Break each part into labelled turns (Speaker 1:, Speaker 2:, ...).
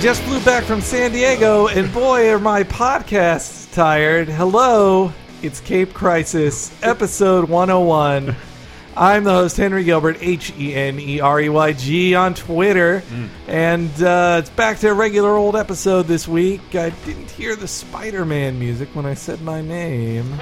Speaker 1: just flew back from San Diego, and boy, are my podcasts tired. Hello, it's Cape Crisis, episode 101. I'm the host, Henry Gilbert, H E N E R E Y G, on Twitter. And uh, it's back to a regular old episode this week. I didn't hear the Spider Man music when I said my name.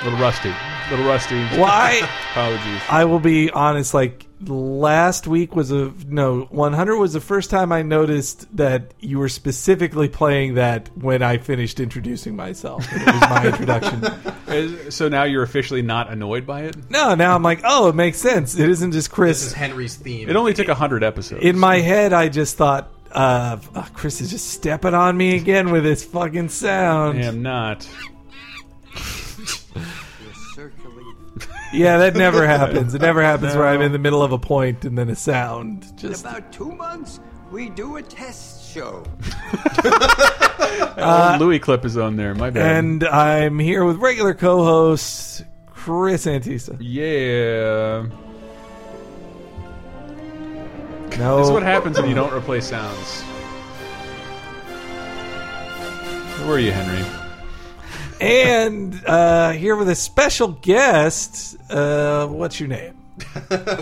Speaker 2: A little rusty. A little rusty.
Speaker 1: Why?
Speaker 2: Apologies.
Speaker 1: I will be honest. Like last week was a no 100 was the first time I noticed that you were specifically playing that when I finished introducing myself. It was my introduction.
Speaker 2: Is- So now you're officially not annoyed by it?
Speaker 1: No, now I'm like, oh, it makes sense. It isn't just
Speaker 3: This
Speaker 1: Chris.
Speaker 3: is Henry's theme.
Speaker 2: It only took 100 episodes.
Speaker 1: In my head, I just thought, uh, oh, Chris is just stepping on me again with his fucking sound.
Speaker 2: I am not.
Speaker 1: Yeah, that never happens. It never happens where I'm in the middle of a point and then a sound. Just
Speaker 4: About two months, we do a test show.
Speaker 2: That old Louis clip is on there. My bad.
Speaker 1: Uh, and I'm here with regular co-host Chris Antista.
Speaker 2: yeah.
Speaker 1: No.
Speaker 2: This is what happens when you don't replace sounds. Where were you, Henry?
Speaker 1: And uh, here with a special guest. Uh, what's your name?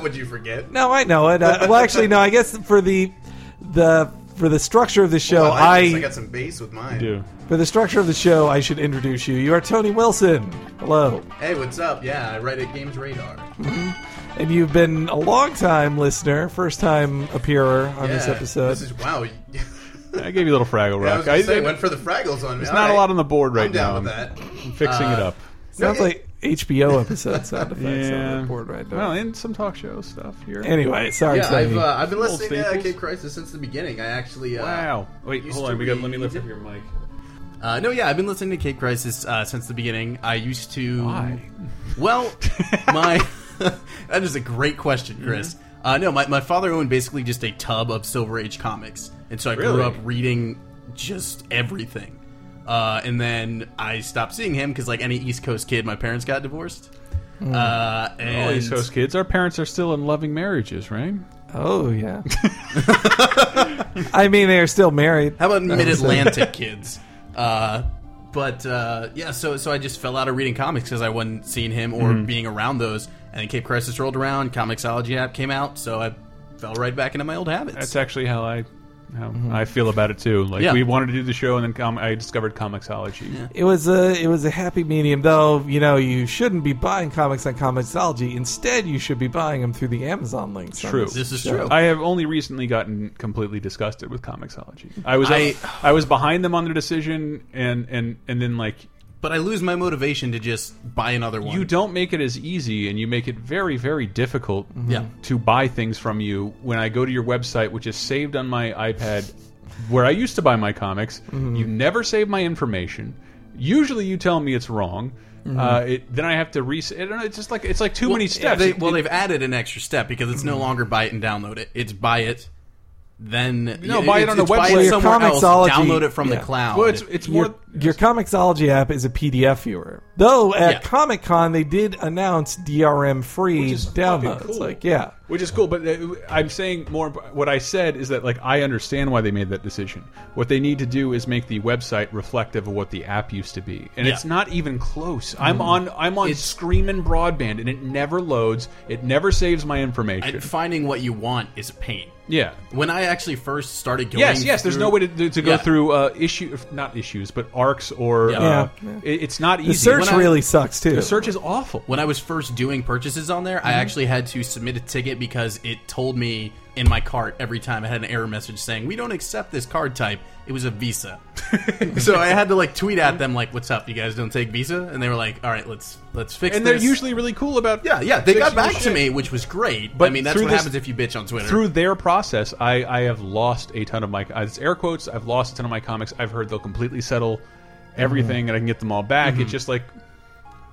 Speaker 3: Would you forget?
Speaker 1: No, I know it. Uh, well, actually, no. I guess for the the for the structure of the show,
Speaker 3: Well,
Speaker 1: I,
Speaker 3: guess I got some bass with mine.
Speaker 2: Do.
Speaker 1: for the structure of the show, I should introduce you. You are Tony Wilson. Hello,
Speaker 3: Hey, what's up? Yeah, I write at Games Radar.
Speaker 1: and you've been a long time listener, first time appearer on
Speaker 3: yeah,
Speaker 1: this episode.
Speaker 3: This is wow. you-
Speaker 2: I gave you a little Fraggle
Speaker 3: I
Speaker 2: Rock.
Speaker 3: was gonna say,
Speaker 2: I-
Speaker 3: went for the Fraggles on me.
Speaker 2: there's not a lot on the board right
Speaker 3: I'm down
Speaker 2: now.
Speaker 3: with that.
Speaker 2: I'm fixing it
Speaker 3: Uh,
Speaker 2: up.
Speaker 1: Sounds
Speaker 3: No, it-
Speaker 1: like HBO episode sound effects on
Speaker 2: Yeah.
Speaker 1: the board right now.
Speaker 2: Well, and some talk show stuff here.
Speaker 1: anyway, sorry,
Speaker 3: Yeah, I've
Speaker 1: Tony.
Speaker 3: uh, I've been
Speaker 2: Old
Speaker 3: listening to uh,
Speaker 2: staples.
Speaker 3: Cape Crisis since the beginning. I actually uh,
Speaker 2: Wow. Wait,
Speaker 3: used
Speaker 2: hold
Speaker 3: to
Speaker 2: on. We got. Let me
Speaker 3: read-
Speaker 2: lift up your mic.
Speaker 3: Uh, no, yeah, I've been listening to Cape Crisis uh, since the beginning. I used to.
Speaker 2: Why?
Speaker 3: Well, my that is a great question, Chris. Uh, no, my, my father owned basically just a tub of Silver Age comics, and so I
Speaker 2: Really?
Speaker 3: grew up reading just everything. Uh, and then I stopped seeing him because, like any East Coast kid, my parents got divorced. Uh, and
Speaker 2: All Hmm. Oh, East Coast kids, our parents are still in loving marriages, right?
Speaker 1: Oh yeah. I mean, they are still married.
Speaker 3: How about Mid Atlantic kids? Uh, but uh, yeah, so so I just fell out of reading comics because I wasn't seeing him or
Speaker 2: Mm-hmm.
Speaker 3: being around those. And then Cape Crisis rolled around, Comixology app came out, so I fell right back into my old habits.
Speaker 2: That's actually how I how I feel about it too. Like
Speaker 3: Mm-hmm. Yeah.
Speaker 2: we wanted to do the show, and then com- I discovered comicsology.
Speaker 1: It was a it was a happy medium, though. You know, you shouldn't be buying comics on Comixology. Instead, you should be buying them through the Amazon links. on
Speaker 2: True.
Speaker 1: this.
Speaker 3: This is true.
Speaker 2: I have only recently gotten completely disgusted with comicsology. I was I,
Speaker 3: I-
Speaker 2: was behind them on their decision, and and and then like
Speaker 3: but I lose my motivation to just buy another one.
Speaker 2: you don't make it as easy, and you make it very very difficult
Speaker 1: Mm-hmm.
Speaker 3: Yeah.
Speaker 2: to buy things from you. When I go to your website, which is saved on my iPad, where I used to buy my comics,
Speaker 1: Mm-hmm.
Speaker 2: you never save my information. Usually, you tell me it's wrong.
Speaker 1: Mm-hmm.
Speaker 2: Uh, it, then I have to re. I don't know, It's just like it's like too many steps.
Speaker 3: They,
Speaker 2: It- it-
Speaker 3: well,
Speaker 2: Mm-hmm.
Speaker 3: they've added an extra step because it's no longer buy it and download it. It's buy it, then
Speaker 2: No, buy it
Speaker 3: it's-
Speaker 2: on the
Speaker 3: it's buy
Speaker 2: website.
Speaker 3: it
Speaker 2: Your
Speaker 3: somewhere else,
Speaker 1: Comixology-
Speaker 3: download it from
Speaker 1: yeah.
Speaker 3: the cloud.
Speaker 2: well, it's it's more.
Speaker 1: Your, your Comixology app is a PDF viewer. Though at
Speaker 3: Yeah.
Speaker 1: Comic Con they did announce DRM free
Speaker 2: is fucking
Speaker 1: downloads.
Speaker 2: cool.
Speaker 1: Like, yeah,
Speaker 2: Which is cool, but uh, I'm saying more. What I said is that like I understand why they made that decision. What they need to do is make the website reflective of what the app used to be, and
Speaker 3: Yeah. Mm-hmm.
Speaker 2: it's not even close. I'm on I'm on
Speaker 3: It's-
Speaker 2: screaming broadband, and it never loads. It never saves my information.
Speaker 3: And finding what you want is a pain.
Speaker 2: yeah.
Speaker 3: When I actually first started going,
Speaker 2: Yes, yes. There's
Speaker 3: through-
Speaker 2: no way to, to go
Speaker 3: Yeah.
Speaker 2: through uh, issue, not issues, but arcs or
Speaker 3: Yeah.
Speaker 2: Uh,
Speaker 1: Yeah.
Speaker 2: It, it's not easy.
Speaker 1: the search
Speaker 3: When I-
Speaker 1: really sucks too.
Speaker 2: the search is awful.
Speaker 3: When I was first doing purchases on there, I
Speaker 2: Mm-hmm.
Speaker 3: actually had to submit a ticket because it told me in my cart every time I had an error message saying we don't accept this card type. It was a Visa, so I had to like tweet at them like, "What's up? You guys don't take Visa?" And they were like, "All right, let's let's fix."
Speaker 2: and they're
Speaker 3: this."
Speaker 2: usually really cool about
Speaker 3: yeah yeah they got
Speaker 2: fixing your
Speaker 3: back to
Speaker 2: shit.
Speaker 3: me, which was great.
Speaker 2: But
Speaker 3: I mean, that's
Speaker 2: through
Speaker 3: what
Speaker 2: this-
Speaker 3: happens if you bitch on Twitter.
Speaker 2: through their process, I, I have lost a ton of my uh, it's air quotes. I've lost a ton of my comics. I've heard they'll completely settle everything, and I can get them all back. It's just like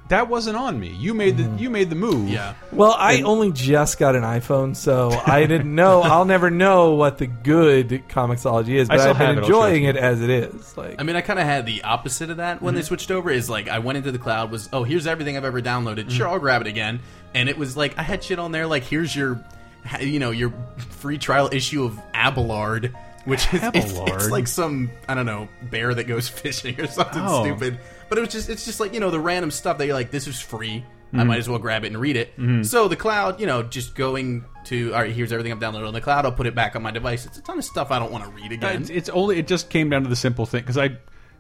Speaker 2: that wasn't on me. You made the you made the move.
Speaker 3: yeah,
Speaker 1: Well, I only just got an iPhone, so I didn't know. I'll never know what the good Comixology is, but
Speaker 2: still
Speaker 1: I've been
Speaker 2: have it, I'll show
Speaker 1: enjoying
Speaker 2: it
Speaker 1: it as it is. Like,
Speaker 3: I mean, I kind of had the opposite of that when
Speaker 2: Mm-hmm.
Speaker 3: they switched over. Is like I went into the cloud, was
Speaker 2: Mm-hmm.
Speaker 3: oh here's everything I've ever downloaded. Sure, I'll grab it again, and it was like I had shit on there like here's your ha- you know, your free trial issue of Abelard, which is it's- It's,
Speaker 2: Abelard?
Speaker 3: like some I don't know bear that goes fishing or something
Speaker 2: Oh.
Speaker 3: stupid. But it was just it's just like you know the random stuff that you're like this is free. I
Speaker 2: Mm-hmm.
Speaker 3: might as well grab it and read it. So the cloud, you know, just going to all right. Here's everything I've downloaded on the cloud. I'll put it back on my device. It's a ton of stuff I don't want to read again.
Speaker 2: It's, it's only it just came down to the simple thing because I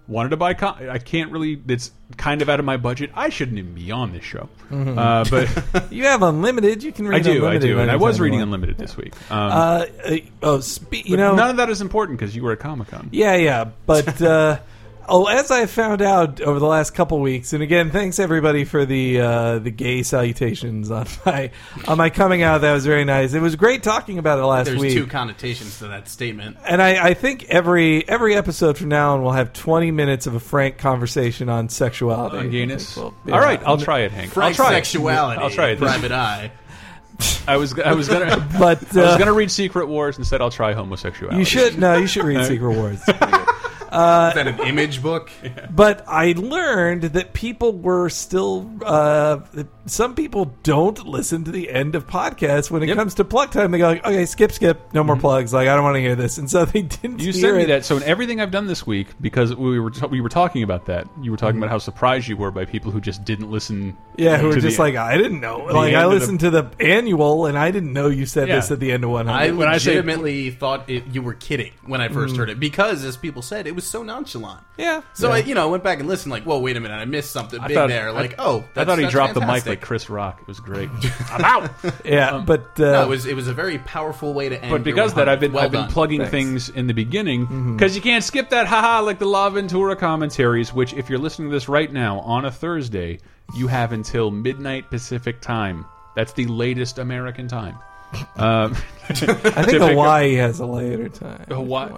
Speaker 2: wanted to buy. Con I can't really. It's kind of out of my budget. I shouldn't even be on this show,
Speaker 1: Mm-hmm.
Speaker 2: uh, but
Speaker 1: You have unlimited. You can
Speaker 2: I
Speaker 1: read
Speaker 2: do. I
Speaker 1: unlimited.
Speaker 2: do, and I was
Speaker 1: anytime you
Speaker 2: reading
Speaker 1: want.
Speaker 2: unlimited this week. Um,
Speaker 1: Uh, uh, oh, spe- you
Speaker 2: but
Speaker 1: know,
Speaker 2: none of that is important because you were at Comic Con.
Speaker 1: Yeah, yeah. But uh, oh, as I found out over the last couple weeks, and again, thanks everybody for the uh, the gay salutations on my on my coming out. That was very nice. It was great talking about it last
Speaker 3: There's
Speaker 1: week.
Speaker 3: two connotations to that statement.
Speaker 1: and I, I think every every episode from now on we'll have twenty minutes of a frank conversation on sexuality.
Speaker 2: On Gayness.
Speaker 1: Well, yeah.
Speaker 2: All right, I'll try it, Hank.
Speaker 3: Frank
Speaker 2: I'll try
Speaker 3: sexuality.
Speaker 2: It. I'll try it.
Speaker 3: Private eye.
Speaker 2: I was I was gonna
Speaker 1: But
Speaker 2: I was
Speaker 1: uh,
Speaker 2: gonna read Secret Wars instead. I'll try homosexuality.
Speaker 1: you should no, you should read Secret Wars.
Speaker 3: Is that an image book?
Speaker 1: But I learned that people were still. Uh, that some people don't listen to the end of podcasts when it
Speaker 2: Yep. Mm-hmm.
Speaker 1: comes to plug time. They go, like, okay, skip, skip, no more plugs. Like I don't want to hear this, and so they didn't.
Speaker 2: You
Speaker 1: hear
Speaker 2: sent me
Speaker 1: it.
Speaker 2: that. So in everything I've done this week, because we were we were talking about that, you were talking about how surprised you were by people who just didn't listen.
Speaker 1: Mm-hmm. Yeah, who were
Speaker 2: to the-
Speaker 1: just like, I didn't know. Like
Speaker 2: end
Speaker 1: I
Speaker 2: of the-
Speaker 1: listened to the annual, and I didn't know you said
Speaker 2: Yeah.
Speaker 1: this at the end of one
Speaker 3: I
Speaker 1: hundred.
Speaker 2: When I say-
Speaker 3: legitimately thought it, you were kidding when I
Speaker 2: Hmm.
Speaker 3: first heard it because, as people said, it was so nonchalant.
Speaker 1: Yeah.
Speaker 3: So
Speaker 1: Yeah.
Speaker 3: I, you know, I went back and listened. Like, whoa, wait a minute, I missed something
Speaker 2: I
Speaker 3: big
Speaker 2: thought-
Speaker 3: there.
Speaker 2: I-
Speaker 3: Like,
Speaker 2: I
Speaker 3: oh, that's-
Speaker 2: thought he
Speaker 3: that's
Speaker 2: dropped the mic
Speaker 3: fantastic.
Speaker 2: like Chris Rock. It was great. I'm out.
Speaker 1: yeah,
Speaker 2: um,
Speaker 1: but uh,
Speaker 3: No, it was it was a very powerful way to end.
Speaker 2: But
Speaker 3: your
Speaker 2: because of that, I've been
Speaker 3: 100. well
Speaker 2: I've been
Speaker 3: done. Mm-hmm.
Speaker 2: plugging
Speaker 1: Thanks.
Speaker 2: things in the beginning because you can't skip that haha like the La Ventura commentaries. Which, if you're listening to this right now on a Thursday, you have until midnight Pacific time. That's the latest American time. Um,
Speaker 1: I think
Speaker 2: to pick
Speaker 1: Hawaii has a later time.
Speaker 2: Hawaii.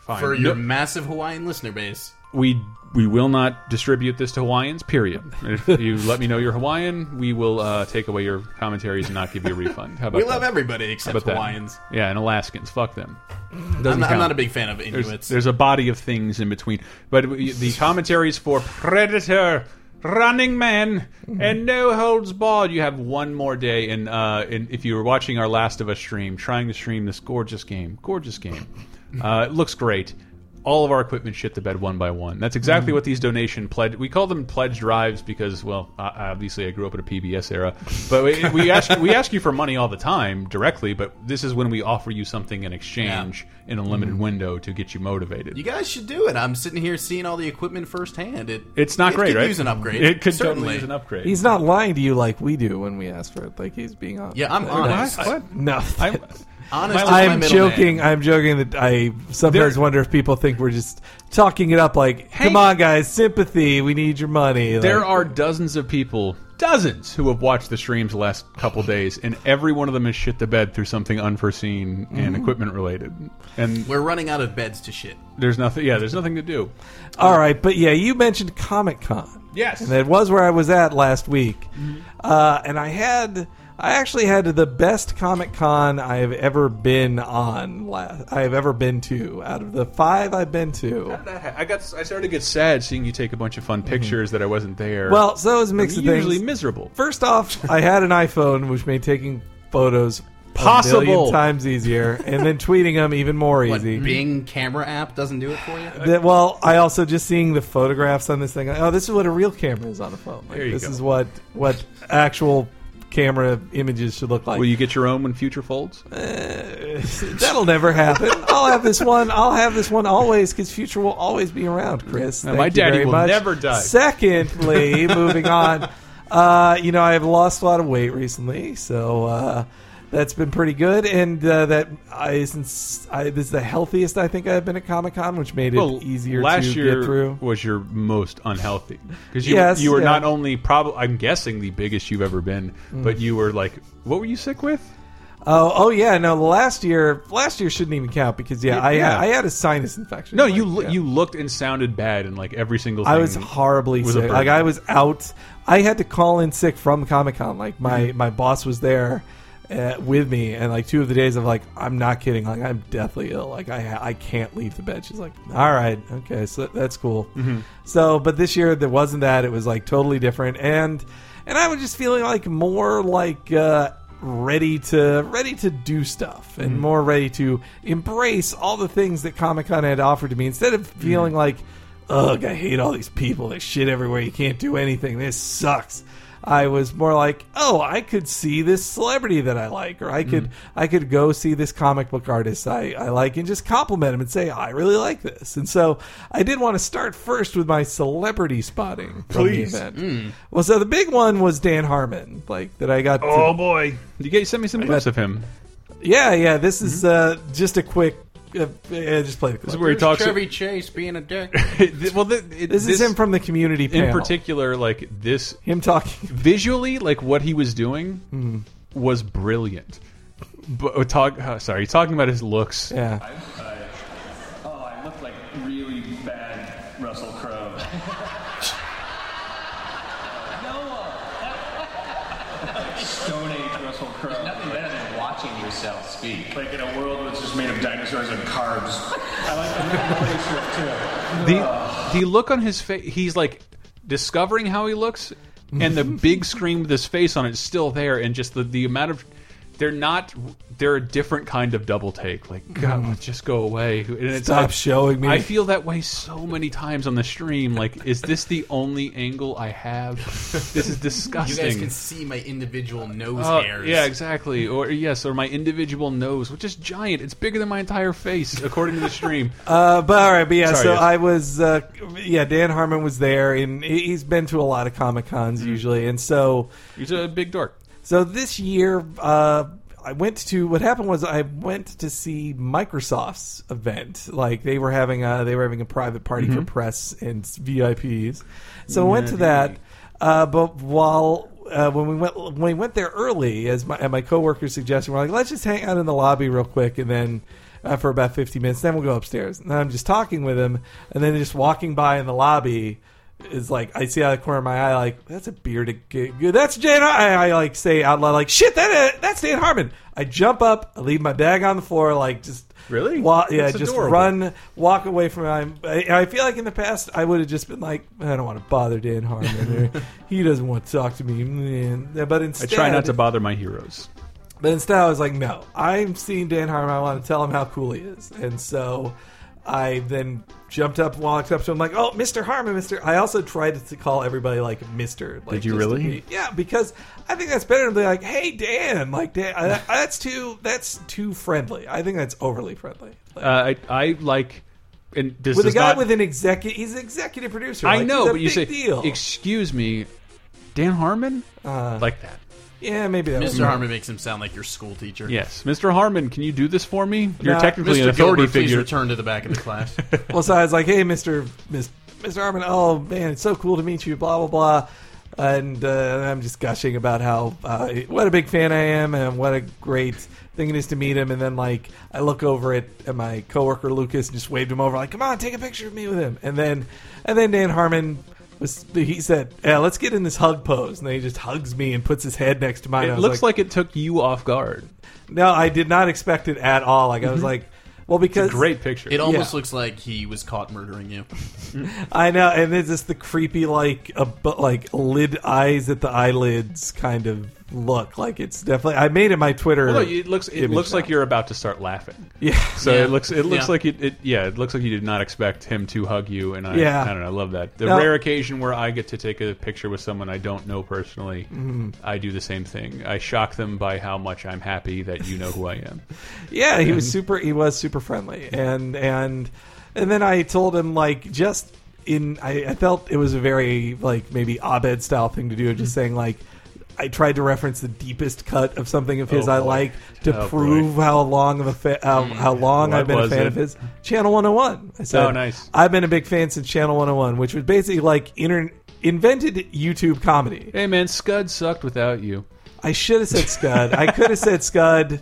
Speaker 2: Fine.
Speaker 3: for your
Speaker 2: No-
Speaker 3: massive Hawaiian listener base.
Speaker 2: we we will not distribute this to Hawaiians. Period. If you let me know you're Hawaiian, we will uh, take away your commentaries and not give you a refund. How about
Speaker 3: We love
Speaker 2: that?
Speaker 3: everybody
Speaker 2: How
Speaker 3: except
Speaker 2: about that?
Speaker 3: Hawaiians.
Speaker 2: Yeah, and Alaskans. Fuck them.
Speaker 3: I'm not, I'm
Speaker 2: count.
Speaker 3: not a big fan of Inuits.
Speaker 2: There's, there's a body of things in between, but we- the commentaries for Predator. Running Man and No Holds Barred. You have one more day, and uh, and if you were watching our Last of Us stream, trying to stream this gorgeous game, gorgeous game, uh, it looks great. All of our equipment shit to bed one by one. That's exactly
Speaker 3: Mm.
Speaker 2: what these donation pledge. We call them pledge drives because, well, I- I- obviously I grew up in a PBS era, but we, we ask we ask you for money all the time directly. But this is when we offer you something in exchange in a limited window to get you motivated.
Speaker 3: Mm. you guys should do it. I'm sitting here seeing all the equipment firsthand. It
Speaker 2: it's not
Speaker 3: it
Speaker 2: great,
Speaker 3: could
Speaker 2: right?
Speaker 3: Use an upgrade.
Speaker 2: It could
Speaker 3: certainly
Speaker 2: totally use an upgrade.
Speaker 1: He's not lying to you like we do when we ask for it. Like he's being honest.
Speaker 3: Yeah, I'm honest.
Speaker 2: What?
Speaker 1: No,
Speaker 2: I'm,
Speaker 3: Honest. is
Speaker 2: I
Speaker 3: my
Speaker 1: I'm
Speaker 3: middle name.
Speaker 1: joking. I'm joking that I sometimes
Speaker 2: There-
Speaker 1: wonder if people think we're just talking it up. Like, come on, guys, sympathy. We need your money. Like,
Speaker 2: There are dozens of people, dozens, who have watched the streams the last couple days, and every one of them has shit the bed through something unforeseen
Speaker 3: Mm-hmm.
Speaker 2: and equipment related. And
Speaker 3: We're running out of beds to shit.
Speaker 2: there's nothing. Yeah, there's nothing to do.
Speaker 1: all right, but yeah, you mentioned Comic Con.
Speaker 2: Yes.
Speaker 1: and
Speaker 2: Mm-hmm.
Speaker 1: that was where I was at last week. Uh, and I had, I actually had the best Comic Con I have ever been on. la I have ever been to out of the five I've been to.
Speaker 2: I got. I started to get sad seeing you take a bunch of fun pictures that I wasn't there.
Speaker 1: Mm-hmm. Well, so it was mixed
Speaker 2: You're usually
Speaker 1: things.
Speaker 2: miserable.
Speaker 1: First off, I had an iPhone, which made taking photos
Speaker 2: Possible.
Speaker 1: a million times easier, and then tweeting them even more
Speaker 3: What
Speaker 1: easy.
Speaker 3: Bing camera app doesn't do it for you?
Speaker 1: That- well, I also just seeing the photographs on this thing. Oh, this is what a real camera is on a phone. Like,
Speaker 2: There you
Speaker 1: this
Speaker 2: go.
Speaker 1: is what what actual camera images should look like.
Speaker 2: Will you get your own when future folds?
Speaker 1: That'll never happen. I'll have this one. I'll have this one always because future will always be around, Chris.
Speaker 2: Yeah,
Speaker 1: Thank
Speaker 2: my
Speaker 1: you
Speaker 2: daddy
Speaker 1: very
Speaker 2: will
Speaker 1: much.
Speaker 2: never die.
Speaker 1: Secondly, moving on, uh, you know I have lost a lot of weight recently, so uh, that's been pretty good. And uh, that I since I, this is the healthiest I think I've been at Comic Con, which made it easier
Speaker 2: last
Speaker 1: to
Speaker 2: year
Speaker 1: get through.
Speaker 2: was your most unhealthy because you
Speaker 1: Yes,
Speaker 2: you were
Speaker 1: yeah. Mm.
Speaker 2: not only probably I'm guessing the biggest you've ever been, but you were like, what were you sick with?
Speaker 1: Oh, oh yeah, no. Last year, last year shouldn't even count because yeah, I
Speaker 2: Yeah.
Speaker 1: I had a sinus infection.
Speaker 2: No,
Speaker 1: Like,
Speaker 2: you lo-
Speaker 1: yeah.
Speaker 2: you looked and sounded bad in like every single. thing.
Speaker 1: I was horribly
Speaker 2: was
Speaker 1: sick.
Speaker 2: a burden.
Speaker 1: Like I was out. I had to call in sick from Comic Con. Like my
Speaker 2: Mm-hmm.
Speaker 1: my boss was there uh, with me, and like two of the days, I'm like, I'm not kidding. Like I'm deathly ill. Like I I can't leave the bed. She's like, all right, okay, so that's cool.
Speaker 2: Mm-hmm.
Speaker 1: So, but this year there wasn't that. It was like totally different, and and I was just feeling like more like. uh ready to ready to do stuff
Speaker 2: Mm-hmm.
Speaker 1: and more ready to embrace all the things that Comic Con had offered to me instead of feeling
Speaker 2: Mm-hmm.
Speaker 1: like, ugh, I hate all these people. There's shit everywhere. You can't do anything. This sucks. I was more like, oh, I could see this celebrity that I like, or I
Speaker 2: Mm.
Speaker 1: could I could go see this comic book artist I, I like and just compliment him and say, I really like this. And so I did want to start first with my celebrity spotting from
Speaker 2: Please. Mm.
Speaker 1: the event. Well, so the big one was Dan Harmon, like that I got to
Speaker 2: Oh, boy, you guys sent me some clips of him.
Speaker 1: yeah, yeah. This is uh, just a quick. Uh, yeah, just play the clip. This
Speaker 2: Mm-hmm. This is where he talks.
Speaker 3: Chevy Chase being a dick.
Speaker 2: well, th- it- this,
Speaker 1: is him from the community
Speaker 2: in
Speaker 1: panel.
Speaker 2: particular, like this
Speaker 1: Him talking.
Speaker 2: visually, like what he was doing
Speaker 1: Hmm.
Speaker 2: was brilliant. But talk, uh, sorry, he's talking about his looks.
Speaker 1: Yeah.
Speaker 5: Oh, I look like really bad Russell Crowe. Uh, Stone Age Russell Crowe.
Speaker 6: Nothing better than watching yourself speak.
Speaker 5: Like in a world that's just made of dinosaurs and carbs. I like the really too.
Speaker 2: The the look on his face, he's like discovering how he looks, and the big screen with his face on it is still there, and just the the amount of. They're not. They're a different kind of double take. Like, God, just go away. And it's
Speaker 1: Hmm. Stop
Speaker 2: like-
Speaker 1: showing me.
Speaker 2: I feel that way so many times on the stream. Like, is this the only angle I have? This is
Speaker 3: You
Speaker 2: disgusting.
Speaker 3: guys can see my individual nose
Speaker 2: Uh,
Speaker 3: hairs.
Speaker 2: yeah, exactly. Or yes, or my individual nose, which is giant. It's bigger than my entire face, according to the stream.
Speaker 1: Uh, but all right, but yeah.
Speaker 2: Sorry,
Speaker 1: so
Speaker 2: yes.
Speaker 1: I was, uh, yeah. Dan Harmon was there, and he- he's been to a lot of comic cons
Speaker 2: Mm-hmm.
Speaker 1: usually, and so
Speaker 2: He's a big dork.
Speaker 1: So this year, uh, I went to what happened was I went to see Microsoft's event. Like they were having a they were having a private party for press and VIPs. So I went to that, uh, but while. Uh, when we went, when we went there early, as my, at my coworker's suggestion, we're like, let's just hang out in the lobby real quick, and then uh, for about fifty minutes, then we'll go upstairs. And I'm just talking with him, and then just walking by in the lobby, is like I see out of the corner of my eye, like that's a bearded gig. That's Dan. I, I like say out loud, like shit. That uh, that's Dan Harmon. I jump up, I leave my bag on the floor, like just
Speaker 2: Really?
Speaker 1: wa- yeah,
Speaker 2: That's
Speaker 1: just
Speaker 2: adorable.
Speaker 1: run, walk away from him. I, I feel like in the past I would have just been like, I don't want to bother Dan Harmon. or, he doesn't want to talk to me, man. But
Speaker 2: I
Speaker 1: instead,
Speaker 2: try not to bother my heroes.
Speaker 1: but instead, I was like, no, I'm seeing Dan Harmon. I want to tell him how cool he is. And so I then jumped up, walked up to him, like, oh, Mr. Harmon, Mr. I also tried to call everybody like Mr. Like, just
Speaker 2: you
Speaker 1: to
Speaker 2: really?
Speaker 1: be- yeah, because I think that's better than being like, hey, Dan. Like, Dan, I, that's too that's too friendly. I think that's overly friendly. Like,
Speaker 2: Uh, I, I like. And this
Speaker 1: with a
Speaker 2: is
Speaker 1: guy
Speaker 2: not-
Speaker 1: with an executive, he's an executive producer.
Speaker 2: I
Speaker 1: Like, he's a
Speaker 2: know, but you
Speaker 1: big
Speaker 2: say,
Speaker 1: deal.
Speaker 2: "Excuse me, Dan Harmon," like that.
Speaker 1: yeah, maybe that. was-
Speaker 3: Mr. Harmon makes him sound like your school teacher.
Speaker 2: Yes, Mr. Harmon, can you do this for me? You're
Speaker 1: No.
Speaker 2: technically an
Speaker 3: Mr.
Speaker 2: authority
Speaker 3: Gilbert, please
Speaker 2: figure.
Speaker 3: return to the back of the class.
Speaker 1: Well, so I was like, "Hey, Mister Mister Armin, oh man, it's so cool to meet you." Blah blah blah, and uh, I'm just gushing about how uh, what a big fan I am and what a great thing it is to meet him. And then like I look over at, at my coworker Lucas and just waved him over, like, "Come on, take a picture of me with him." And then and then Dan Harmon. Was, he said, "Yeah, let's get in this hug pose," and then he just hugs me and puts his head next to mine. I
Speaker 2: It
Speaker 1: was
Speaker 2: looks like, it took you off guard.
Speaker 1: no, I did not expect it at all. Like I was like, "Well, because
Speaker 2: Mm-hmm. Great picture.
Speaker 3: It almost
Speaker 1: Yeah.
Speaker 3: looks like he was caught murdering you.
Speaker 1: I know, and it's just the creepy, like, uh, like lid eyes at the eyelids kind of look. Like it's definitely. I made it my Twitter.
Speaker 2: Although it looks, it
Speaker 1: image
Speaker 2: looks
Speaker 1: now.
Speaker 2: like you're about to start laughing.
Speaker 1: yeah.
Speaker 2: So
Speaker 3: Yeah.
Speaker 2: it looks it looks
Speaker 3: Yeah.
Speaker 2: like it, it yeah it looks like you did not expect him to hug you and I
Speaker 1: Yeah.
Speaker 2: I don't know I love that the
Speaker 1: No.
Speaker 2: rare occasion where I get to take a picture with someone I don't know personally
Speaker 1: Mm-hmm.
Speaker 2: I do the same thing I shock them by how much I'm happy that you know who I am
Speaker 1: Yeah, he was super. He was super friendly, and and and then I told him like just in. I, I felt it was a very like maybe Abed style thing to do, of just
Speaker 2: Mm-hmm.
Speaker 1: saying like. I tried to reference the deepest cut of something of his
Speaker 2: Oh,
Speaker 1: I
Speaker 2: boy.
Speaker 1: like to
Speaker 2: Oh, boy. Mm-hmm.
Speaker 1: prove how long of a fa- how, how long
Speaker 2: What
Speaker 1: I've been a
Speaker 2: was
Speaker 1: fan
Speaker 2: it?
Speaker 1: of his Channel 101. I said,
Speaker 2: Oh, nice.
Speaker 1: I've been a big fan since Channel 101, which was basically like inter- invented YouTube comedy.
Speaker 2: Hey man Scud sucked without you
Speaker 1: I should have said Scud. I could have said Scud,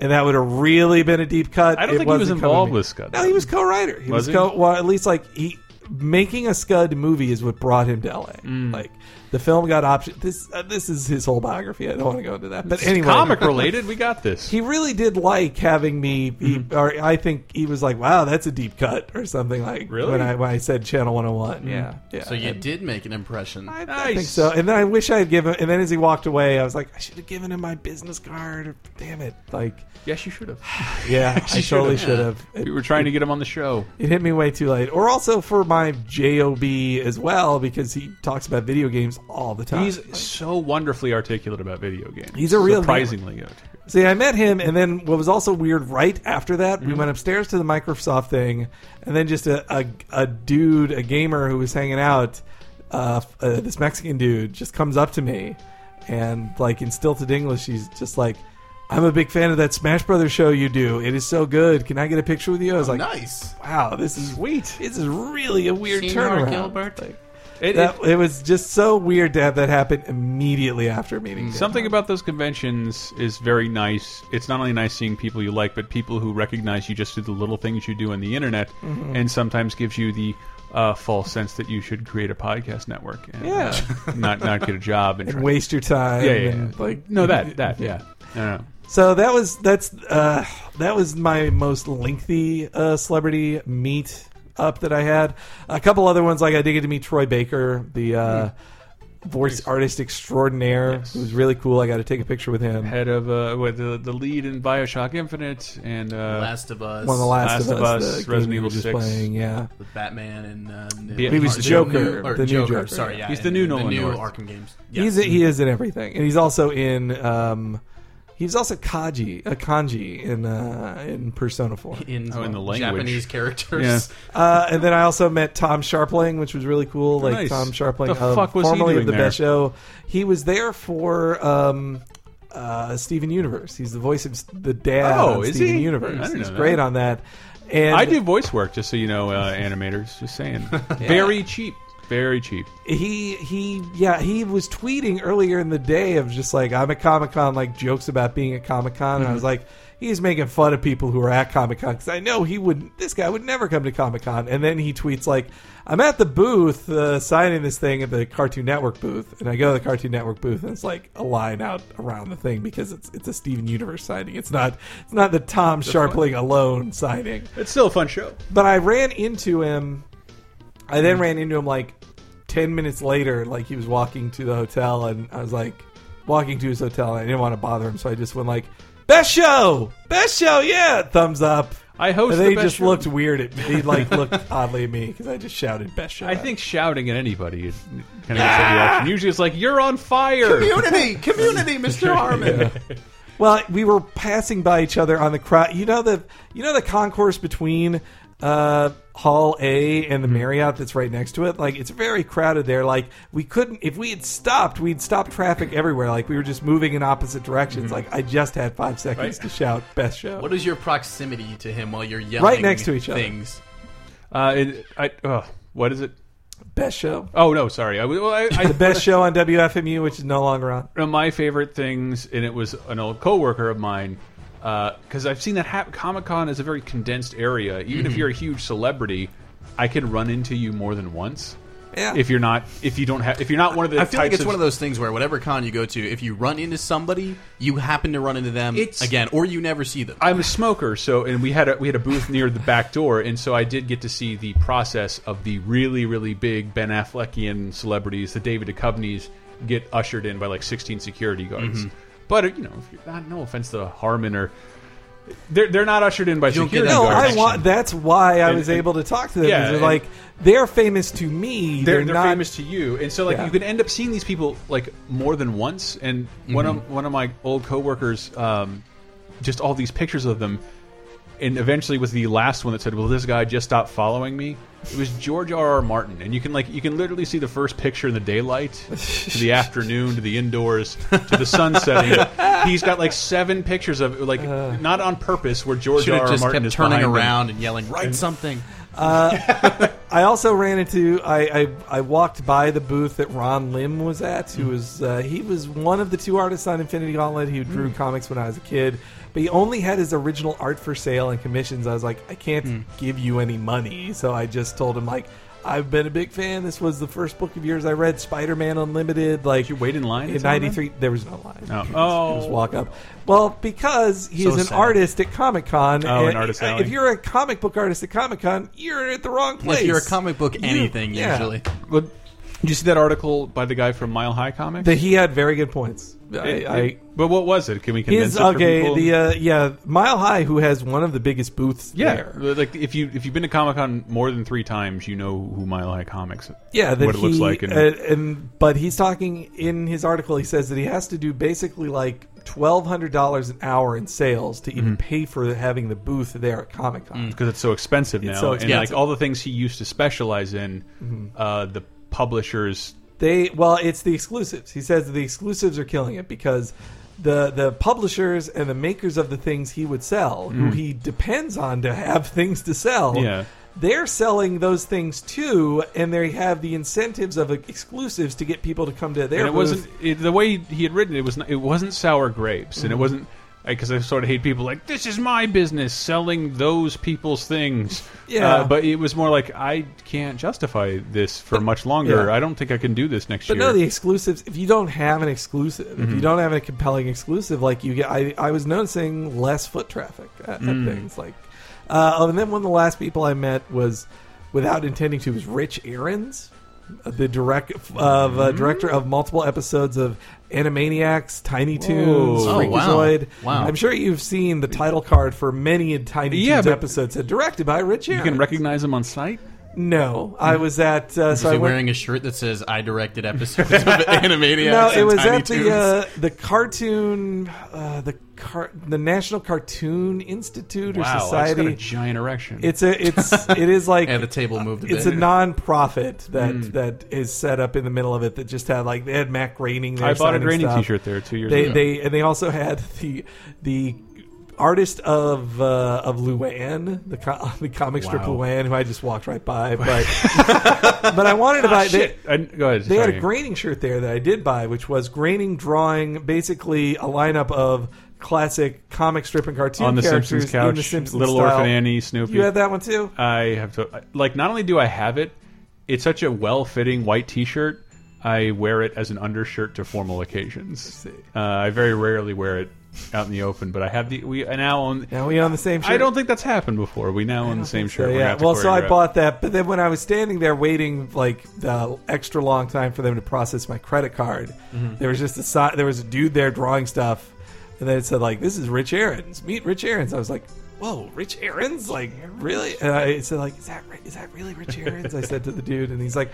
Speaker 1: and that would have really been a deep cut.
Speaker 2: I don't
Speaker 1: It
Speaker 2: think he was
Speaker 1: wasn't
Speaker 2: involved
Speaker 1: coming to me.
Speaker 2: with Scud,
Speaker 1: No,
Speaker 2: though.
Speaker 1: he was co-writer. He
Speaker 2: Was
Speaker 1: was,
Speaker 2: he?
Speaker 1: co. Well, at least like he. making a Scud movie is what brought him to LA.
Speaker 2: Mm.
Speaker 1: Like the film got option. This uh, this is his whole biography. I don't want to go into that, but anyway,
Speaker 2: Comic related, we got this.
Speaker 1: he really did like having me he,
Speaker 2: Mm-hmm.
Speaker 1: or I think he was like, "Wow, that's a deep cut" or something like
Speaker 2: Really? Mm.
Speaker 1: when I when I said Channel 101. Yeah. Yeah.
Speaker 3: So you
Speaker 1: And
Speaker 3: did make an impression.
Speaker 1: I, I
Speaker 2: Nice.
Speaker 1: think so. And then I wish I had given and then as he walked away, I was like, "I should have given him my business card." Damn it. Like,
Speaker 2: Yes, you should have.
Speaker 1: yeah, I totally should have. It,
Speaker 2: We were trying to get him on the show.
Speaker 1: it hit me way too late. Or also for my JOB as well because he talks about video games all the time.
Speaker 2: He's so wonderfully articulate about video games.
Speaker 1: He's a real
Speaker 2: surprisingly articulate.
Speaker 1: See, I met him, and then what was also weird, right after that, we went upstairs to the Microsoft thing, and then just a, a, a dude, a gamer who was hanging out, uh, f- uh, this Mexican dude, just comes up to me, and like in stilted English, he's just like, I'm a big fan of that Smash Brothers show you do. It is so good. Can I get a picture with you? I was like,
Speaker 3: Oh, nice.
Speaker 1: wow, this is
Speaker 2: Sweet.
Speaker 1: This is really a weird
Speaker 3: Senor
Speaker 1: turnaround.
Speaker 3: Gilbert.
Speaker 1: Like,
Speaker 2: It-
Speaker 1: that,
Speaker 2: it-
Speaker 1: it was just so weird to have that happen immediately after meeting. him.
Speaker 2: something about those conventions is very nice. It's not only nice seeing people you like, but people who recognize you just through the little things you do on the internet,
Speaker 1: Mm-hmm.
Speaker 2: and sometimes gives you the uh, false sense that you should create a podcast network and
Speaker 1: Yeah.
Speaker 2: uh, not not get a job and,
Speaker 1: and
Speaker 2: try-
Speaker 1: waste your time.
Speaker 2: Yeah, yeah,
Speaker 1: and,
Speaker 2: yeah.
Speaker 1: like
Speaker 2: no that that yeah. No, no.
Speaker 1: So that was that's uh, that was my most lengthy uh, celebrity meet up that I had. A couple other ones like I did get to meet Troy Baker, the uh,
Speaker 2: Hmm.
Speaker 1: voice artist extraordinaire. It was really cool. I got to take a picture with him.
Speaker 2: Head of uh, what, the the lead in Bioshock Infinite and uh,
Speaker 3: Last of Us.
Speaker 1: One of the last,
Speaker 2: Last
Speaker 1: of,
Speaker 2: of Us,
Speaker 1: us, the game
Speaker 2: Resident
Speaker 1: we were
Speaker 2: Evil
Speaker 1: just
Speaker 2: 6.
Speaker 1: playing. Yeah,
Speaker 3: With Batman and. Uh,
Speaker 2: Yeah,
Speaker 3: new,
Speaker 2: he was
Speaker 3: or
Speaker 2: the
Speaker 1: Joker,
Speaker 3: or
Speaker 1: the new
Speaker 3: Joker,
Speaker 1: Joker.
Speaker 3: Sorry, yeah.
Speaker 2: He's the
Speaker 3: and
Speaker 2: new Nolan
Speaker 3: The new
Speaker 2: North.
Speaker 3: Arkham games. Yeah.
Speaker 1: he's he
Speaker 2: Mm-hmm.
Speaker 1: is in everything, and he's also in. Um, He's also Kaji, a kanji in uh, in Persona Four.
Speaker 3: in,
Speaker 2: Oh, in the language.
Speaker 3: Japanese characters.
Speaker 2: Yeah.
Speaker 1: Uh, and then I also met Tom Sharpling, which was really cool. Like
Speaker 2: Oh, Nice.
Speaker 1: Tom Sharpling,
Speaker 2: The
Speaker 1: of-
Speaker 2: fuck was he
Speaker 1: formerly of
Speaker 2: doing
Speaker 1: the
Speaker 2: there?
Speaker 1: Best Show. He was there for um, uh, Steven Universe. He's the voice of s- the dad.
Speaker 2: Oh,
Speaker 1: on
Speaker 2: is
Speaker 1: Steven
Speaker 2: he? I
Speaker 1: Universe.
Speaker 2: didn't
Speaker 1: He's
Speaker 2: know that.
Speaker 1: great on that. And
Speaker 2: I do voice work, just so you know, uh, animators. Just saying, very cheap, very cheap.
Speaker 1: he he yeah he was tweeting earlier in the day of just like I'm at Comic Con, like jokes about being at Comic Con, and I was like. He's making fun of people who are at Comic Con because I know he would. This guy would never come to Comic Con, and then he tweets like, "I'm at the booth uh, signing this thing at the Cartoon Network booth," and I go to the Cartoon Network booth, and it's like a line out around the thing because it's it's a Steven Universe signing. It's not it's not the Tom Sharpling alone signing
Speaker 2: It's still a fun show.
Speaker 1: but I ran into him. I then ran into him like ten minutes later. Like he was walking to the hotel, and I was like walking to his hotel, and I didn't want to bother him, so I just went like, "Best show, best show, yeah!" Thumbs up.
Speaker 2: I host
Speaker 1: And then
Speaker 2: the
Speaker 1: he
Speaker 2: best
Speaker 1: just
Speaker 2: show.
Speaker 1: looked weird at me. He like looked oddly at me because I just shouted "best show."
Speaker 2: I
Speaker 3: Uh,
Speaker 1: at him.
Speaker 2: think shouting at anybody is kind of gets a reaction. Usually, it's like you're on fire.
Speaker 3: Community, community, Mr. Harmon.
Speaker 1: Well, we were passing by each other on the crowd. You know the you know the concourse between uh, Hall A and the
Speaker 2: Mm-hmm.
Speaker 1: Marriott that's right next to it. Like it's very crowded there. Like we couldn't if we had stopped, we'd stop traffic everywhere. Like we were just moving in opposite directions. Like I just had five seconds
Speaker 2: Mm-hmm. Right.
Speaker 1: to shout best show.
Speaker 3: What is your proximity to him while you're yelling
Speaker 1: Right next to each other.
Speaker 3: things?
Speaker 2: Uh, it, I, uh, what is it?
Speaker 1: best show.
Speaker 2: Oh no, sorry. I, well, I, I,
Speaker 1: The best show on WFMU, which is no longer on.
Speaker 2: one of my favorite things, and it was an old coworker of mine, because I've seen that hap- Comic Con is a very condensed area. Even
Speaker 3: Mm-hmm.
Speaker 2: if you're a huge celebrity, I can run into you more than once.
Speaker 1: Yeah.
Speaker 2: If you're not, if you don't have, if you're not one of the
Speaker 3: I feel like
Speaker 2: types
Speaker 3: it's
Speaker 2: of,
Speaker 3: one of those things where whatever con you go to, if you run into somebody, you happen to run into them
Speaker 2: It's-
Speaker 3: again, or you never see them.
Speaker 2: I'm a smoker, so and we had a, we had a booth near the back door, and so I did get to see the process of the really really big Ben Affleckian celebrities, the David Duchovny's, get ushered in by like 16 security guards. But you know, if you're not, no offense to Harmon or they're they're not ushered in by
Speaker 3: don't get
Speaker 2: security
Speaker 1: No,
Speaker 2: guards.
Speaker 1: I want. That's why I
Speaker 2: And-
Speaker 1: was
Speaker 2: and-
Speaker 1: able to talk to them.
Speaker 2: Yeah,
Speaker 1: because
Speaker 2: and-
Speaker 1: like they're famous to me.
Speaker 2: they're, they're
Speaker 1: not
Speaker 2: famous to you, and so like
Speaker 1: Yeah.
Speaker 2: you can end up seeing these people like more than once. And one of one of my old coworkers, um, just all these pictures of them, and eventually was the last one that said, "Will this guy just stop following me?" It was George R. R. Martin, and you can like you can literally see the first picture in the daylight, to the afternoon, to the indoors, to the sun setting. He's got like seven pictures of like not on purpose where George
Speaker 3: Should
Speaker 2: R.
Speaker 3: have
Speaker 2: R.
Speaker 3: just
Speaker 2: Martin
Speaker 3: kept
Speaker 2: is
Speaker 3: turning
Speaker 2: behind him.
Speaker 3: around and yelling, "Write something!"
Speaker 1: I also ran into I, I I walked by the booth that Ron Lim was at. Who was uh, he was one of the two artists on Infinity Gauntlet who drew comics when I was a kid, but he only had his original art for sale and commissions. I was like, I can't give you any money, so I just told him like. I've been a big fan. This was the first book of yours I read, Spider Man Unlimited. Like
Speaker 2: Did you wait in line?
Speaker 1: in '93, there was no line.
Speaker 2: Oh.
Speaker 1: It was-
Speaker 2: Oh.
Speaker 1: it was walk up. Well, because he
Speaker 3: So
Speaker 1: is an
Speaker 3: sad.
Speaker 1: artist at Comic Con.
Speaker 2: Oh, an artist alley.
Speaker 1: If you're a comic book artist at Comic Con, you're at the wrong place.
Speaker 3: If you're a comic book anything,
Speaker 1: yeah.
Speaker 3: usually.
Speaker 2: But did you see that article by the guy from Mile High Comics?
Speaker 1: that he had very good points. I,
Speaker 2: It-
Speaker 1: I
Speaker 2: it- but what was it? Can we convince
Speaker 1: his
Speaker 2: it for
Speaker 1: okay.
Speaker 2: people?
Speaker 1: The uh, yeah, Mile High, who has one of the biggest booths
Speaker 2: yeah,
Speaker 1: there.
Speaker 2: like if you if you've been to Comic Con more than three times, you know who Mile High Comics.
Speaker 1: Yeah, that
Speaker 2: what it looks
Speaker 1: he-
Speaker 2: like. And,
Speaker 1: uh, and- but he's talking in his article. He says that he has to do basically like twelve hundred dollars an hour in sales to even pay for having the booth there at Comic Con.
Speaker 2: because it's so expensive now,
Speaker 1: so Mm-hmm.
Speaker 2: and like
Speaker 3: expensive.
Speaker 2: all the things he used to specialize in, uh, the publishers.
Speaker 1: They well, it's the exclusives. He says that the exclusives are killing it because the the publishers and the makers of the things he would sell, who he depends on to have things to sell,
Speaker 2: Mm. Yeah.
Speaker 1: they're selling those things too, and they have the incentives of exclusives to get people to come to their.
Speaker 2: And it
Speaker 1: booth.
Speaker 2: wasn't it, the way he had written it was not, it wasn't sour grapes,
Speaker 1: Mm-hmm.
Speaker 2: and it wasn't because I sort of hate people like this is my business selling those people's things.
Speaker 1: Yeah.
Speaker 2: uh, but it was more like I can't justify this for much longer.
Speaker 1: yeah.
Speaker 2: I don't think I can do this next
Speaker 1: But
Speaker 2: year.
Speaker 1: no, the exclusives. If you don't have an exclusive, if
Speaker 2: Mm-hmm.
Speaker 1: you don't have a compelling exclusive, like you get, I, I was noticing less foot traffic at,
Speaker 2: Mm.
Speaker 1: at things like. Uh, oh, and then one of the last people I met was, without intending to, was Rich Ahrens, uh, the direct of uh, director of multiple episodes of Animaniacs, Tiny Toons,
Speaker 2: Whoa.
Speaker 3: Oh, wow.
Speaker 1: Freakazoid.
Speaker 3: Wow.
Speaker 1: I'm sure you've seen the title card for many a Tiny Toons
Speaker 2: Yeah, but-
Speaker 1: episodes. Said directed by Rich
Speaker 2: you
Speaker 1: Ahrens.
Speaker 2: can recognize him on sight.
Speaker 1: No, I was at. Uh, so
Speaker 3: Is
Speaker 1: I
Speaker 3: he
Speaker 1: went,
Speaker 3: wearing a shirt that says "I directed episodes of Animaniacs"?
Speaker 1: No, it
Speaker 3: and
Speaker 1: was
Speaker 3: Tiny
Speaker 1: at the
Speaker 3: Toons"?
Speaker 1: uh, the cartoon, uh, the car- the National Cartoon Institute or
Speaker 2: Wow, I just got a
Speaker 1: Society.
Speaker 2: giant erection.
Speaker 1: It's a it's it is like
Speaker 3: Yeah, the table moved a bit.
Speaker 1: it's a non-profit that that is set up in the middle of it that just had like they had Mac Groening. There
Speaker 2: I bought
Speaker 1: signing
Speaker 2: a Groening
Speaker 1: stuff.
Speaker 2: t-shirt there two years
Speaker 1: They
Speaker 2: ago.
Speaker 1: they and they also had the the artist of uh, of Luann, the co- the comic strip
Speaker 2: Wow.
Speaker 1: Luann, who I just walked right by, but but I wanted to buy. they-
Speaker 2: Ah, Shit. I, go ahead.
Speaker 1: they had a
Speaker 2: sorry.
Speaker 1: graining shirt there that I did buy, which was graining drawing basically a lineup of classic comic strip and cartoon
Speaker 2: on the
Speaker 1: characters
Speaker 2: Simpsons
Speaker 1: in
Speaker 2: couch,
Speaker 1: the Simpsons
Speaker 2: Little
Speaker 1: style.
Speaker 2: Orphan Annie, Snoopy. Uh,
Speaker 1: You had that one too.
Speaker 2: I have to like. Not only do I have it, it's such a well-fitting white T-shirt. I wear it as an undershirt to formal occasions. Uh, I very rarely wear it out in the open, but I have the. We I now own.
Speaker 1: Now we on the same shirt.
Speaker 2: I don't think that's happened before. We now own the same
Speaker 1: So,
Speaker 2: shirt. We're gonna
Speaker 1: yeah.
Speaker 2: have to
Speaker 1: Well, so I
Speaker 2: choreograph.
Speaker 1: bought that, but then when I was standing there waiting like the extra long time for them to process my credit card,
Speaker 2: Mm-hmm.
Speaker 1: there was just a si- there was a dude there drawing stuff, and then it said like, "This is Rich Aaron's. Meet Rich Aaron's." I was like. Whoa, Rich Aaron's? Like, really? And I said, like, is that re- is that really Rich Aaron's? I said to the dude, and he's like,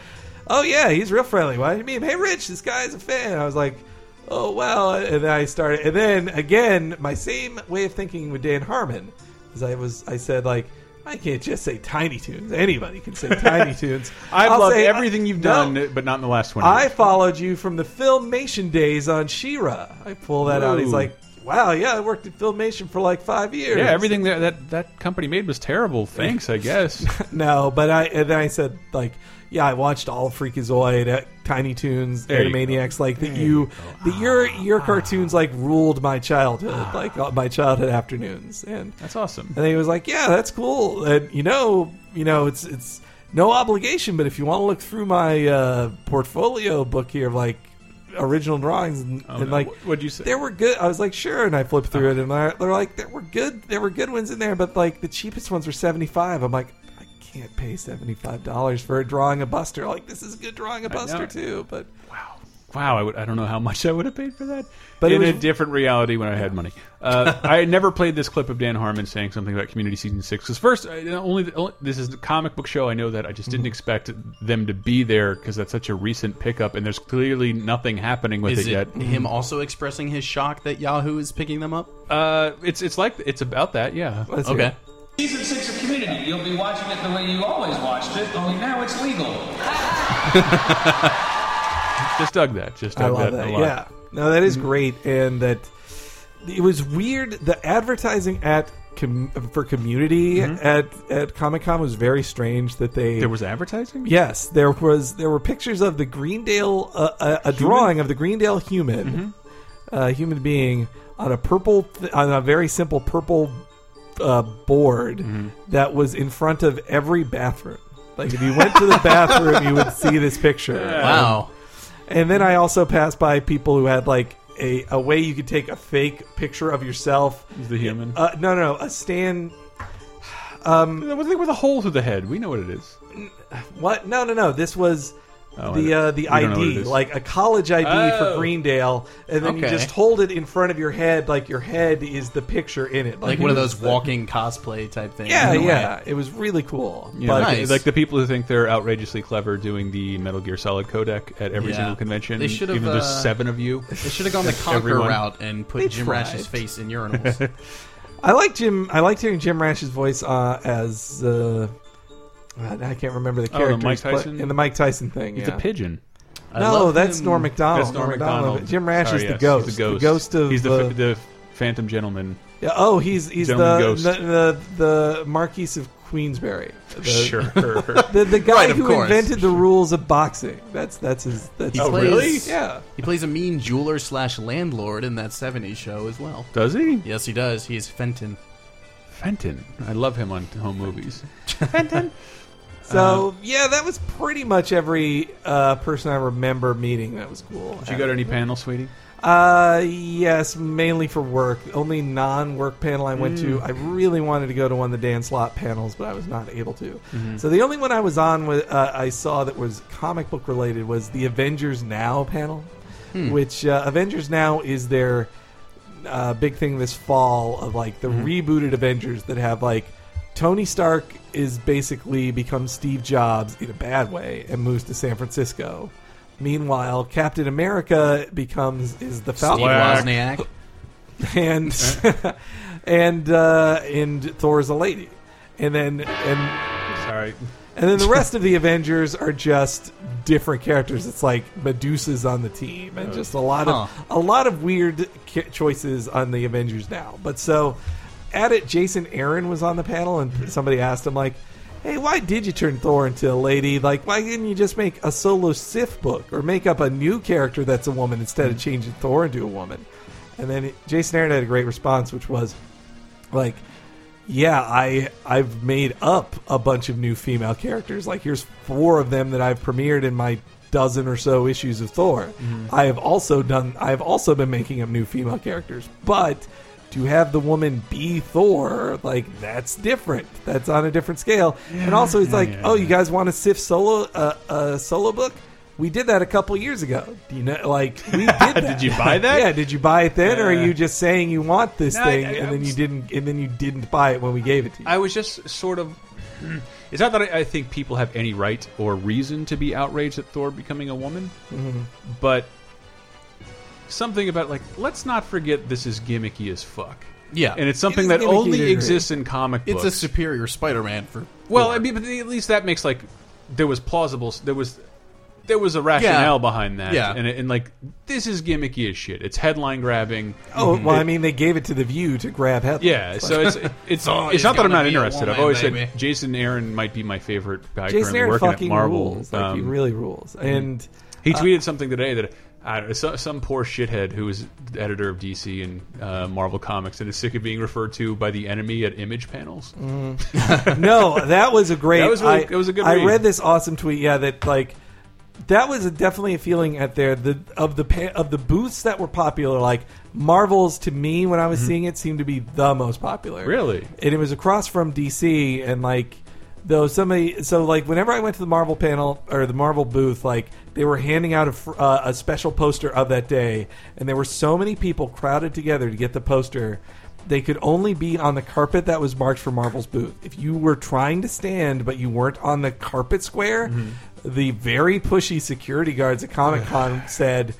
Speaker 1: oh yeah, he's real friendly. Why do you mean? Hey, Rich, this guy's a fan. I was like, oh well. And then I started, and then again, my same way of thinking with Dan Harmon is I was, I said like, I can't just say Tiny Tunes. Anybody can say Tiny Tunes.
Speaker 2: I've
Speaker 1: I'll
Speaker 2: loved
Speaker 1: say, uh,
Speaker 2: everything you've
Speaker 1: no,
Speaker 2: done, but not in the last twenty.
Speaker 1: I
Speaker 2: years.
Speaker 1: followed you from the Filmation days on Shira. I pull that out. He's
Speaker 2: Whoa.
Speaker 1: like, wow, yeah, I worked at Filmation for like five years.
Speaker 2: Yeah, everything that, that that company made was terrible. Thanks, I guess.
Speaker 1: No, but I and then I said like, yeah, I watched all Freakazoid, uh, Tiny Toons,
Speaker 2: There Ah. you
Speaker 1: Animaniacs, like that. You, that your your cartoons like ruled my childhood, like uh, my childhood afternoons, and
Speaker 2: That's awesome.
Speaker 1: and he was like, yeah, that's cool, and you know, you know, it's it's no obligation, but if you want to look through my uh, portfolio book here, of, like original drawings and, and like
Speaker 2: What- Oh, what'd you say? Uh-huh.
Speaker 1: there were good. I was like, sure, and I flipped through it, and they're, they're like, there were good, there were good ones in there, but like the cheapest ones were seventy five. I'm like, I can't pay seventy five dollars for a drawing a Buster. Like this is a good drawing a Buster
Speaker 2: know.
Speaker 1: too, but
Speaker 2: Wow. Wow, I, would, I don't know how much I would have paid for that.
Speaker 1: But
Speaker 2: But
Speaker 1: it
Speaker 2: in
Speaker 1: was-
Speaker 2: a different reality when I had money. Uh, I had never played this clip of Dan Harmon saying something about Community Season 6. Because first, I, only, only this is the comic book show. I know that. I just
Speaker 1: Mm-hmm.
Speaker 2: didn't expect them to be there because that's such a recent pickup, and there's clearly nothing happening with
Speaker 3: Is
Speaker 2: it,
Speaker 3: it
Speaker 2: yet.
Speaker 3: him also expressing his shock that Yahoo is picking them up?
Speaker 2: Uh, it's it's like it's about that, yeah.
Speaker 1: let's hear
Speaker 3: Okay.
Speaker 1: it.
Speaker 6: Season 6 of Community. You'll be watching it the way you always watched it, only now it's legal.
Speaker 2: Oh, Just dug that. Just
Speaker 1: I
Speaker 2: dug
Speaker 1: love
Speaker 2: that
Speaker 1: that.
Speaker 2: a lot. Mm.
Speaker 1: Yeah, no, that is great, and that it was weird. The advertising at com- for community at at Comic Con was very strange. That they
Speaker 2: Mm-hmm. There was advertising?
Speaker 1: Yes, there was. There were pictures of the Greendale, uh, a, a drawing of the Greendale human,
Speaker 2: Mm-hmm.
Speaker 1: uh, human being on a purple, th- on a very simple
Speaker 2: Mm-hmm.
Speaker 1: purple uh, board that was in front of every bathroom. Like if you went to the bathroom, you would see this picture. Oh.
Speaker 3: Wow.
Speaker 1: And then I also passed by people who had like a, a way you could take a fake picture of yourself.
Speaker 2: the human.
Speaker 1: Uh, no, no, a stand.
Speaker 2: That was the thing with a hole through the head. We know what it is.
Speaker 1: What? No, no, no. This was
Speaker 2: Oh,
Speaker 1: the
Speaker 2: I-
Speaker 1: uh, the
Speaker 2: we don't know what it
Speaker 1: ID,
Speaker 2: is.
Speaker 1: like a college ID
Speaker 2: Oh.
Speaker 1: for Greendale, and then you
Speaker 3: Okay.
Speaker 1: just hold it in front of your head, like your head is the picture in it,
Speaker 3: Like one of
Speaker 1: it
Speaker 3: those
Speaker 1: was the-
Speaker 3: walking cosplay type things.
Speaker 1: Yeah,
Speaker 3: in a way.
Speaker 1: yeah. It was really cool.
Speaker 2: You know,
Speaker 1: but
Speaker 2: like,
Speaker 3: Nice.
Speaker 2: like the people who think they're outrageously clever doing the Metal Gear Solid codec at every
Speaker 3: Yeah.
Speaker 2: single convention.
Speaker 3: They should have,
Speaker 2: even though there's
Speaker 3: uh,
Speaker 2: seven of you.
Speaker 3: They should have gone the conquer
Speaker 2: Everyone.
Speaker 3: route and put
Speaker 1: They
Speaker 3: Jim
Speaker 1: tried.
Speaker 3: Rash's face in urinals.
Speaker 1: I like Jim. I liked hearing Jim Rash's voice uh, as uh, I can't remember the
Speaker 2: Oh, the
Speaker 1: character
Speaker 2: Mike Tyson?
Speaker 1: in the Mike Tyson thing.
Speaker 2: He's
Speaker 1: yeah.
Speaker 2: a pigeon.
Speaker 3: I
Speaker 1: No,
Speaker 3: love
Speaker 1: that's
Speaker 3: him.
Speaker 1: Norm Macdonald.
Speaker 2: That's Norm
Speaker 1: but
Speaker 2: Macdonald.
Speaker 1: Jim Rash is
Speaker 2: Sorry,
Speaker 1: the
Speaker 2: yes,
Speaker 1: ghost.
Speaker 2: He's the ghost.
Speaker 1: of
Speaker 2: He's the,
Speaker 1: uh,
Speaker 2: f- the Phantom Gentleman.
Speaker 1: yeah, oh, he's he's the
Speaker 2: Gentleman ghost.
Speaker 1: the, the the Marquis of Queensberry. The,
Speaker 2: sure.
Speaker 1: The, the guy
Speaker 3: Right, of
Speaker 1: who
Speaker 3: course.
Speaker 1: invented the rules of boxing. That's that's his. That's
Speaker 3: Oh,
Speaker 1: his-
Speaker 3: really?
Speaker 1: Yeah.
Speaker 3: He plays a mean jeweler slash landlord in that '70s show as well.
Speaker 2: Does he?
Speaker 3: Yes, he does. He is Fenton.
Speaker 2: Fenton. I love him on home movies.
Speaker 1: So
Speaker 2: Uh-huh.
Speaker 1: yeah, that was pretty much every uh, person I remember meeting. That was cool.
Speaker 2: Did you go to any panel, sweetie?
Speaker 1: Uh, yes, mainly for work. Only non-work panel I went to. I really wanted to go to one of the Dan Slot panels, but I was not able to. So the only one I was on with uh, I saw that was comic book related was the Avengers Now panel, which uh, Avengers Now is their uh, big thing this fall of like the rebooted Avengers that have like Tony Stark is basically becomes Steve Jobs in a bad way and moves to San Francisco. Meanwhile, Captain America becomes is the
Speaker 3: Steve
Speaker 1: Falcon
Speaker 3: Wozniak.
Speaker 1: and and uh, and Thor's a lady, and then and
Speaker 2: Sorry.
Speaker 1: and then the rest of the Avengers are just different characters. It's like Medusa's on the team, and just a lot of
Speaker 3: Huh.
Speaker 1: a lot of weird ki- choices on the Avengers now. But so at it, Jason Aaron was on the panel, and somebody asked him like. Hey, why did you turn Thor into a lady? Like, why didn't you just make a solo Sif book or make up a new character that's a woman instead of changing Thor into a woman? And then it- Jason Aaron had a great response, which was, like yeah i i've made up a bunch of new female characters like here's four of them that i've premiered in my dozen or so issues of thor
Speaker 2: Mm-hmm.
Speaker 1: i have also done i have also been making up new female characters but to have the woman be thor like that's different that's on a different scale and also it's like oh you guys want a sif solo uh, uh, solo book we did that a couple years ago. Do you know? Like we did. That.
Speaker 2: Did you buy that?
Speaker 1: yeah. Did you buy it then, or are
Speaker 2: Yeah.
Speaker 1: you just saying you want this
Speaker 2: No, I-
Speaker 1: thing,
Speaker 2: I-
Speaker 1: and
Speaker 2: I
Speaker 1: then you
Speaker 2: was-
Speaker 1: didn't, and then you didn't buy it when we gave it to you.
Speaker 2: I was just sort of. hmm, It's not that I, I think people have any right or reason to be outraged at Thor becoming a woman,
Speaker 3: Mm-hmm.
Speaker 2: but something about like let's not forget this is gimmicky as fuck.
Speaker 3: Yeah.
Speaker 2: and it's something
Speaker 1: is
Speaker 2: that
Speaker 1: gimmicky to a
Speaker 2: only
Speaker 1: degree.
Speaker 2: exists in comic
Speaker 3: It's
Speaker 2: books.
Speaker 3: a superior Spider-Man for
Speaker 2: well,
Speaker 3: Thor.
Speaker 2: I mean, but at least that makes like there was plausible. There was there was a rationale behind that.
Speaker 3: Yeah.
Speaker 2: and, it- and like this is gimmicky as shit. It's headline grabbing.
Speaker 1: oh well, I mean, they gave it to the View to grab headlines.
Speaker 2: Mhm. Yeah,
Speaker 1: Like,
Speaker 2: so it's it's
Speaker 3: Oh,
Speaker 2: it's
Speaker 3: he's
Speaker 2: not that I'm not
Speaker 3: gonna be a
Speaker 2: interested. I've
Speaker 3: woman,
Speaker 2: always
Speaker 3: baby.
Speaker 2: said Jason Aaron might be my favorite guy
Speaker 1: Jason
Speaker 2: currently
Speaker 1: Aaron
Speaker 2: working
Speaker 1: fucking
Speaker 2: at Marvel.
Speaker 1: rules. Like he
Speaker 2: Um,
Speaker 1: really uh, rules. And
Speaker 2: he tweeted something today that I don't know, some, some poor shithead who is the editor of DC and uh, Marvel Comics and is sick of being referred to by the enemy at image panels.
Speaker 1: Mm. no, that was a great.
Speaker 2: That was
Speaker 1: I,
Speaker 2: really- that was a good
Speaker 1: I
Speaker 2: read.
Speaker 1: read this awesome tweet. Yeah, that like that was a, definitely a feeling at there the of the pa- of the booths that were popular. Like Marvels to me when I was seeing it seemed to be the most popular.
Speaker 2: Mm-hmm. Really?
Speaker 1: and it was across from DC and like. Though somebody, so like whenever I went to the Marvel panel or the Marvel booth, like they were handing out a, fr- uh, a special poster of that day, and there were so many people crowded together to get the poster they could only be on the carpet that was marked for Marvel's booth. If you were trying to stand but you weren't on the carpet square, the very pushy security guards at Comic Con said,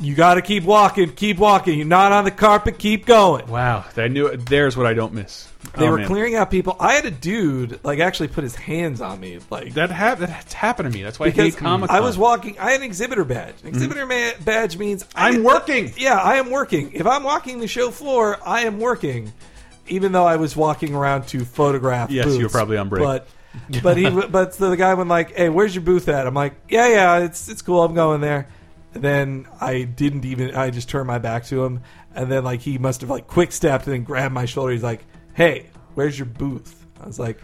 Speaker 1: "You got to keep walking, keep walking. You're not on the carpet. Keep going."
Speaker 2: Wow, I knew it. there's what I don't miss.
Speaker 1: They
Speaker 2: Oh,
Speaker 1: were
Speaker 2: man.
Speaker 1: clearing out people. I had a dude like actually put his hands on me, like
Speaker 2: That hap that's happened to me. That's why I hate
Speaker 1: because
Speaker 2: comic.
Speaker 1: I was walking. I had an exhibitor badge. An exhibitor ma- badge means
Speaker 2: I'm
Speaker 1: did-
Speaker 2: working.
Speaker 1: Yeah, I am working. If I'm walking the show floor, I am working. Even though I was walking around to photograph.
Speaker 2: Yes, you
Speaker 1: booths.
Speaker 2: were probably on break.
Speaker 1: But but he but so the guy went like, "Hey, where's your booth at?" I'm like, "Yeah, yeah, it's it's cool. I'm going there." And then I didn't even. I just turned my back to him, and then like he must have like quick stepped and then grabbed my shoulder. He's like, "Hey, where's your booth?" I was like,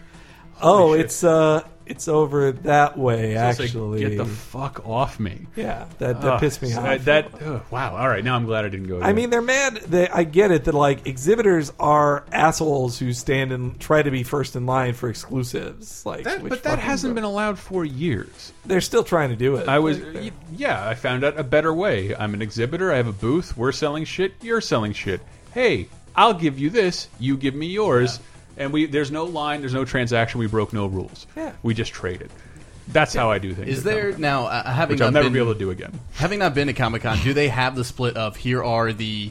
Speaker 1: "Oh,
Speaker 2: shit.
Speaker 1: it's uh, it's over that way.
Speaker 2: It's like,
Speaker 1: actually,
Speaker 2: get the fuck off me.
Speaker 1: yeah, that, that
Speaker 2: Ugh,
Speaker 1: pissed me
Speaker 2: so
Speaker 1: off.
Speaker 2: I- That, ugh, wow. All right, now I'm glad I didn't go.
Speaker 1: I
Speaker 2: there.
Speaker 1: mean, they're mad. They, I get it that like exhibitors are assholes who stand and try to be first in line for exclusives. Like,
Speaker 2: That-
Speaker 1: which
Speaker 2: but that
Speaker 1: fucking-
Speaker 2: hasn't been allowed for years.
Speaker 1: They're still trying to do it.
Speaker 2: I was, y- yeah, I found out a better way. I'm an exhibitor. I have a booth. We're selling shit. You're selling shit. Hey, I'll give you this. You give me yours. And we, there's no line. There's no transaction. We broke no rules.
Speaker 1: Yeah.
Speaker 2: We just traded. That's how I do things.
Speaker 3: Is
Speaker 2: at
Speaker 3: there
Speaker 2: Comic-Con,
Speaker 3: now uh, having
Speaker 2: Which I'll
Speaker 3: not
Speaker 2: never
Speaker 3: been,
Speaker 2: be able to do again.
Speaker 3: having not been to Comic Con? Do they have the split of here are the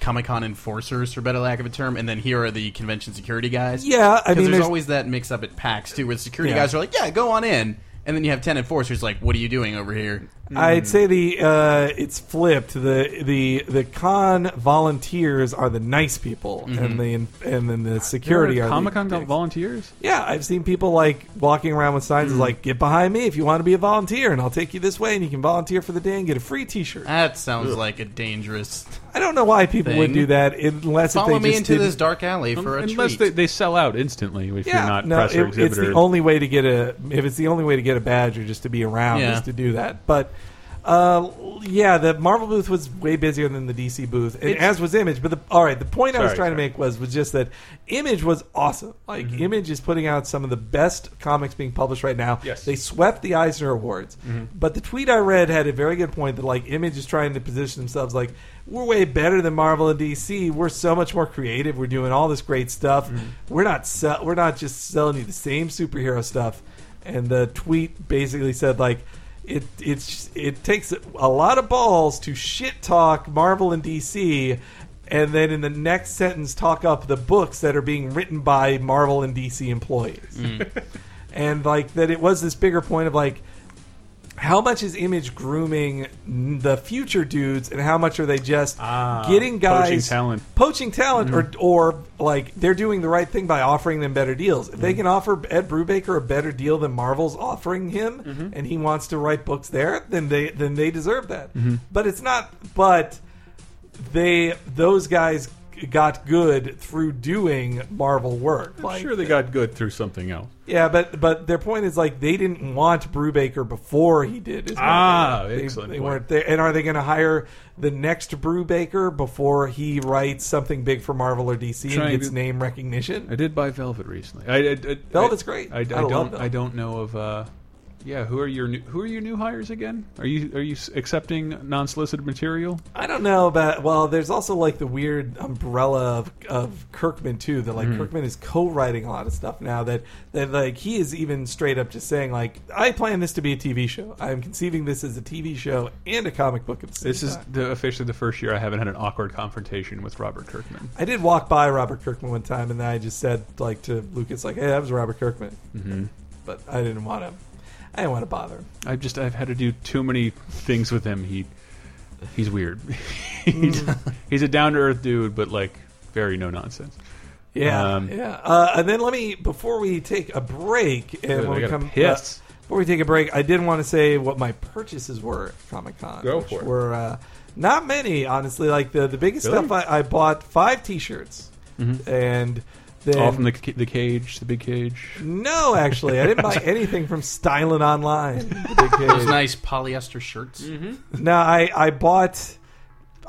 Speaker 3: Comic Con enforcers, for better lack of a term, and then here are the convention security guys?
Speaker 1: Yeah, I
Speaker 3: 'Cause
Speaker 1: mean,
Speaker 3: there's,
Speaker 1: there's-
Speaker 3: always that mix up at PAX too, where the security
Speaker 1: Yeah.
Speaker 3: guys are like, "Yeah, go on in," and then you have ten enforcers like, "What are you doing over here?" Hmm.
Speaker 1: I'd say the uh, it's flipped. The the the con volunteers are the nice people,
Speaker 3: Mm-hmm.
Speaker 1: and the and then the security are the
Speaker 2: Comic Con
Speaker 1: dicks.
Speaker 2: volunteers.
Speaker 1: Yeah, I've seen people like walking around with
Speaker 3: Mm.
Speaker 1: signs that's like "Get behind me if you want to be a volunteer, and I'll take you this way, and you can volunteer for the day and get a free T-shirt."
Speaker 3: That sounds like a dangerous.
Speaker 1: I don't know why people would
Speaker 3: Thing.
Speaker 1: do that unless if they
Speaker 3: Follow me
Speaker 1: just
Speaker 3: into
Speaker 1: didn't-
Speaker 3: this dark alley for a
Speaker 2: Unless
Speaker 3: treat.
Speaker 2: they, they sell out instantly if
Speaker 1: Yeah,
Speaker 2: you're not
Speaker 1: no,
Speaker 2: press or
Speaker 1: it- it's
Speaker 2: exhibitor.
Speaker 1: the only way to get a if it's the only way to get a badge or just to be around
Speaker 3: Yeah.
Speaker 1: is to do that. But uh, yeah, the Marvel booth was way busier than the DC booth, and as was Image. But the, all right, the point I was
Speaker 2: Sorry,
Speaker 1: trying to
Speaker 2: sorry. Mm-hmm.
Speaker 1: make was was just that Image was awesome. Like Image is putting out some of the best comics being published right now.
Speaker 2: Yes.
Speaker 1: they swept the Eisner Awards. But the tweet I read had a very good point that like Image is trying to position themselves like we're way better than Marvel and DC. We're so much more creative. We're doing all this great stuff. We're not sell- we're not just selling you the same superhero stuff. And the tweet basically said like it it's it takes a lot of balls to shit talk Marvel and DC. And then in the next sentence, talk up the books that are being written by Marvel and DC employees and like that it was this bigger point of like how much is image grooming the future dudes and how much are they just
Speaker 2: Ah,
Speaker 1: getting guys
Speaker 2: poaching talent. Mm-hmm.
Speaker 1: poaching talent or or like they're doing the right thing by offering them better deals if
Speaker 2: Mm-hmm.
Speaker 1: they can offer ed brubaker a better deal than marvel's offering him
Speaker 2: Mm-hmm.
Speaker 1: and he wants to write books there then they then they deserve that
Speaker 2: Mm-hmm.
Speaker 1: but it's not but they those guys got good through doing marvel work
Speaker 2: I'm sure they got good through something else.
Speaker 1: yeah, but but their point is like they didn't want Brubaker before he did. is my
Speaker 2: Ah,
Speaker 1: point. they,
Speaker 2: excellent
Speaker 1: They
Speaker 2: point.
Speaker 1: weren't there, and are they going to hire the next Brubaker before he writes something big for Marvel or DC
Speaker 2: Trying
Speaker 1: and gets
Speaker 2: to-
Speaker 1: name recognition?
Speaker 2: I did buy Velvet recently. I, I, I,
Speaker 1: Velvet's
Speaker 2: I-
Speaker 1: great.
Speaker 2: I,
Speaker 1: I
Speaker 2: I,
Speaker 1: love
Speaker 2: don't. I
Speaker 1: Velvet.
Speaker 2: don't know of. Uh, yeah, who are your new, who are your new hires again? Are you are you s- accepting non solicited material?
Speaker 1: I don't know about. Well, there's also like the weird umbrella of, of Kirkman too. That
Speaker 2: Mm-hmm.
Speaker 1: like Kirkman is co-writing a lot of stuff now. That that like he is even straight up just saying like I plan this to be a TV show. I am conceiving this as a TV show and a comic book. At the same
Speaker 2: This is
Speaker 1: time."
Speaker 2: the, officially the first year I haven't had an awkward confrontation with Robert Kirkman.
Speaker 1: I did walk by Robert Kirkman one time, and then I just said like to Lucas, like, "Hey, that was Robert Kirkman," mm-hmm. but I didn't want to. I didn't want to bother. him.
Speaker 2: I've just I've had to do too many things with him. He he's weird. he's, he's a down to earth dude, but like very no nonsense.
Speaker 1: Yeah,
Speaker 2: Um,
Speaker 1: yeah. Uh, and then let me before we take a break, and
Speaker 2: I
Speaker 1: when we
Speaker 2: gotta
Speaker 1: come
Speaker 2: piss.
Speaker 1: uh, before we take a break, I did want to say what my purchases were at Comic Con.
Speaker 2: Go
Speaker 1: which
Speaker 2: for it.
Speaker 1: Were uh, not many, honestly. Like the the biggest
Speaker 2: Really? Mm-hmm.
Speaker 1: stuff I, I bought five T-shirts, and then
Speaker 2: All from the ca- the cage, the big cage.
Speaker 1: no, actually, I didn't buy anything from Styling Online. The big kid.
Speaker 3: those nice polyester shirts.
Speaker 1: No, I, I bought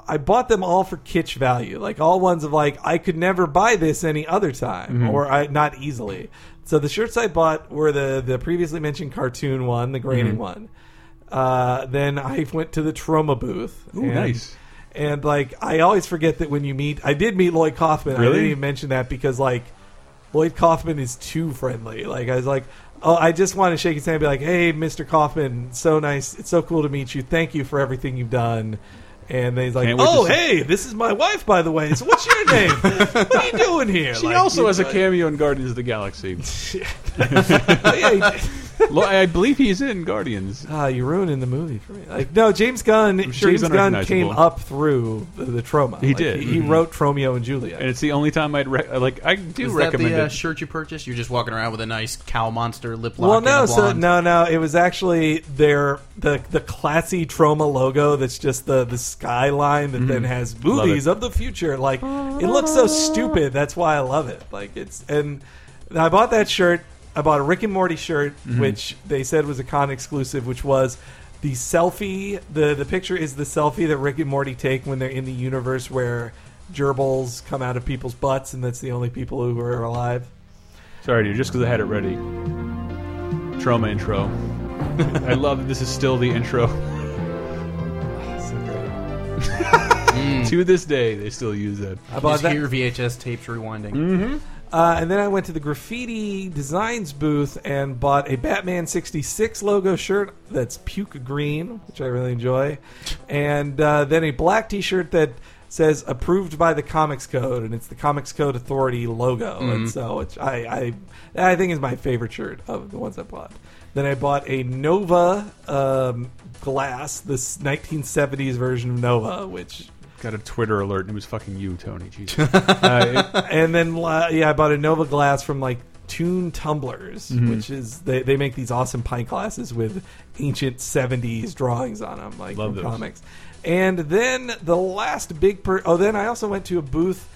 Speaker 1: I bought them all for kitsch value. Like all ones of like I could never buy this any other time
Speaker 2: Mm-hmm.
Speaker 1: or I not easily. So the shirts I bought were the the previously mentioned cartoon one, the grainy
Speaker 2: Mm-hmm.
Speaker 1: one. Uh, then I went to the trauma booth.
Speaker 2: Ooh,
Speaker 1: and-
Speaker 2: nice.
Speaker 1: And like I always forget that when you meet I did meet Lloyd Kaufman. I
Speaker 2: Really?
Speaker 1: didn't even mention that because like Lloyd Kaufman is too friendly. Like I was like, oh, I just want to shake his hand, and be like, hey, Mr. Kaufman, so nice, it's so cool to meet you. Thank you for everything you've done. And then he's like,
Speaker 2: Can't wait to
Speaker 1: oh,
Speaker 2: see-
Speaker 1: hey, this is my wife, by the way. So what's your name? what are you doing here?
Speaker 2: She also has a cameo in Guardians of the Galaxy.
Speaker 1: yeah, he-
Speaker 2: Lo- I believe he's in Guardians.
Speaker 1: Ah, you're ruining the movie for me. Like, no, James Gunn.
Speaker 2: sure
Speaker 1: James
Speaker 2: he's
Speaker 1: Gunn came
Speaker 2: unrecognizable.
Speaker 1: up through the, the trauma.
Speaker 2: He
Speaker 1: Like,
Speaker 2: did. Mm-hmm.
Speaker 1: He, he wrote Tromeo and Juliet.
Speaker 2: and it's the only time I'd re- like. I do
Speaker 3: Is that
Speaker 2: recommend
Speaker 3: the uh,
Speaker 2: it.
Speaker 3: shirt you purchased? You're just walking around with a nice cow monster lip lock.
Speaker 1: Well, no,
Speaker 3: and a
Speaker 1: so
Speaker 3: blonde.
Speaker 1: no, no. It was actually their the the classy trauma logo that's just the the skyline that
Speaker 3: Mm-hmm.
Speaker 1: then has movies
Speaker 2: it.
Speaker 1: of the future. Like it looks so stupid. That's why I love it. Like it's and I bought that shirt. I bought a Rick and Morty shirt,
Speaker 3: Mm-hmm.
Speaker 1: which they said was a con exclusive, which was the selfie. the The picture is the selfie that Rick and Morty take when they're in the universe where gerbils come out of people's butts, and that's the only people who are alive.
Speaker 3: uh,
Speaker 2: Sorry, dude, just because I had it ready. Trauma intro. I love that this is still the intro.
Speaker 1: So great.
Speaker 3: Mm.
Speaker 2: to this day, they still use that.
Speaker 1: I bought
Speaker 3: Just
Speaker 1: that.
Speaker 3: hear VHS tapes rewinding.
Speaker 1: Uh, and then I went to the Graffiti Designs booth and bought a Batman 66 logo shirt that's puke green, which I really enjoy. And uh, then a black t shirt that says approved by the comics code and it's the comics code authority logo and so it's I, I that i think is my favorite shirt of the ones i bought then i bought a nova um, glass this 1970s version of nova which
Speaker 2: Got a Twitter alert, and it was fucking you, Tony. Jesus. Uh, it-
Speaker 1: and then la- yeah, I bought a Nova glass from like Tune Tumblers,
Speaker 2: Mm-hmm.
Speaker 1: which is they, they make these awesome pint glasses with ancient '70s drawings on them, like
Speaker 2: Love
Speaker 1: from
Speaker 2: those.
Speaker 1: comics. And then the last big per- oh, then I also went to a booth.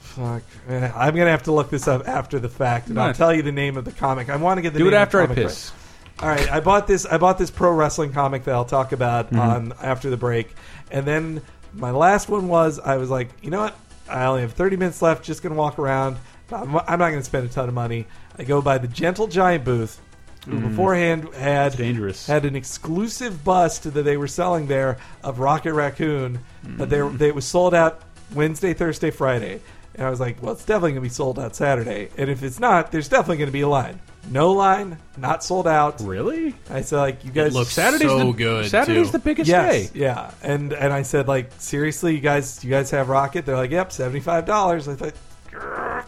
Speaker 1: Fuck, man, I'm gonna have to look this up after the fact, and I'll
Speaker 2: Right.
Speaker 1: tell you the name of the comic. I want to get the
Speaker 2: do it
Speaker 1: name of the
Speaker 2: after I
Speaker 1: comic right.
Speaker 2: piss.
Speaker 1: All right, I bought this. I bought this pro wrestling comic that I'll talk about on after the break, and then my last one was I was like, you know what? I only have thirty minutes left. Just gonna walk around. I'm, I'm not gonna spend a ton of money. I go by the Gentle Giant booth, who beforehand had
Speaker 2: dangerous.
Speaker 1: had an exclusive bust that they were selling there of Rocket Raccoon, but they, they it was sold out Wednesday, Thursday, Friday. And I was like, well, it's definitely going to be sold out Saturday. And if it's not, there's definitely going to be a line. No line, not sold out.
Speaker 2: Really?
Speaker 1: I said, like, you guys
Speaker 3: looks
Speaker 2: Saturday's
Speaker 3: so
Speaker 2: the,
Speaker 3: good.
Speaker 2: Saturday's
Speaker 3: too.
Speaker 2: the biggest
Speaker 1: Yes,
Speaker 2: day.
Speaker 1: yeah, and and I said like seriously, you guys, you guys have Rocket? They're like, yep, seventy five dollars. I thought, "Grr,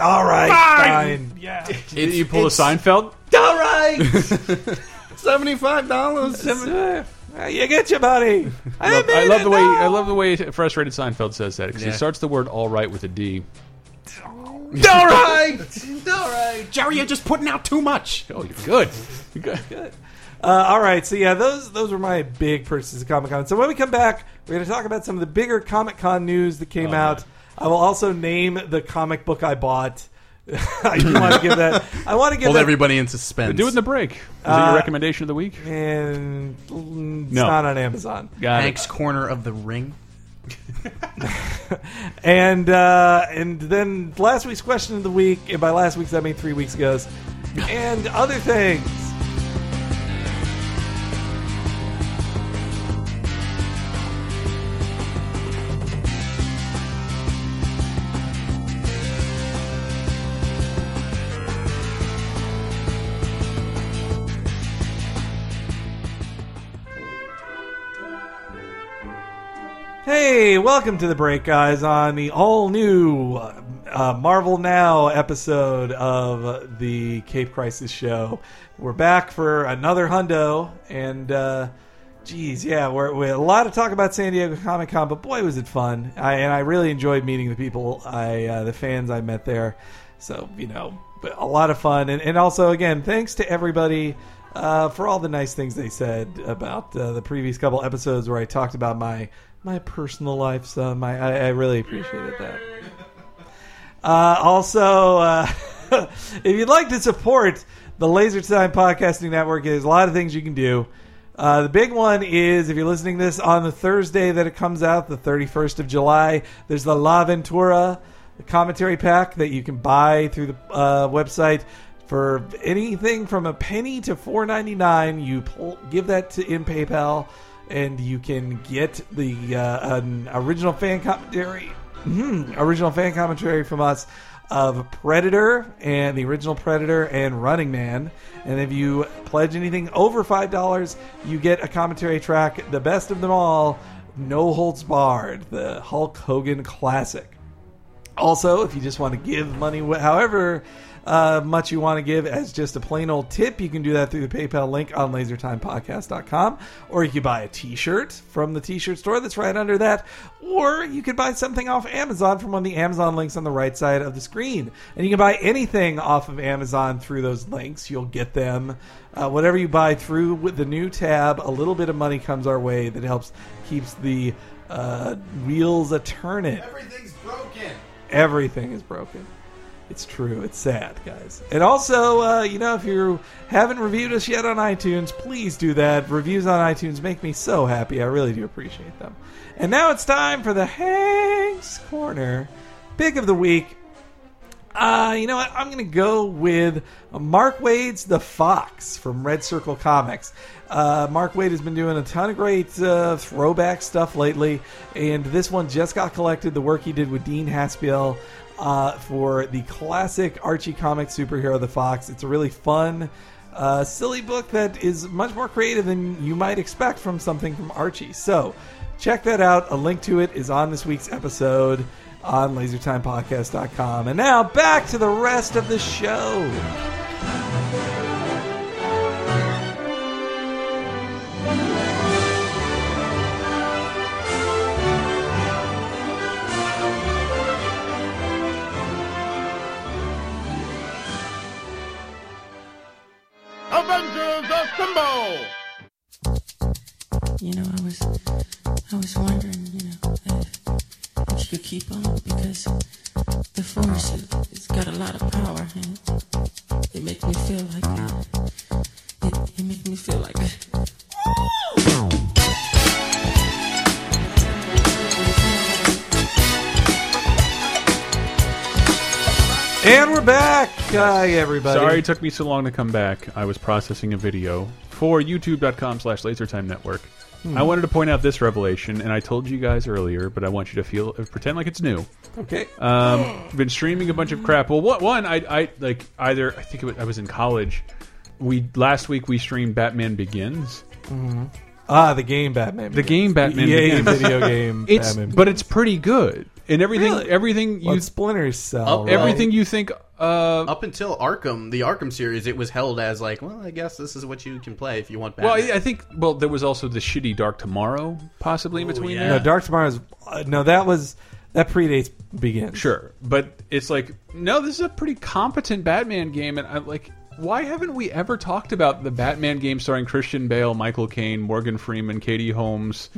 Speaker 1: all right, fine, yeah,
Speaker 2: Did
Speaker 3: It's-
Speaker 2: you pull a
Speaker 3: it's
Speaker 2: Seinfeld?
Speaker 1: all right,
Speaker 3: Seventy-five dollars.
Speaker 1: uh, you get your money. I,
Speaker 2: Love- I
Speaker 1: made
Speaker 2: love
Speaker 1: it
Speaker 2: the way
Speaker 1: all."
Speaker 2: I love the way frustrated Seinfeld says that because
Speaker 3: Yeah.
Speaker 2: he starts the word "all right" with a D.
Speaker 3: All right, all right, Jerry, you're just putting out too much.
Speaker 2: Oh, you're good. You're good.
Speaker 1: Uh, all right, so yeah, those those were my big purchases at Comic Con. So when we come back, we're going to talk about some of the bigger Comic Con news that
Speaker 2: Oh,
Speaker 1: came out. I will also name the comic book I bought. I do want to give that. I want to give
Speaker 3: Hold
Speaker 1: that,
Speaker 3: everybody in suspense.
Speaker 2: Do it in the break. Is it
Speaker 1: Uh,
Speaker 2: your recommendation of the week?
Speaker 1: And mm, it's
Speaker 2: No.
Speaker 1: not on Amazon.
Speaker 2: Got
Speaker 3: Hank's corner of the ring.
Speaker 1: And uh, and then last week's question of the week, and by last week's I mean three weeks ago's, and other things. Hey, welcome to the break, guys, on the all new uh, Marvel Now episode of the Cape Crisis show. We're back for another hundo, and uh, geez, yeah, we're, we a lot of talk about San Diego Comic Con, but boy, was it fun! I, and I really enjoyed meeting the people, I uh, the fans I met there. So you know, but a lot of fun, and, and also again, thanks to everybody uh, for all the nice things they said about uh, the previous couple episodes where I talked about my my personal life. Some I, I, I really appreciated that. Uh, also, uh, if you'd like to support the Laser Time Podcasting Network, there's a lot of things you can do. Uh, the big one is if you're listening to this on the Thursday that it comes out, the 31st of July, there's the La Ventura commentary pack that you can buy through the uh, website for anything from a penny to 4.99 you pl- give that to in paypal and you can get the uh, an original fan commentary Mhm, original fan commentary from us of predator and the original predator and running man and if you pledge anything over five dollars you get a commentary track the best of them all no holds barred the hulk hogan classic also, if you just want to give money, wh- however uh, much you want to give as just a plain old tip, you can do that through the PayPal link on lasertimepodcast.com, or you can buy a t shirt from the t shirt store that's right under that, or you could buy something off Amazon from one of the Amazon links on the right side of the screen. And you can buy anything off of Amazon through those links. You'll get them. Uh, whatever you buy through with the new tab, a little bit of money comes our way that helps keeps the uh, wheels a turning
Speaker 7: Everything's broken.
Speaker 1: everything is broken. It's true. It's sad, guys. And also, uh, you know, if you haven't reviewed us yet on iTunes, please do that. Reviews on iTunes make me so happy. I really do appreciate them. And now it's time for the Hank's Corner pick of the week. Uh, you know what? I'm going to go with Mark Wade's The Fox from Red Circle Comics. Uh, Mark Wade has been doing a ton of great uh, throwback stuff lately, and this one just got collected. The work he did with Dean Haspiel uh, for the classic Archie comic superhero The Fox. It's a really fun, uh, silly book that is much more creative than you might expect from something from Archie. So check that out. A link to it is on this week's episode on lasertimepodcast.com. And now back to the rest of the show.
Speaker 7: Avengers Assemble!
Speaker 8: You know, I was, I was wondering, you know, if, if you could keep on because the force it, it's got a lot of power and it makes me feel like it, it makes me feel like.
Speaker 1: And we're back. Hi, everybody.
Speaker 2: Sorry it took me so long to come back. I was processing a video for youtube.com slash lasertime network.
Speaker 1: Hmm.
Speaker 2: I wanted to point out this revelation, and I told you guys earlier, but I want you to feel pretend like it's new.
Speaker 1: Okay.
Speaker 2: Um, been streaming a bunch of crap. Well, what one? I, I like either. I think it was, I was in college. We last week we streamed Batman Begins,
Speaker 1: Ah, the game Batman.
Speaker 2: the game Batman
Speaker 1: EA
Speaker 2: Begins.
Speaker 1: video game.
Speaker 2: It's
Speaker 1: Batman.
Speaker 2: but it's pretty good, and everything
Speaker 1: Really?
Speaker 2: everything you
Speaker 1: Well, it's Splinter Cell.
Speaker 3: Oh,
Speaker 1: right?
Speaker 2: everything you think. Uh,
Speaker 3: Up until Arkham, the Arkham series, it was held as like, well, I guess this is what you can play if you want
Speaker 2: well,
Speaker 3: Batman.
Speaker 2: I, I think well there was also the shitty Dark Tomorrow possibly in between
Speaker 3: yeah.
Speaker 2: there.
Speaker 1: No, Dark Tomorrow's. Uh, no, that was that predates Begins.
Speaker 2: Sure, but it's like no, this is a pretty competent Batman game, and I'm like, why haven't we ever talked about the Batman game starring Christian Bale, Michael Caine, Morgan Freeman, Katie Holmes,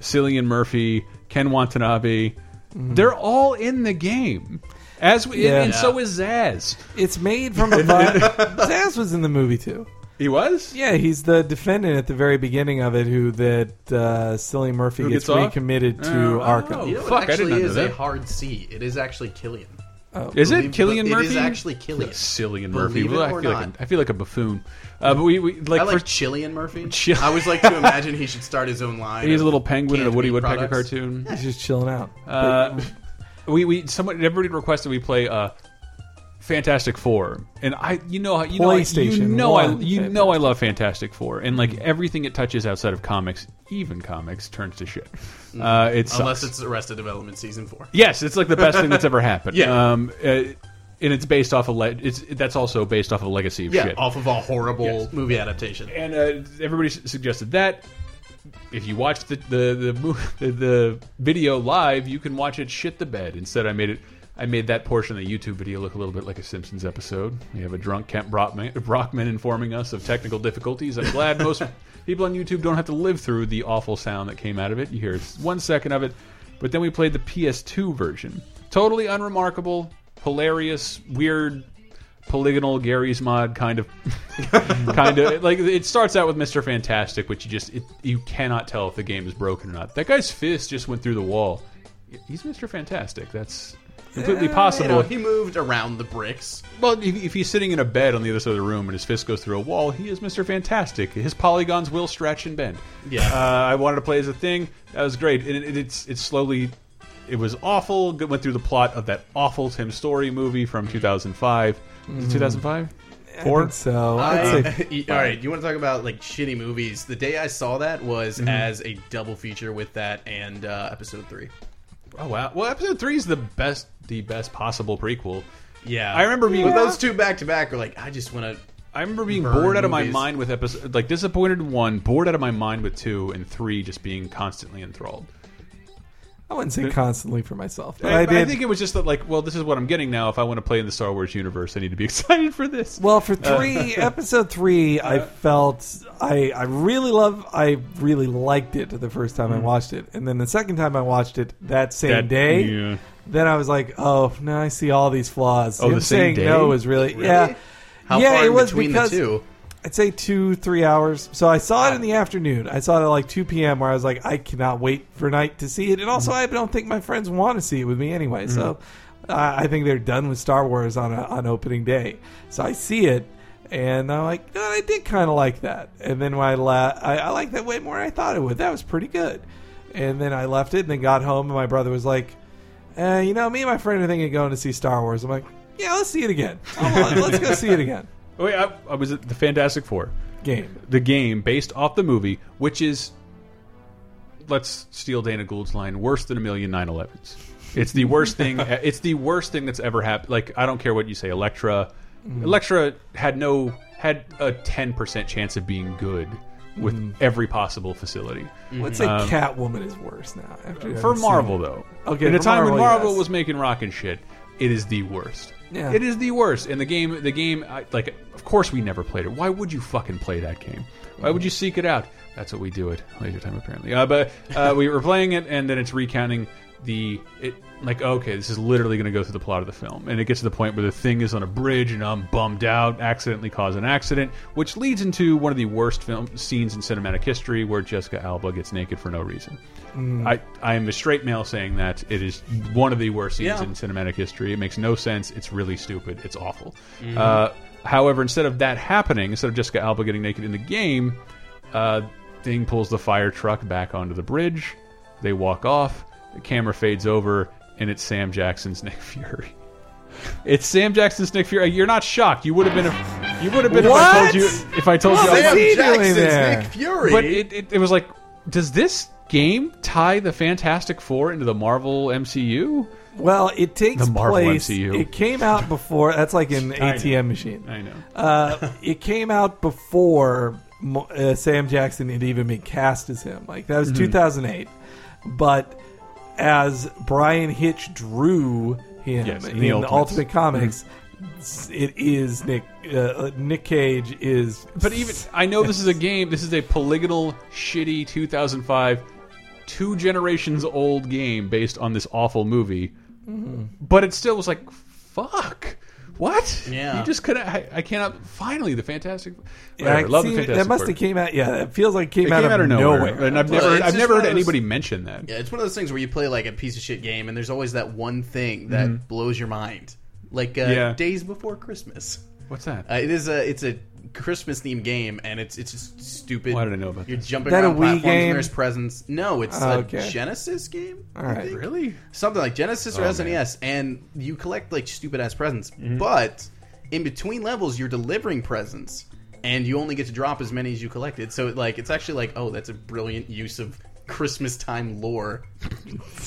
Speaker 2: Cillian Murphy, Ken Watanabe? They're all in the game, as we,
Speaker 1: Mm-hmm. Yeah.
Speaker 2: and so is Zaz.
Speaker 1: It's made from a. vi- Zaz was in the movie too.
Speaker 2: He was.
Speaker 1: Yeah, he's the defendant at the very beginning of it, who that uh, silly Murphy
Speaker 2: Who
Speaker 1: gets,
Speaker 2: gets off?
Speaker 1: recommitted to
Speaker 2: Oh,
Speaker 1: Arkham.
Speaker 2: oh.
Speaker 3: You know,
Speaker 2: Fuck, I
Speaker 3: it actually
Speaker 2: did not know
Speaker 3: is
Speaker 2: that.
Speaker 3: a hard C. It is actually Killian.
Speaker 2: Is it
Speaker 3: Believe-
Speaker 2: Killian
Speaker 3: it is
Speaker 2: Murphy?
Speaker 3: actually Cillian.
Speaker 2: Cillian Murphy.
Speaker 3: Believe it
Speaker 2: I,
Speaker 3: or
Speaker 2: feel
Speaker 3: not.
Speaker 2: Like a, I feel like a buffoon. Uh, but we, we like,
Speaker 3: I like
Speaker 2: for-
Speaker 3: Chillian Murphy.
Speaker 2: Chill-
Speaker 3: I always like to imagine he should start his own line.
Speaker 2: he's a
Speaker 3: of
Speaker 2: little penguin in a
Speaker 3: canned
Speaker 2: Woody
Speaker 3: meat
Speaker 2: Woodpecker
Speaker 3: products.
Speaker 2: cartoon.
Speaker 1: He's just chilling out.
Speaker 2: Uh, we we someone everybody requested we play uh Fantastic Four, and I you know you know I- you
Speaker 1: PlayStation
Speaker 2: know I
Speaker 1: One
Speaker 2: you know I love Fantastic Four, and like everything it touches outside of comics, even comics, turns to shit. Uh, it sucks.
Speaker 3: Mm. Unless it's Arrested Development season four.
Speaker 2: yes, it's like the best thing that's ever happened.
Speaker 3: Yeah.
Speaker 2: um, uh, and it's based off a le it's that's also based off a legacy of
Speaker 3: Yeah,
Speaker 2: shit.
Speaker 3: off of a horrible
Speaker 2: Yes.
Speaker 3: movie adaptation.
Speaker 2: and uh, everybody s- suggested that if you watch the the the, mo- the the video live, you can watch it shit the bed. Instead, I made it. I made that portion of the YouTube video look a little bit like a Simpsons episode. We have a drunk Kent Brockman, Brockman informing us of technical difficulties. I'm glad most people on YouTube don't have to live through the awful sound that came out of it. You hear one second of it, but then we played the PS2 version. Totally unremarkable, hilarious, weird, polygonal Gary's mod kind of kind of like it starts out with Mr. Fantastic, which you just it, you cannot tell if the game is broken or not. That guy's fist just went through the wall. He's Mr. Fantastic. That's completely
Speaker 3: You
Speaker 2: possible.
Speaker 3: know, he moved around the bricks.
Speaker 2: well, if, if he's sitting in a bed on the other side of the room and his fist goes through a wall, he is Mr. Fantastic. His polygons will stretch and bend.
Speaker 3: Yeah.
Speaker 2: Uh, I wanted to play as a thing. That was great. And it, it, it's it's slowly. It was awful. It went through the plot of that awful Tim Story movie from
Speaker 3: Mm-hmm.
Speaker 2: 2005. Is it 2005?
Speaker 1: I
Speaker 2: Four?
Speaker 1: think so I'd say
Speaker 3: I- all right, you want to talk about like shitty movies? The day I saw that was as a double feature with that and uh, episode three.
Speaker 2: Oh wow! Well, episode three is the best, the best possible prequel.
Speaker 3: Yeah,
Speaker 2: I remember being-
Speaker 3: But those two back to back. Were like, I just want to.
Speaker 2: I remember being
Speaker 3: Burn
Speaker 2: bored out of my
Speaker 3: movies.
Speaker 2: mind with episode, like disappointed in one, bored out of my mind with two, and three just being constantly enthralled.
Speaker 1: I wouldn't say constantly for myself, but
Speaker 2: I,
Speaker 1: I,
Speaker 2: I
Speaker 1: did.
Speaker 2: think it was just that, like, well, this is what I'm getting now. If I want to play in the Star Wars universe, I need to be excited for this.
Speaker 1: well, for
Speaker 2: Uh,
Speaker 1: three episode three, I felt I I really love I really liked it the first time I watched it, and then the second time I watched it that same
Speaker 2: Mm-hmm. That-
Speaker 1: day,
Speaker 2: yeah.
Speaker 1: then I was like, oh, now I see all these flaws.
Speaker 2: Oh,
Speaker 1: Him
Speaker 2: the same
Speaker 1: saying
Speaker 2: day?
Speaker 1: no is really, yeah.
Speaker 3: How
Speaker 1: yeah,
Speaker 3: far
Speaker 1: it
Speaker 3: in
Speaker 1: was
Speaker 3: between
Speaker 1: because
Speaker 3: the two?
Speaker 1: I'd say two, three hours. So I saw it in the afternoon. I saw it at like 2 p.m. where I was like, I cannot wait for night to see it. And also,
Speaker 3: Mm-hmm.
Speaker 1: I don't think my friends want to see it with me anyway. So uh, I think they're done with Star Wars on, a, on opening day. So I see it. And I'm like, no, I did kind of like that. And then when I, la- I I liked that way more than I thought it would. That was pretty good. And then I left it and then got home. And my brother was like, uh, you know, me and my friend are thinking of going to see Star Wars. I'm like, yeah, let's see it again. Oh, let's go see it again.
Speaker 2: Oh, wait, I, I was at the Fantastic Four,
Speaker 1: Game.
Speaker 2: the game based off the movie, which is, let's steal Dana Gould's line, worse than a million 9/11s. It's the worst thing. e, It's the worst thing that's ever happened. Like, I don't care what you say, Electra. Electra had no had a ten percent chance of being good with every possible facility.
Speaker 1: Let's say Catwoman is worse now. After
Speaker 2: Um, for
Speaker 1: having
Speaker 2: Marvel
Speaker 1: seen it.
Speaker 2: though.
Speaker 1: Okay,
Speaker 2: in the
Speaker 1: for
Speaker 2: time when
Speaker 1: Marvel,
Speaker 2: Marvel
Speaker 1: yes.
Speaker 2: was making rocket shit, it is the worst.
Speaker 1: Yeah.
Speaker 2: It is the worst. And the game, the game, I, like, of course we never played it. Why would you fucking play that game? Why would you seek it out? That's what we do at laser time, apparently. Uh, but uh, we were playing it, and then it's recounting the it like okay this is literally going to go through the plot of the film and it gets to the point where the thing is on a bridge and i'm bummed out accidentally cause an accident which leads into one of the worst film scenes in cinematic history where jessica alba gets naked for no reason i i am a straight male saying that it is one of the worst scenes
Speaker 3: Yeah.
Speaker 2: in cinematic history it makes no sense it's really stupid it's awful uh, however instead of that happening instead of jessica alba getting naked in the game uh, Thing pulls the fire truck back onto the bridge. They walk off. The camera fades over, and it's Sam Jackson's Nick Fury. It's Sam Jackson's Nick Fury. You're not shocked. You would have been. If, you would have been if I told
Speaker 1: What?
Speaker 2: you. If I told you.
Speaker 1: What
Speaker 2: I
Speaker 1: is
Speaker 2: was-
Speaker 1: he doing
Speaker 3: Jackson's
Speaker 1: there?
Speaker 3: Nick Fury.
Speaker 2: But it, it, it was like, does this game tie the Fantastic Four into the Marvel MCU?
Speaker 1: Well, it takes
Speaker 2: The Marvel
Speaker 1: place.
Speaker 2: MCU.
Speaker 1: It came out before. That's like an ATM machine.
Speaker 2: I know.
Speaker 1: Uh, it came out before Mo- uh, Sam Jackson had even been cast as him. Like that was
Speaker 2: Mm-hmm.
Speaker 1: 2008. But as Brian Hitch drew him
Speaker 2: Yes,
Speaker 1: in,
Speaker 2: in the
Speaker 1: the
Speaker 2: Ultimates. Mm-hmm.
Speaker 1: Ultimate Comics, it is Nick. Uh, Nick Cage is.
Speaker 2: But even I know this is a game. This is a polygonal, shitty 2005, two generations old game based on this awful movie. But it still was like, fuck, what?
Speaker 3: Yeah.
Speaker 2: you just couldn't. I, I cannot. Finally, the Fantastic.
Speaker 1: Yeah, I
Speaker 2: whatever, love the
Speaker 1: see-
Speaker 2: Fantastic.
Speaker 1: that must
Speaker 2: Four.
Speaker 1: have came out. Yeah, it feels like it came,
Speaker 2: It came out of nowhere, and I've
Speaker 3: Well,
Speaker 2: never,
Speaker 3: it's
Speaker 2: I've
Speaker 3: just
Speaker 2: never
Speaker 3: one
Speaker 2: heard
Speaker 3: of those-
Speaker 2: anybody mention that.
Speaker 3: Yeah, it's one of those things where you play like a piece of shit game, and there's always that one thing that blows your mind, like uh,
Speaker 2: Yeah.
Speaker 3: Days Before Christmas.
Speaker 2: What's that?
Speaker 3: Uh, it is a it's a Christmas themed game, and it's it's just stupid.
Speaker 2: Why did I know about
Speaker 3: You're
Speaker 2: this?
Speaker 3: jumping
Speaker 1: Is that a
Speaker 3: around
Speaker 1: Wii
Speaker 3: platforms,
Speaker 1: game?
Speaker 3: and there's presents. No, it's
Speaker 1: Oh,
Speaker 3: a
Speaker 1: okay.
Speaker 3: Genesis game. All
Speaker 1: right.
Speaker 2: really?
Speaker 3: something like Genesis or
Speaker 2: Oh, Mm-hmm.
Speaker 3: SNES, and you collect like stupid ass presents. But in between levels, you're delivering presents, and you only get to drop as many as you collected. So it, like it's actually like oh, that's a brilliant use of Christmas time lore.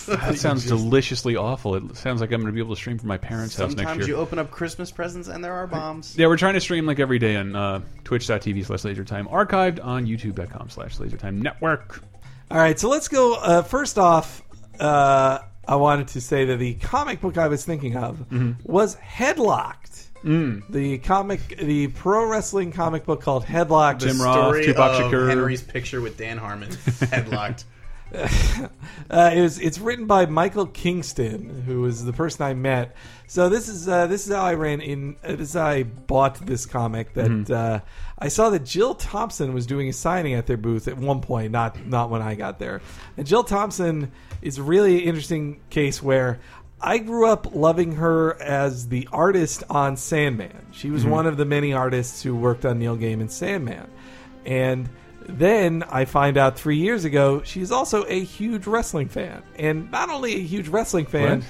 Speaker 2: That sounds deliciously awful. It sounds like I'm going to be able to stream from my parents' house next year.
Speaker 3: Sometimes you open up Christmas presents and there are bombs.
Speaker 2: Yeah, we're trying to stream like every day on uh, twitch.tv slash lasertime, archived on youtube.com slash lasertime network.
Speaker 1: All right, so let's go. Uh, first off, uh, I wanted to say that the comic book I was thinking of was Headlocked. The comic, the pro wrestling comic book called Headlocked.
Speaker 2: Tim Roth, Tupac
Speaker 3: of
Speaker 2: Shakur.
Speaker 3: Henry's picture with Dan Harmon headlocked.
Speaker 1: Uh, it was, it's written by Michael Kingston, who was the person I met. So this is uh, this is how I ran in. Uh, this is how I bought this comic. That uh, I saw that Jill Thompson was doing a signing at their booth at one point. Not not when I got there. And Jill Thompson is a really interesting case where I grew up loving her as the artist on Sandman. She was one of the many artists who worked on Neil Gaiman's Sandman. And then I find out three years ago she's also a huge wrestling fan. And not only a huge wrestling fan,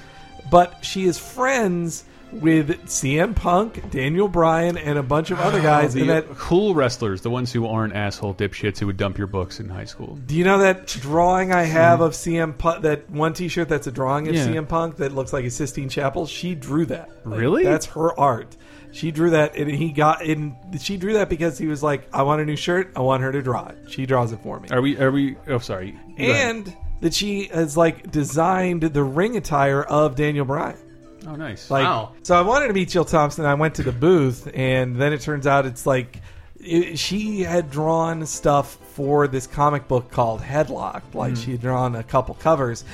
Speaker 1: but she is friends with CM Punk, Daniel Bryan, and a bunch of other guys.
Speaker 2: The
Speaker 1: and that,
Speaker 2: cool wrestlers, the ones who aren't asshole dipshits who would dump your books in high school.
Speaker 1: do you know that drawing I have of CM Punk, that one t shirt that's a drawing of
Speaker 2: Hmm. Yeah.
Speaker 1: CM Punk that looks like a Sistine Chapel? She drew that. Like,
Speaker 2: Really?
Speaker 1: That's her art. She drew that, and he got, and she drew that because he was like, I want a new shirt. I want her to draw it. She draws it for me.
Speaker 2: Are we? Are we? Oh, sorry. Go ahead.
Speaker 1: And that she has like designed the ring attire of Daniel Bryan.
Speaker 2: Oh, nice.
Speaker 1: Like,
Speaker 3: Wow.
Speaker 1: so I wanted to meet Jill Thompson. I went to the booth, and then it turns out it's like it, she had drawn stuff for this comic book called Headlocked. Like, she had drawn a couple covers,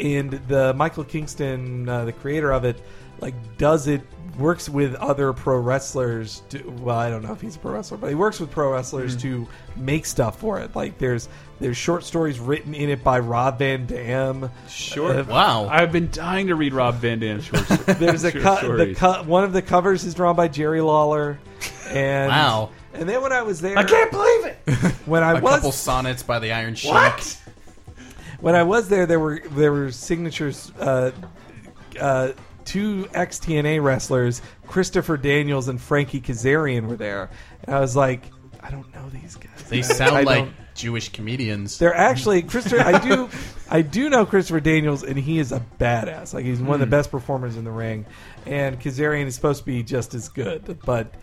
Speaker 1: and the Michael Kingston, uh, the creator of it, like does it works with other pro wrestlers. To, well, I don't know if he's a pro wrestler, but he works with pro wrestlers to make stuff for it. Like, there's there's short stories written in it by Rob Van Dam.
Speaker 2: Sure.
Speaker 1: Uh,
Speaker 3: Wow.
Speaker 2: I've been dying to read Rob Van Dam's short story.
Speaker 1: There's a
Speaker 2: short
Speaker 1: cut. The
Speaker 2: stories.
Speaker 1: cut. One of the covers is drawn by Jerry Lawler. And
Speaker 3: Wow.
Speaker 1: And then when I was there,
Speaker 2: I can't believe it.
Speaker 1: when I
Speaker 3: A
Speaker 1: was
Speaker 3: couple sonnets by the Iron Sheik.
Speaker 1: when I was there, there were there were signatures. Uh, uh, two ex TNA wrestlers, Christopher Daniels and Frankie Kazarian, were there, and I was like, I don't know these guys.
Speaker 3: They
Speaker 1: I
Speaker 3: sound like
Speaker 1: don't-
Speaker 3: Jewish comedians.
Speaker 1: They're actually Christopher. I do, I do know Christopher Daniels, and he is a badass. Like he's one of
Speaker 2: Hmm.
Speaker 1: the best performers in the ring, and Kazarian is supposed to be just as good. But,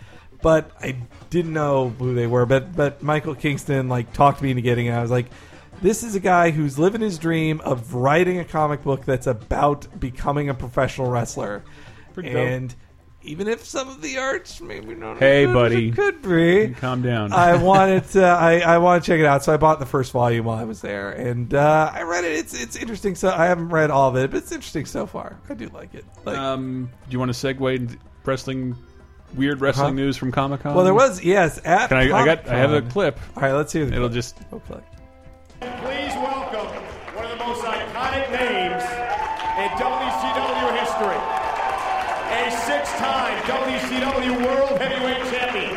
Speaker 1: but I didn't know who they were. But but Michael Kingston like talked me into getting it. I was like, this is a guy who's living his dream of writing a comic book that's about becoming a professional wrestler,
Speaker 2: Pretty dope.
Speaker 1: and. Even if some of the arts maybe not as
Speaker 2: Hey,
Speaker 1: good as
Speaker 2: buddy.
Speaker 1: it could be.
Speaker 2: Calm down.
Speaker 1: I wanted to. I, I want to check it out, so I bought the first volume while I was there, and uh, I read it. It's it's interesting. So I haven't read all of it, but it's interesting so far. I do like it. Like,
Speaker 2: um, do you want to segue into wrestling, weird wrestling
Speaker 1: Huh?
Speaker 2: news from Comic Con?
Speaker 1: well, there was yes. At
Speaker 2: Can I, I got. I have a
Speaker 1: Comic-Con.
Speaker 2: clip.
Speaker 1: All right, let's hear the.
Speaker 2: It'll
Speaker 1: clip.
Speaker 2: just.
Speaker 1: We'll play.
Speaker 9: Please welcome one of the most iconic names in WCW history. A six-time WCW World Heavyweight Champion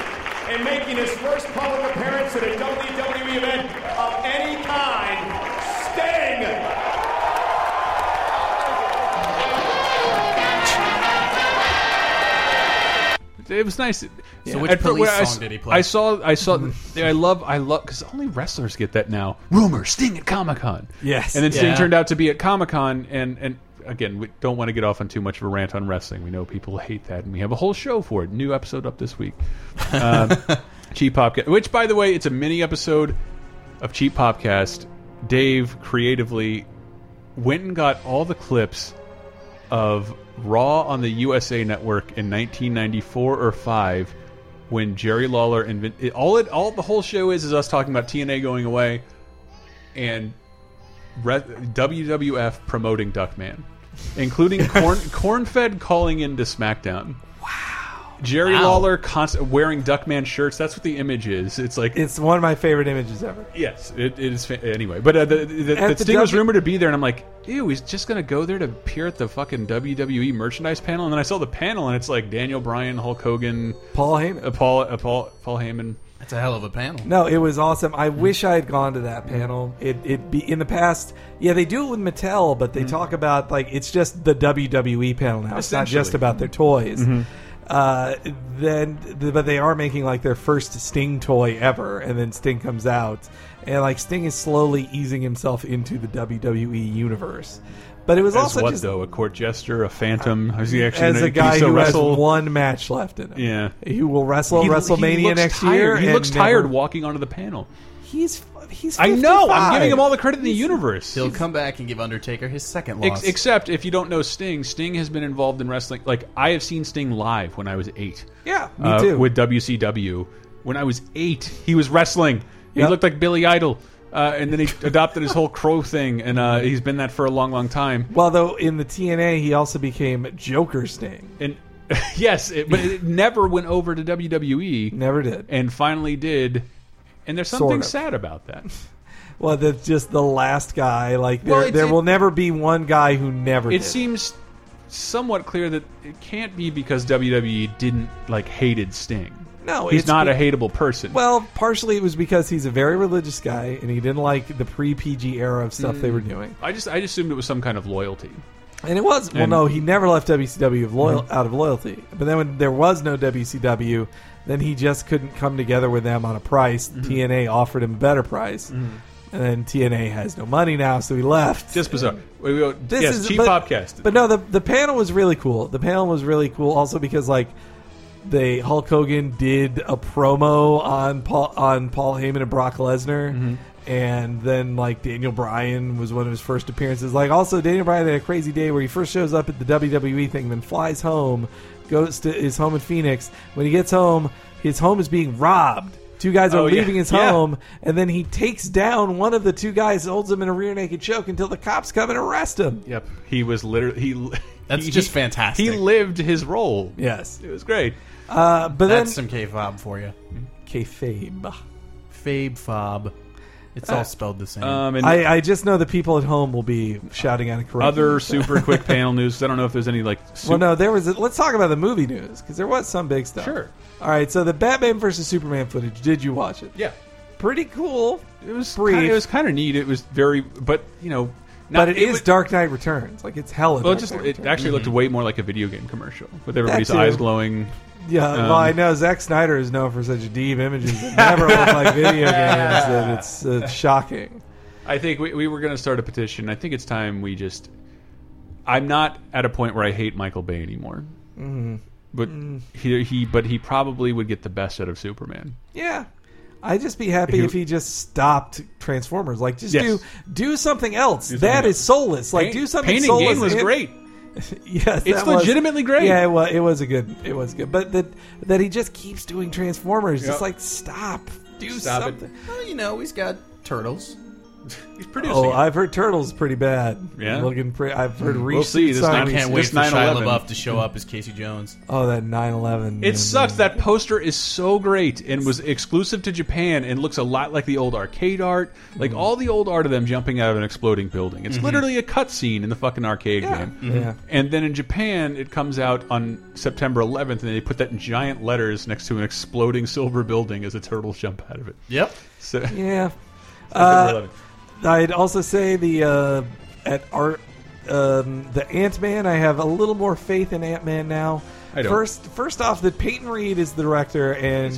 Speaker 9: and making his first public appearance at a WWE event of any kind, Sting!
Speaker 2: It was nice.
Speaker 3: So which
Speaker 2: At fir-
Speaker 3: police
Speaker 2: when I
Speaker 3: song
Speaker 2: s-
Speaker 3: did he play?
Speaker 2: I saw. I saw. I love. I love because only wrestlers get that now. Rumor Sting at Comic Con.
Speaker 1: Yes.
Speaker 2: And then Sting
Speaker 3: Yeah.
Speaker 2: turned out to be at Comic Con, and and again, we don't want to get off on too much of a rant on wrestling. We know people hate that, and we have a whole show for it. New episode up this week. Um, Cheap Popcast, which by the way, it's a mini episode of Cheap Popcast. Dave creatively went and got all the clips of Raw on the USA Network in 1994 or five, when Jerry Lawler and Vin- it, all it all the whole show is is us talking about TNA going away, and re- WWF promoting Duckman, including corn cornfed calling into SmackDown. Wow. Jerry Lawler constant wearing Duckman shirts. That's what the image is. It's like
Speaker 1: It's one of my favorite images ever.
Speaker 2: Yes, it, it is. Fa- anyway, but uh, the, the, the
Speaker 1: At the
Speaker 2: Sting was
Speaker 1: W-
Speaker 2: rumored to be there, and I'm like, ew, he's just gonna go there to appear at the fucking WWE merchandise panel. And then I saw the panel, and it's like Daniel Bryan, Hulk Hogan,
Speaker 1: Paul Heyman.
Speaker 2: uh, Paul, uh, Paul, Paul Heyman.
Speaker 3: That's a hell of a panel.
Speaker 1: No, it was awesome.
Speaker 2: Hmm.
Speaker 1: I wish I had gone to that panel. It it be in the past. Yeah, they do it with Mattel, but
Speaker 2: Hmm.
Speaker 1: they talk about like it's just the WWE panel now. It's not just
Speaker 2: Essentially. Mm-hmm.
Speaker 1: about their toys. Uh, then, th- but they are making like their first Sting toy ever, and then Sting comes out, and like Sting is slowly easing himself into the WWE universe. But it was
Speaker 2: As
Speaker 1: also
Speaker 2: what
Speaker 1: just Uh,
Speaker 2: though? A court jester, a phantom? Is he actually
Speaker 1: as
Speaker 2: gonna-
Speaker 1: a
Speaker 2: can he
Speaker 1: guy
Speaker 2: still
Speaker 1: who
Speaker 2: wrestle?
Speaker 1: has one match left in him.
Speaker 2: Yeah.
Speaker 1: he will wrestle
Speaker 2: He-
Speaker 1: at WrestleMania
Speaker 2: he looks
Speaker 1: next
Speaker 2: tired.
Speaker 1: year.
Speaker 2: He
Speaker 1: and
Speaker 2: looks tired
Speaker 1: never-
Speaker 2: walking onto the panel.
Speaker 1: He's he's.
Speaker 2: I know. I'm giving
Speaker 1: 55.
Speaker 2: him all the credit in the universe.
Speaker 3: He'll come back and give Undertaker his second
Speaker 2: Ex
Speaker 3: loss.
Speaker 2: except if you don't know Sting, Sting has been involved in wrestling. Like I have seen Sting live when I was eight.
Speaker 1: Yeah, me
Speaker 2: uh,
Speaker 1: too.
Speaker 2: With WCW, when I was eight, he was wrestling. He
Speaker 1: Yep.
Speaker 2: looked like Billy Idol, uh, and then he adopted his whole crow thing, and uh, he's been that for a long, long time.
Speaker 1: Well, though in the TNA, he also became Joker Sting.
Speaker 2: And yes, it, but it never went over to WWE,
Speaker 1: Never did.
Speaker 2: and finally did. And there's
Speaker 1: Sort
Speaker 2: something
Speaker 1: of.
Speaker 2: sad about that.
Speaker 1: Well, that's just the last guy. Like there,
Speaker 2: Well, it's-
Speaker 1: there
Speaker 2: it-
Speaker 1: will never be one guy who never.
Speaker 2: It
Speaker 1: did.
Speaker 2: seems somewhat clear that it can't be because WWE didn't like hated Sting.
Speaker 1: No,
Speaker 2: he's
Speaker 1: it's
Speaker 2: not
Speaker 1: be-
Speaker 2: a hateable person.
Speaker 1: Well, partially it was because he's a very religious guy, and he didn't like the pre-PG era of stuff they
Speaker 2: Hmm.
Speaker 1: were doing.
Speaker 2: I just I just assumed it was some kind of loyalty.
Speaker 1: And it was well,
Speaker 2: And-
Speaker 1: no, he never left WCW of loyal, out of loyalty. But then when there was no WCW, then he just couldn't come together with them on a price.
Speaker 2: Mm-hmm.
Speaker 1: TNA offered him a better price, and then TNA has no money now, so he left.
Speaker 2: Just bizarre. We go,
Speaker 1: this
Speaker 2: yes,
Speaker 1: is
Speaker 2: cheap
Speaker 1: but,
Speaker 2: podcast.
Speaker 1: But no, the the panel was really cool. The panel was really cool, also because like they
Speaker 2: Mm-hmm.
Speaker 1: Hulk Hogan did a promo on Paul on Paul Heyman and Brock Lesnar, and then like Daniel Bryan was one of his first appearances. Like also Daniel Bryan had a crazy day where he first shows up at the WWE thing, then flies home, goes to his home in Phoenix. When he gets home, his home is being robbed. Two guys are
Speaker 2: Oh, yeah.
Speaker 1: leaving his
Speaker 2: Yeah.
Speaker 1: home, and then he takes down one of the two guys, holds him in a rear naked choke until the cops come and arrest him.
Speaker 2: Yep, he was literally he.
Speaker 3: That's
Speaker 2: he-
Speaker 3: just
Speaker 2: he-
Speaker 3: fantastic.
Speaker 2: He lived his role.
Speaker 1: Yes,
Speaker 2: it was great.
Speaker 1: uh, but then
Speaker 3: That's some kayfabe for you.
Speaker 1: kayfabe.
Speaker 3: Fabe fob. It's
Speaker 1: Uh,
Speaker 3: all spelled the same.
Speaker 2: Um, and
Speaker 1: I, I just know the people at home will be shouting out correctly.
Speaker 2: other super quick panel news. I don't know if there's any like.
Speaker 1: Well,
Speaker 2: Super,
Speaker 1: no, there was. A, let's talk about the movie news because there was some big stuff.
Speaker 2: Sure.
Speaker 1: All right, so the Batman versus Superman footage. Did you watch it?
Speaker 2: Yeah,
Speaker 1: Pretty cool,
Speaker 2: it was.
Speaker 1: Brief.
Speaker 2: Kind of, it was kind of neat. It was very, but you know, not-
Speaker 1: but it is
Speaker 2: was-
Speaker 1: Dark Knight Returns. Like it's hell.
Speaker 2: Well, it just it actually looked way more like a video game commercial with everybody's
Speaker 1: too.
Speaker 2: eyes glowing.
Speaker 1: yeah. well,
Speaker 2: um,
Speaker 1: I know Zack Snyder is known for such deep images that never look like video games. That it's uh, shocking.
Speaker 2: I think we, we were going to start a petition. I think it's time we just. I'm not at a point where I hate Michael Bay anymore.
Speaker 1: Mm-hmm.
Speaker 2: But
Speaker 1: Mm.
Speaker 2: he, he but he probably would get the best out of Superman.
Speaker 1: Yeah. I'd just be happy
Speaker 2: He-
Speaker 1: if he just stopped Transformers. Like, just
Speaker 2: Yes.
Speaker 1: do do something else. That is
Speaker 2: something else.
Speaker 1: soulless. Like,
Speaker 2: Pain-
Speaker 1: do something
Speaker 2: Painting
Speaker 1: soulless.
Speaker 2: Game was
Speaker 1: It-
Speaker 2: great.
Speaker 1: Yes,
Speaker 2: It's
Speaker 1: that was-
Speaker 2: legitimately great.
Speaker 1: Yeah, it was, it was a good. It was good, but that that he just keeps doing Transformers.
Speaker 2: Yep.
Speaker 1: It's like stop, do
Speaker 2: Stop it.
Speaker 1: something.
Speaker 3: Well, you know, he's got turtles.
Speaker 2: He's producing.
Speaker 1: Oh,
Speaker 2: it.
Speaker 1: I've heard Turtles pretty bad.
Speaker 2: Yeah? Mm,
Speaker 1: looking pretty. I've heard
Speaker 2: We'll
Speaker 1: reshoots
Speaker 2: see, this
Speaker 1: on-
Speaker 2: I
Speaker 3: I
Speaker 2: mean,
Speaker 3: can't wait
Speaker 2: it's
Speaker 3: for Shia
Speaker 2: 9/11.
Speaker 3: LaBeouf to show up as Casey Jones.
Speaker 1: Oh, that 9/11.
Speaker 2: It sucks. That poster is so great and was exclusive to Japan and looks a lot like the old arcade art,
Speaker 1: Mm-hmm.
Speaker 2: like all the old art of them jumping out of an exploding building. It's literally a cutscene in the fucking arcade
Speaker 1: Yeah. Mm-hmm.
Speaker 2: game.
Speaker 1: Yeah.
Speaker 2: And then in Japan, it comes out on September 11th, and they put that in giant letters next to an exploding silver building as the turtles jump out of it.
Speaker 3: Yep.
Speaker 2: So,
Speaker 1: Yeah.
Speaker 2: September
Speaker 1: Uh,
Speaker 2: 11th.
Speaker 1: I'd also say the uh, at art um, the Ant Man. I have a little more faith in Ant Man now.
Speaker 2: I don't.
Speaker 1: First, first off, that Peyton Reed is the director, and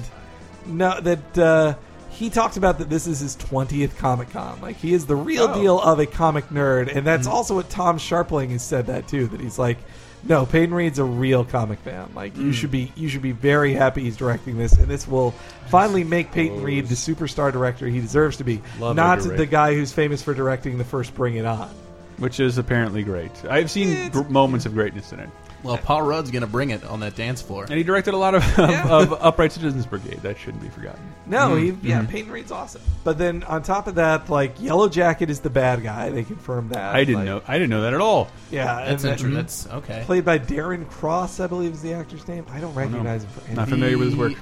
Speaker 1: no, that uh, he talked about that this is his twentieth Comic Con. Like he is the real
Speaker 2: Oh. Mm.
Speaker 1: deal of a comic nerd, and that's also what Tom Sharpling has said that too. That he's like. No, Peyton Reed's a real comic fan. Like you
Speaker 2: Mm.
Speaker 1: should be, you should be very happy he's directing this, and this will finally make Peyton Reed the superstar director he deserves to be.
Speaker 2: Love
Speaker 1: not
Speaker 2: Edgar Wright.
Speaker 1: the guy who's famous for directing the first Bring It On.
Speaker 2: which is apparently great. I've seen gr moments of greatness in it.
Speaker 3: Well, Paul Rudd's gonna bring it on that dance floor.
Speaker 2: And he directed a lot of, of,
Speaker 1: Yeah.
Speaker 2: of Upright Citizens Brigade. That shouldn't be forgotten.
Speaker 1: No,
Speaker 2: Mm.
Speaker 1: he,
Speaker 2: Mm-hmm.
Speaker 1: yeah, Peyton Reed's awesome. But then on top of that, like Yellow Jacket is the bad guy. They confirmed that.
Speaker 2: I didn't
Speaker 1: Like,
Speaker 2: know. I didn't know that at all.
Speaker 1: Yeah,
Speaker 3: That's
Speaker 1: and that-
Speaker 3: interesting. That's okay.
Speaker 1: Played by Darren Cross, I believe is the actor's name. I don't recognize him. For
Speaker 2: Not
Speaker 1: anything.
Speaker 2: familiar with his work.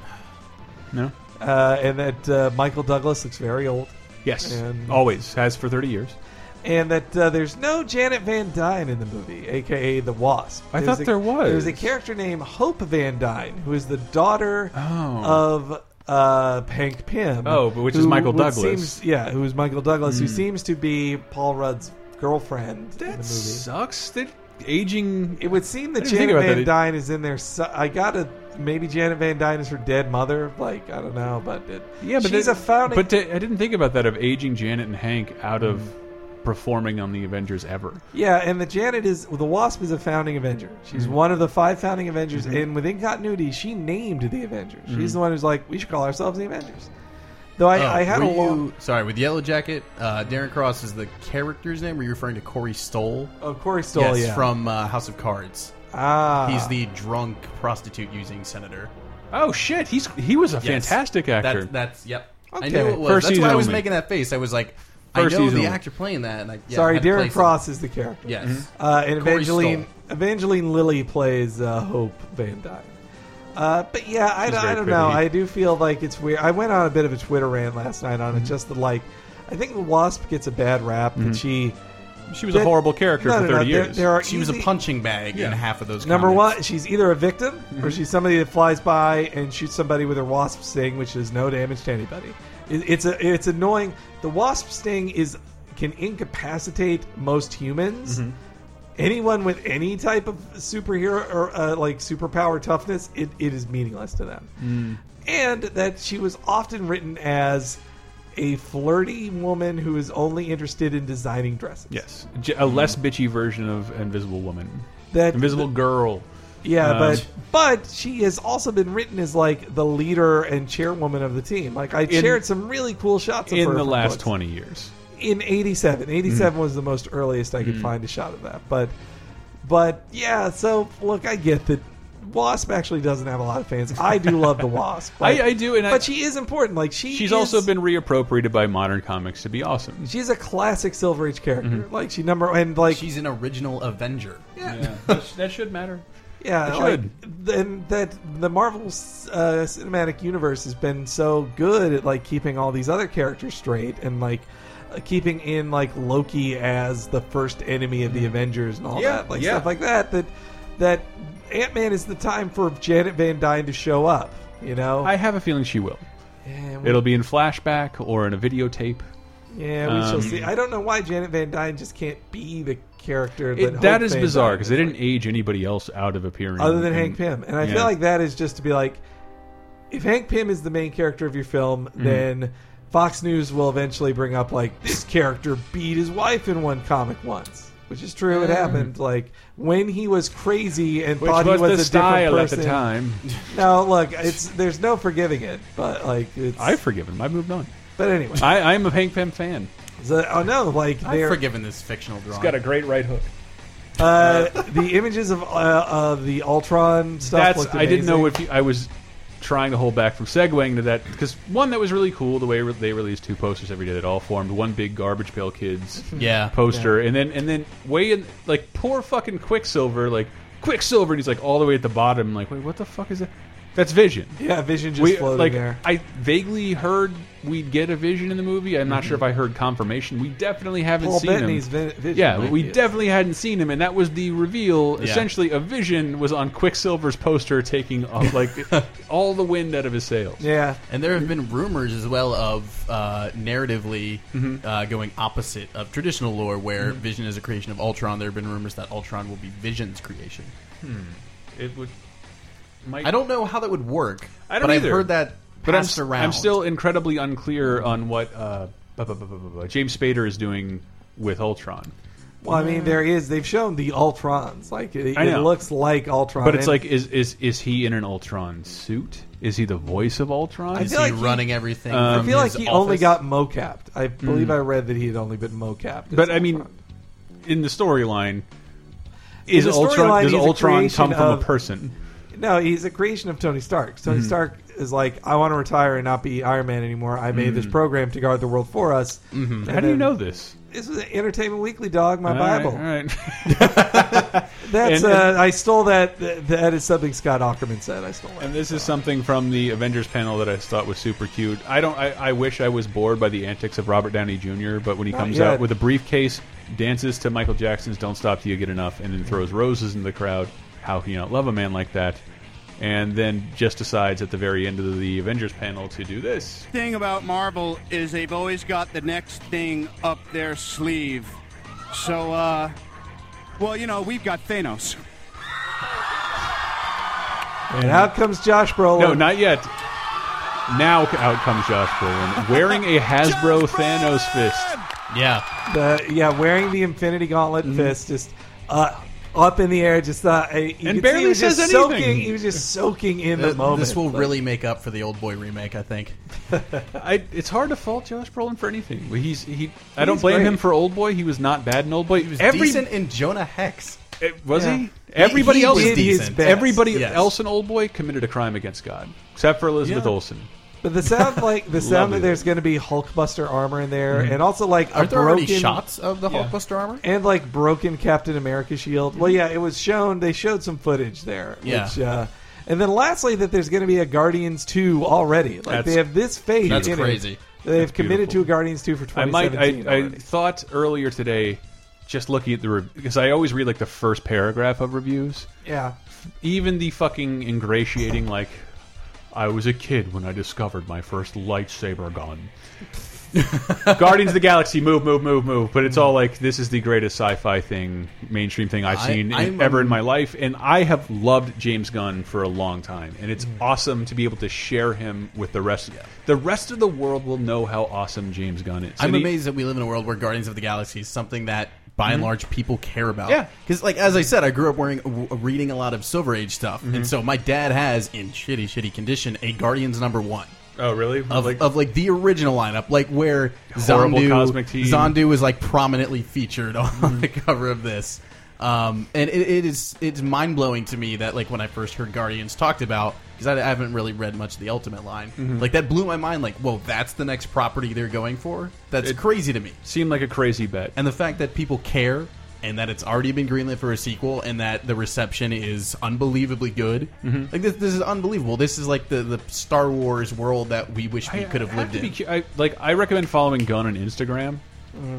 Speaker 2: No.
Speaker 1: Uh, and that uh, Michael Douglas looks very old.
Speaker 2: Yes.
Speaker 1: And-
Speaker 2: Always has for thirty years.
Speaker 1: and that uh, there's no Janet Van Dyne in the movie, aka the Wasp.
Speaker 2: I
Speaker 1: There's
Speaker 2: thought
Speaker 1: a-
Speaker 2: there was.
Speaker 1: There's a character named Hope Van Dyne who is the daughter
Speaker 2: Oh.
Speaker 1: of uh, Hank Pym.
Speaker 2: Oh, but which is
Speaker 1: who-
Speaker 2: Michael
Speaker 1: which
Speaker 2: Douglas. Hmm.
Speaker 1: seems- yeah, who is Michael Douglas, who seems to be Paul Rudd's girlfriend in the
Speaker 2: That
Speaker 1: movie.
Speaker 2: sucks. That aging.
Speaker 1: It would seem that
Speaker 2: I didn't think
Speaker 1: Janet
Speaker 2: about
Speaker 1: Van
Speaker 2: that.
Speaker 1: Dyne is in there. So, I gotta maybe Janet Van Dyne is her dead mother. Like I don't know, but it,
Speaker 2: yeah, but
Speaker 1: she's
Speaker 2: that-
Speaker 1: a founding.
Speaker 2: But to- I didn't think about that of aging Janet and Hank out of performing on the Avengers ever.
Speaker 1: Yeah, and the Janet is the Wasp is a founding Avenger. She's one of the five founding Avengers, and within continuity, she named the Avengers. She's the one who's like, we should call ourselves the Avengers. Though I,
Speaker 3: Oh,
Speaker 1: I had
Speaker 3: were
Speaker 1: a long,
Speaker 3: you- Sorry, with Yellow Jacket, uh, Darren Cross is the character's name. Were you referring to Corey Stoll?
Speaker 1: of course, Stoll,
Speaker 3: yes,
Speaker 1: Oh, yeah,
Speaker 3: from uh, House of Cards.
Speaker 1: ah,
Speaker 3: He's the drunk prostitute using senator.
Speaker 2: Oh shit, he's he was a
Speaker 3: Yes.
Speaker 2: fantastic actor.
Speaker 3: That, that's yep. I
Speaker 1: Okay.
Speaker 3: knew it was.
Speaker 2: First
Speaker 3: that's why
Speaker 2: season
Speaker 3: I was
Speaker 2: only.
Speaker 3: making that face. I was like,
Speaker 2: First
Speaker 3: I know
Speaker 2: season
Speaker 3: the
Speaker 2: only.
Speaker 3: actor playing that. And I, yeah, I
Speaker 1: sorry,
Speaker 3: had to
Speaker 1: Darren
Speaker 3: place
Speaker 1: Cross is the character.
Speaker 3: Him. Yes.
Speaker 2: Mm-hmm.
Speaker 1: uh, and
Speaker 3: Corey
Speaker 1: Evangeline
Speaker 3: Stoll.
Speaker 1: Evangeline Lilly plays uh, Hope Van Dyne. Uh, but yeah, I,
Speaker 2: She's
Speaker 1: don't- I
Speaker 2: very
Speaker 1: don't
Speaker 2: pretty.
Speaker 1: know. I do feel like it's weird. I went on a bit of a Twitter rant last night
Speaker 2: Mm-hmm.
Speaker 1: on it, just the like. I think the Wasp gets a bad rap that she
Speaker 2: she was
Speaker 1: that-
Speaker 2: a horrible character
Speaker 1: no,
Speaker 2: for
Speaker 1: no, no,
Speaker 2: thirty
Speaker 1: there-
Speaker 2: years.
Speaker 1: There, are
Speaker 3: She was a
Speaker 1: easy-
Speaker 3: punching bag
Speaker 2: Yeah.
Speaker 3: in half of those.
Speaker 1: Number
Speaker 3: comments.
Speaker 1: one, she's either a victim or she's somebody that flies by and shoots somebody with her wasp sting, which is no damage to anybody. It, it's a it's annoying. The wasp sting is can incapacitate most humans. Anyone with any type of superhero or uh, like superpower toughness, it, it is meaningless to them. And that she was often written as a flirty woman who is only interested in designing dresses.
Speaker 2: yes, J- a less bitchy version of Invisible Woman,
Speaker 1: That
Speaker 2: Invisible Girl.
Speaker 1: Yeah,
Speaker 2: Um,
Speaker 1: but but she has also been written as like the leader and chairwoman of the team. Like I shared some really cool shots of her
Speaker 2: in the
Speaker 1: from
Speaker 2: last Mm-hmm.
Speaker 1: books.
Speaker 2: 20 years.
Speaker 1: in 87 87 was the most earliest i could
Speaker 2: Mm-hmm.
Speaker 1: find a shot of that but but yeah so look i get that wasp actually doesn't have a lot of fans i do love the wasp but,
Speaker 2: I- I do, and I-
Speaker 1: but she is important like she
Speaker 2: She's
Speaker 1: is-
Speaker 2: also been reappropriated by modern comics to be awesome.
Speaker 1: she's a classic silver age character
Speaker 2: Mm-hmm.
Speaker 1: like she number and like
Speaker 3: She's an original Avenger.
Speaker 2: Yeah, that, sh- that should matter.
Speaker 1: yeah
Speaker 2: it
Speaker 1: like,
Speaker 2: should.
Speaker 1: and that the marvel uh, cinematic universe has been so good at like keeping all these other characters straight and like uh, keeping in like loki as the first enemy of the avengers and all
Speaker 2: Mm-hmm. Yeah,
Speaker 1: that like
Speaker 2: yeah.
Speaker 1: stuff like that that that ant-man is the time for janet van dyne to show up you know
Speaker 2: I have a feeling she will.
Speaker 1: And we-
Speaker 2: It'll be in flashback or in a videotape.
Speaker 1: yeah we shall
Speaker 2: um,
Speaker 1: see i don't know why janet van dyne just can't be the character
Speaker 2: It-
Speaker 1: that,
Speaker 2: that
Speaker 1: Hope
Speaker 2: is
Speaker 1: Van
Speaker 2: bizarre
Speaker 1: Dyne
Speaker 2: because
Speaker 1: is,
Speaker 2: they
Speaker 1: like,
Speaker 2: didn't age anybody else out of appearing.
Speaker 1: other than
Speaker 2: in-
Speaker 1: Hank Pym. And I
Speaker 2: yeah.
Speaker 1: feel like that is just to be like, if Hank Pym is the main character of your film,
Speaker 2: Mm-hmm.
Speaker 1: then Fox News will eventually bring up like this character beat his wife in one comic once. Which is true. It happened. Like when he was crazy and
Speaker 2: Mm. Which
Speaker 1: thought
Speaker 2: was,
Speaker 1: he was
Speaker 2: the
Speaker 1: a different
Speaker 2: style at
Speaker 1: person.
Speaker 2: the time.
Speaker 1: No, look, it's there's no forgiving it. But like, it's,
Speaker 2: I've forgiven him. I moved on.
Speaker 1: but anyway.
Speaker 2: I, I'm a Hank Pym fan.
Speaker 1: so- oh no, like
Speaker 3: I've
Speaker 1: they're
Speaker 3: forgiven this fictional drawing.
Speaker 2: great right hook.
Speaker 1: uh, the images of uh, uh, the Ultron stuff.
Speaker 2: That's
Speaker 1: looked
Speaker 2: I didn't know
Speaker 1: amazing.
Speaker 2: if you, I was trying to hold back from segueing to that because one that was really cool the way re- they released two posters every day that all formed one big garbage pail kids
Speaker 3: Yeah.
Speaker 2: poster and then and then way in like poor fucking Quicksilver like Quicksilver and he's like all the way at the bottom like wait what the fuck is that that's Vision
Speaker 1: Yeah, Vision just
Speaker 2: we
Speaker 1: floated
Speaker 2: like
Speaker 1: there.
Speaker 2: I vaguely heard we'd get a Vision in the movie I'm not sure if I heard confirmation we definitely haven't
Speaker 1: Mm-hmm. Paul
Speaker 2: seen him
Speaker 1: Bettany's vi- Vision.
Speaker 2: yeah,
Speaker 1: might
Speaker 2: we
Speaker 1: be it.
Speaker 2: definitely hadn't seen him, and that was the reveal. Essentially, a vision was on Quicksilver's poster, taking off, like all the wind out of his sails.
Speaker 1: Yeah,
Speaker 3: And there have been rumors as well of uh, narratively
Speaker 2: Mm-hmm.
Speaker 3: uh, going opposite of traditional lore, where Vision is a creation of Ultron. There have been rumors that Ultron will be Vision's creation.
Speaker 2: It would. Might,
Speaker 3: I don't know how that would work.
Speaker 2: I don't
Speaker 3: but
Speaker 2: either.
Speaker 3: I've heard that
Speaker 2: But I'm,
Speaker 3: passed
Speaker 2: s-
Speaker 3: around.
Speaker 2: I'm still incredibly unclear on what uh, bu- bu- bu- bu- bu- bu- James Spader is doing with Ultron.
Speaker 1: Well, I mean, there is. They've shown the Ultrons. Like it,
Speaker 2: I
Speaker 1: it
Speaker 2: know.
Speaker 1: looks like Ultron,
Speaker 2: But it's
Speaker 1: and
Speaker 2: like, is is is he in an Ultron suit? Is he the voice of Ultron?
Speaker 1: I
Speaker 3: Is
Speaker 1: feel
Speaker 3: he
Speaker 1: like he-
Speaker 3: running everything?
Speaker 1: I
Speaker 2: Uh,
Speaker 3: from
Speaker 1: feel like
Speaker 3: his
Speaker 1: he only
Speaker 3: office?
Speaker 1: got mocapped. I believe I read that he had only been mocapped. as
Speaker 2: Hmm. but uh, I mean,
Speaker 1: Ultron.
Speaker 2: in the storyline, is
Speaker 1: the
Speaker 2: Ultron
Speaker 1: storyline,
Speaker 2: does
Speaker 1: he's a
Speaker 2: Ultron
Speaker 1: creation
Speaker 2: come from
Speaker 1: of-
Speaker 2: a Hmm. person?
Speaker 1: no, he's a creation of Tony Stark. Tony Stark is like, I want to retire and not be Iron Man anymore. I made
Speaker 2: Hmm.
Speaker 1: this program to guard the world for us. Mm-hmm.
Speaker 2: How do you know this?
Speaker 1: This was Entertainment Weekly, dog. My
Speaker 2: All right,
Speaker 1: Bible.
Speaker 2: all right.
Speaker 1: That's.
Speaker 2: And- and-
Speaker 1: uh, I stole that. That is something Scott Ackerman said. I stole. That.
Speaker 2: And this is something from the Avengers panel that I thought was super cute. I don't. I, I wish I was bored by the antics of Robert Downey Jr. But when he comes
Speaker 1: yet.
Speaker 2: out with a briefcase, dances to Michael Jackson's "Don't Stop Till You Get Enough," and then throws roses in the crowd. How can you not love a man like that? And then just decides at the very end of the Avengers panel to do this.
Speaker 7: thing about Marvel is they've always got the next thing up their sleeve. So, uh, well, you know, we've got Thanos.
Speaker 1: And out comes Josh Brolin.
Speaker 2: No, not yet. Now out comes Josh Brolin wearing a Hasbro Thanos fist.
Speaker 3: Yeah.
Speaker 1: The yeah, wearing the Infinity Gauntlet
Speaker 3: Mm-hmm.
Speaker 1: fist, just uh, up in the air, just uh, I- you could see
Speaker 2: barely
Speaker 1: he was just
Speaker 2: says
Speaker 1: soaking,
Speaker 2: anything.
Speaker 1: He was just soaking in the
Speaker 3: Th-
Speaker 1: moment.
Speaker 3: This will
Speaker 1: Like,
Speaker 3: really make up for the old boy remake, I think.
Speaker 2: I, it's hard to fault Josh Brolin for anything. He's he. I don't blame
Speaker 1: great.
Speaker 2: him for Old Boy. He was not bad in Old Boy. He was Eh,
Speaker 3: Decent in Jonah Hex.
Speaker 2: was
Speaker 1: Yeah.
Speaker 2: he? Everybody
Speaker 3: He
Speaker 2: else.
Speaker 3: was
Speaker 1: did his
Speaker 3: decent.
Speaker 1: best.
Speaker 2: Everybody
Speaker 3: Yes.
Speaker 2: else in Old Boy committed a crime against God, except for Elizabeth
Speaker 3: Yeah.
Speaker 2: Olsen.
Speaker 1: But the sound like the sound
Speaker 2: Lovely.
Speaker 1: that there's going to be Hulkbuster armor in there, and also like a
Speaker 3: Mm-hmm. Aren't there
Speaker 1: broken
Speaker 3: already shots of the Hulkbuster armor?
Speaker 1: and like broken Captain America shield. Well, yeah, it was shown. They showed some footage there.
Speaker 3: Mm-hmm. Yeah.
Speaker 1: Which, uh, and then lastly, that there's going to be a Guardians two already. Like
Speaker 2: That's-
Speaker 1: they have this faith.
Speaker 3: That's
Speaker 1: in it.
Speaker 3: crazy.
Speaker 1: They've committed
Speaker 2: beautiful.
Speaker 1: to a Guardians two for
Speaker 2: I might.
Speaker 1: 2017.
Speaker 2: I, I
Speaker 1: already.
Speaker 2: thought earlier today, just looking at the rev- because I always read like the first paragraph of reviews.
Speaker 1: yeah.
Speaker 2: even the fucking ingratiating like I was a kid when I discovered my first lightsaber gun. Guardians of the Galaxy, move, move, move, move. But it's all like this is the greatest sci-fi thing, mainstream thing I've
Speaker 3: I-
Speaker 2: seen in-
Speaker 3: I'm-
Speaker 2: ever in my life, and I have loved James Gunn for a long time, and it's
Speaker 3: Mm.
Speaker 2: awesome to be able to share him with the rest. The rest of the world will know how awesome James Gunn is.
Speaker 3: I'm
Speaker 2: And he-
Speaker 3: amazed that we live in a world where Guardians of the Galaxy is something that by and large people care about.
Speaker 2: Yeah.
Speaker 3: because like as I said, I grew up wearing w- reading a lot of Silver Age stuff, and so my dad has in shitty shitty condition a Guardians number one.
Speaker 2: Oh, really?
Speaker 3: Of like, of like the original lineup, like where
Speaker 2: Horrible
Speaker 3: Zondu,
Speaker 2: cosmic team. Mm-hmm.
Speaker 3: Zondu is like prominently featured on the cover of this, um, and it, it is it's mind blowing to me that like when I first heard Guardians talked about because I, I haven't really read much of the Ultimate line,
Speaker 2: Mm-hmm.
Speaker 3: like that blew my mind. Like, whoa, that's the next property they're going for. That's
Speaker 2: It-
Speaker 3: crazy to me.
Speaker 2: seemed like a crazy bet.
Speaker 3: And the fact that people care and that it's already been greenlit for a sequel and that the reception is unbelievably good. Like this, this is unbelievable. This is like the, the Star Wars world that we wish we could have lived
Speaker 2: to be
Speaker 3: in.
Speaker 2: cu- I, like I recommend following Gunn on Instagram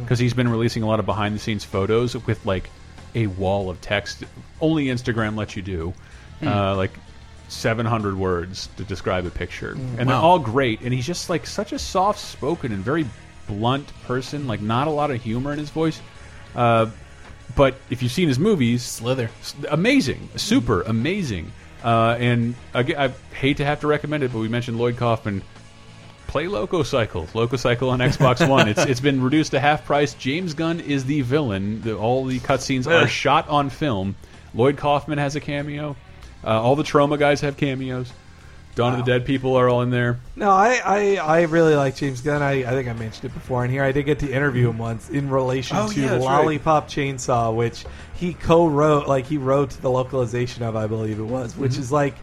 Speaker 2: because he's been releasing a lot of behind the scenes photos with like a wall of text. Only Instagram lets you do
Speaker 3: Hmm.
Speaker 2: uh, like 700 words to describe a picture, and they're
Speaker 3: Wow.
Speaker 2: all great. And he's just like such a soft spoken and very blunt person. Like not a lot of humor in his voice. Uh, but if you've seen his movies,
Speaker 3: Slither.
Speaker 2: S- amazing, super amazing. Uh, and again, I hate to have to recommend it, but we mentioned Lloyd Kaufman. Play Loco Cycle. Loco Cycle on Xbox One. It's it's been reduced to half price. James Gunn is the villain. The, all the cutscenes are shot on film. Lloyd Kaufman has a cameo. Uh, all the Trauma guys have cameos. Dawn of the Dead people are all in there.
Speaker 1: No, I, I, I really like James Gunn. I, I think I mentioned it before in here. I did get to interview him once in relation
Speaker 2: Oh,
Speaker 1: to
Speaker 2: yeah, that's right.
Speaker 1: Lollipop Chainsaw, which he co-wrote, like he wrote the localization of, I believe it was,
Speaker 2: Mm-hmm.
Speaker 1: which is like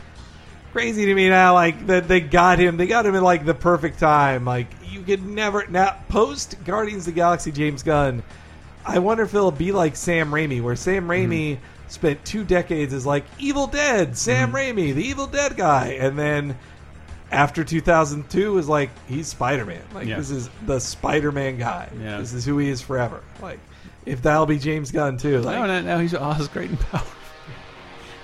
Speaker 1: crazy to me now. Like that they got him, they got him at like the perfect time. Like you could never now post Guardians of the Galaxy, James Gunn. I wonder if it'll be like Sam Raimi, where Sam
Speaker 2: Hmm.
Speaker 1: Raimi spent two decades as like Evil Dead,
Speaker 2: Hmm.
Speaker 1: Sam Raimi, the Evil Dead guy, and then after 2002 is like he's Spider-Man. Like
Speaker 2: Yeah.
Speaker 1: this is the Spider-Man guy.
Speaker 2: Yeah.
Speaker 1: This is who he is forever. Like if that'll be James Gunn too. Like,
Speaker 2: No, no, no. He's Oz Great and Powerful.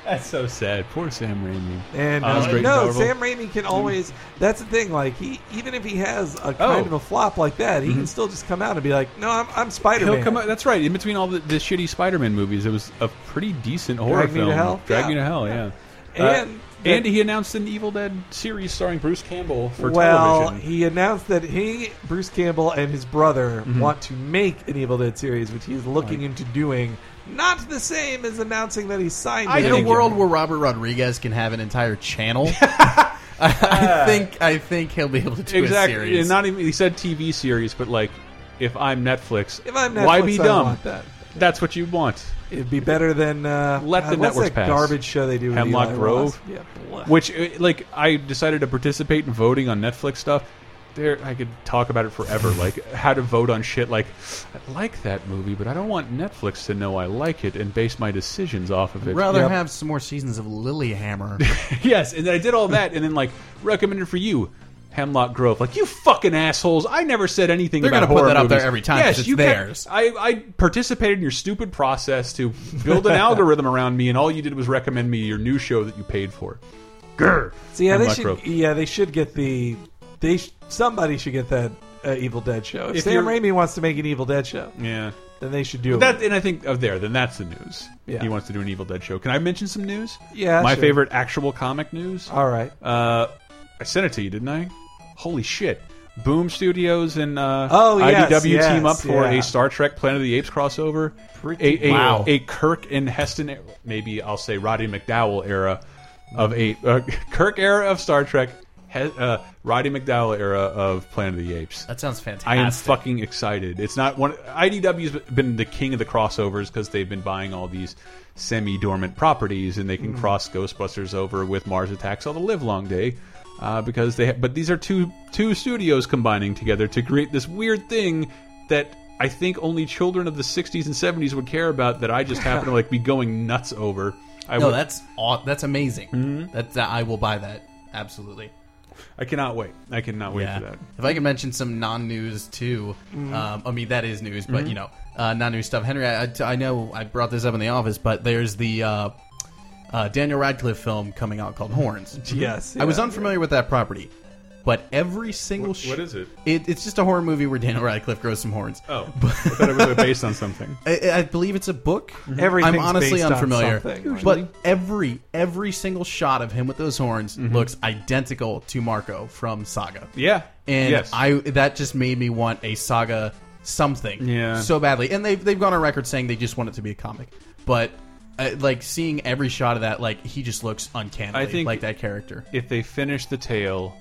Speaker 2: That's so sad. Poor Sam Raimi.
Speaker 1: And
Speaker 2: Oz
Speaker 1: uh,
Speaker 2: Oh, Great and
Speaker 1: no,
Speaker 2: Powerful.
Speaker 1: Sam Raimi can always. That's the thing. Like he, even if he has a kind
Speaker 2: Oh. Mm-hmm.
Speaker 1: of a flop like that, he can still just come out and be like, "No, I'm, I'm Spider
Speaker 2: He'll come out,
Speaker 1: Man."
Speaker 2: that's right. In between all the, the shitty Spider-Man movies, it was a pretty decent horror
Speaker 1: Drag Me to
Speaker 2: film.
Speaker 1: Hell?
Speaker 2: Drag
Speaker 1: Yeah.
Speaker 2: Me to Hell, yeah.
Speaker 1: And
Speaker 2: Uh,
Speaker 1: that-
Speaker 2: and he announced an Evil Dead series starring Bruce Campbell for
Speaker 1: Well,
Speaker 2: television.
Speaker 1: he announced that he, Bruce Campbell, and his brother
Speaker 2: Mm-hmm.
Speaker 1: want to make an Evil Dead series, which he's looking into doing. Not the same as announcing that he signed.
Speaker 3: In
Speaker 1: it.
Speaker 3: a world where Robert Rodriguez can have an entire channel, Uh, I, I think I think he'll be able to do a
Speaker 2: exactly.
Speaker 3: series.
Speaker 2: And not even he said TV series, but like if I'm Netflix,
Speaker 1: If I'm
Speaker 2: why
Speaker 1: Netflix,
Speaker 2: be
Speaker 1: I
Speaker 2: dumb?
Speaker 1: want that.
Speaker 2: That's what you want.
Speaker 1: It'd be better than uh,
Speaker 2: Let the
Speaker 1: God, what's
Speaker 2: networks
Speaker 1: that
Speaker 2: pass.
Speaker 1: garbage show they do. with
Speaker 2: Hemlock
Speaker 1: Eli
Speaker 2: Grove?
Speaker 1: Roth? Yeah.
Speaker 2: Which uh, like I decided to participate in voting on Netflix stuff. There, I could talk about it forever. Like how to vote on shit. Like I like that movie, but I don't want Netflix to know I like it and base my decisions off of it.
Speaker 3: Rather have some more seasons of Lilyhammer.
Speaker 2: Yes, and then I did all that, and then like recommended for you, Hemlock Grove. Like you fucking assholes! I never said anything.
Speaker 3: They're
Speaker 2: about
Speaker 3: gonna put
Speaker 2: horror
Speaker 3: that up there
Speaker 2: movies.
Speaker 3: every time, 'cause
Speaker 2: Yes,
Speaker 3: it's
Speaker 2: you kept-
Speaker 3: theirs.
Speaker 2: I, I participated in your stupid process to build an algorithm around me, and all you did was recommend me your new show that you paid for. Grr.
Speaker 1: So yeah, they
Speaker 2: Hemlock
Speaker 1: should.
Speaker 2: Grove.
Speaker 1: Yeah, they should get the. They sh- somebody should get that uh, Evil Dead show. If,
Speaker 2: If
Speaker 1: Sam
Speaker 2: you're-
Speaker 1: Raimi wants to make an Evil Dead show,
Speaker 2: Yeah.
Speaker 1: then they should do
Speaker 2: That
Speaker 1: it.
Speaker 2: and I think of there, then that's the news.
Speaker 1: Yeah.
Speaker 2: He wants to do an Evil Dead show. Can I mention some news?
Speaker 1: Yeah,
Speaker 2: My
Speaker 1: sure.
Speaker 2: favorite actual comic news.
Speaker 1: All right.
Speaker 2: Uh, I sent it to you, didn't I? Holy shit. Boom Studios and uh,
Speaker 1: Oh, yes,
Speaker 2: IDW team
Speaker 1: yes,
Speaker 2: up for
Speaker 1: yeah.
Speaker 2: a Star Trek Planet of the Apes crossover.
Speaker 1: Pretty
Speaker 2: A, a,
Speaker 3: wow.
Speaker 2: a Kirk and Heston, maybe I'll say Roddy McDowell era of a uh, Kirk era of Star Trek, he, uh, Roddy McDowell era of Planet of the Apes.
Speaker 3: that sounds fantastic.
Speaker 2: I am fucking excited. It's not one. IDW's been the king of the crossovers because they've been buying all these semi dormant properties and they
Speaker 3: Mm-hmm.
Speaker 2: can cross Ghostbusters over with Mars Attacks all the live long day. Uh, because they, ha but these are two two studios combining together to create this weird thing that I think only children of the '60s and '70s would care about. That I just happen to like be going nuts over. I
Speaker 3: no,
Speaker 2: would-
Speaker 3: that's aw- that's amazing. That's that I will buy that absolutely.
Speaker 2: I cannot wait. I cannot wait for
Speaker 3: Yeah.
Speaker 2: that.
Speaker 3: If I could mention some non-news too,
Speaker 1: Mm-hmm.
Speaker 3: um, I mean that is news, but
Speaker 2: Mm-hmm.
Speaker 3: you know, uh, non-news stuff. Henry, I, I- I know I brought this up in the office, but there's the uh, uh, Daniel Radcliffe film coming out called Horns.
Speaker 1: Yes,
Speaker 3: I was
Speaker 1: yeah.
Speaker 3: unfamiliar with that property, but every single
Speaker 2: What-
Speaker 3: sh-
Speaker 2: what is it?
Speaker 3: it? It's just a horror movie where Daniel Radcliffe grows some horns.
Speaker 2: Oh, I thought it was based on something.
Speaker 3: I, I believe it's a book.
Speaker 1: Mm-hmm. Everything's
Speaker 3: I'm honestly
Speaker 1: based on
Speaker 3: unfamiliar,
Speaker 1: something, right?
Speaker 3: but every every single shot of him with those horns looks identical to Marco from Saga.
Speaker 2: Mm-hmm. Yeah.
Speaker 3: and
Speaker 2: yes.
Speaker 3: I that just made me want a Saga something
Speaker 2: Yeah.
Speaker 3: so badly. And they've, they've gone on record saying they just want it to be a comic. But, uh, like, seeing every shot of that, like, he just looks uncannily
Speaker 2: I think-
Speaker 3: like that character.
Speaker 2: if they finish the tale,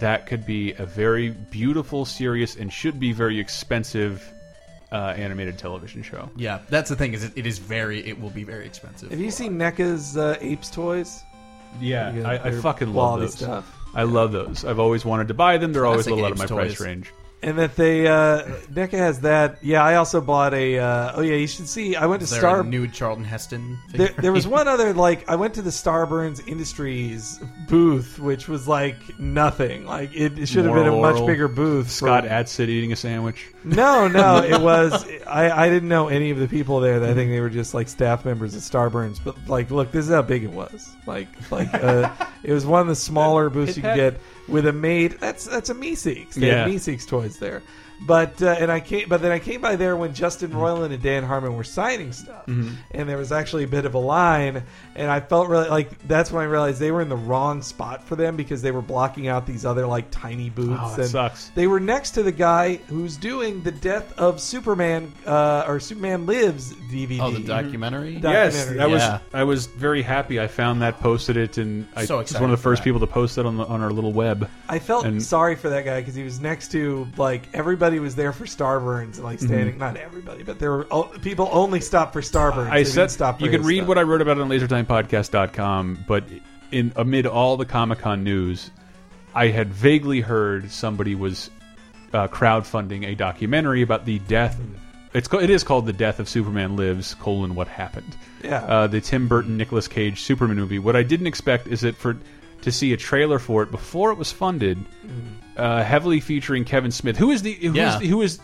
Speaker 2: that could be a very beautiful, serious, and should be very expensive uh, animated television show.
Speaker 3: Yeah, that's the thing is it, it is very, it will be very expensive.
Speaker 1: Have you seen NECA's uh, Apes toys?
Speaker 2: Yeah,
Speaker 1: Yeah,
Speaker 2: I, I
Speaker 1: they're
Speaker 2: fucking love
Speaker 1: quality
Speaker 2: those.
Speaker 1: stuff.
Speaker 2: I love those. I've always wanted to buy them. They're always a
Speaker 3: Classic
Speaker 2: little out of my
Speaker 3: Apes
Speaker 2: price
Speaker 3: toys.
Speaker 2: range.
Speaker 1: And that they uh, NECA has that. Yeah, I also bought a. Uh, oh yeah, you should see. I went to
Speaker 3: Is there
Speaker 1: Star.
Speaker 3: a nude Charlton Heston?
Speaker 1: there,
Speaker 3: figure?
Speaker 1: there was one other like I went to the Starburns Industries booth, which was like nothing. Like it, it should have been a
Speaker 2: Moral
Speaker 1: much
Speaker 2: Oral,
Speaker 1: bigger booth. for-
Speaker 2: Scott Adsit eating a sandwich.
Speaker 1: No, no, it was. I, I didn't know any of the people there. I think they were just like staff members at Starburns. But like, look, this is how big it was. Like, like uh, it was one of the smaller booths you could
Speaker 2: had-
Speaker 1: get with a maid. That's that's a Meeseeks. They had
Speaker 2: Yeah.
Speaker 1: Meeseeks toys there. But uh, and I came, but then I came by there when
Speaker 2: Mm-hmm.
Speaker 1: Justin Roiland and Dan Harmon were signing stuff, and there was actually a bit of a line, and I felt really like that's when I realized they were in the wrong spot for them because they were blocking out these other like tiny booths.
Speaker 2: Oh, that
Speaker 1: and
Speaker 2: sucks.
Speaker 1: they were next to the guy who's doing the Death of Superman uh, or Superman Lives DVD.
Speaker 3: oh, the documentary?
Speaker 2: Yes,
Speaker 1: Documentary.
Speaker 2: that was.
Speaker 3: Yeah.
Speaker 2: I was very happy. I found that, posted it, and I
Speaker 3: So
Speaker 2: was
Speaker 3: excited
Speaker 2: one of the
Speaker 3: for
Speaker 2: first
Speaker 3: that.
Speaker 2: people to post that on the, on our little web.
Speaker 1: I felt
Speaker 2: And-
Speaker 1: sorry for that guy because he was next to like everybody was there for Starburns and like
Speaker 2: Mm-hmm.
Speaker 1: standing. Not everybody, but there were oh, people only stopped for Starburns.
Speaker 2: I
Speaker 1: They
Speaker 2: said
Speaker 1: didn't stop. for
Speaker 2: you can
Speaker 1: his
Speaker 2: read
Speaker 1: stuff.
Speaker 2: what I wrote about it on lasertimepodcast.com, but in amid all the Comic Con news, I had vaguely heard somebody was uh, crowdfunding a documentary about the death.
Speaker 1: Hmm.
Speaker 2: It's called, it is called the death of Superman lives colon what happened.
Speaker 1: Yeah.
Speaker 2: uh, the Tim Burton Nicolas Cage Superman movie. What I didn't expect is that for to see a trailer for it before it was funded,
Speaker 1: Hmm.
Speaker 2: uh, heavily featuring Kevin Smith, who is the who is
Speaker 3: Yeah.
Speaker 2: the- who is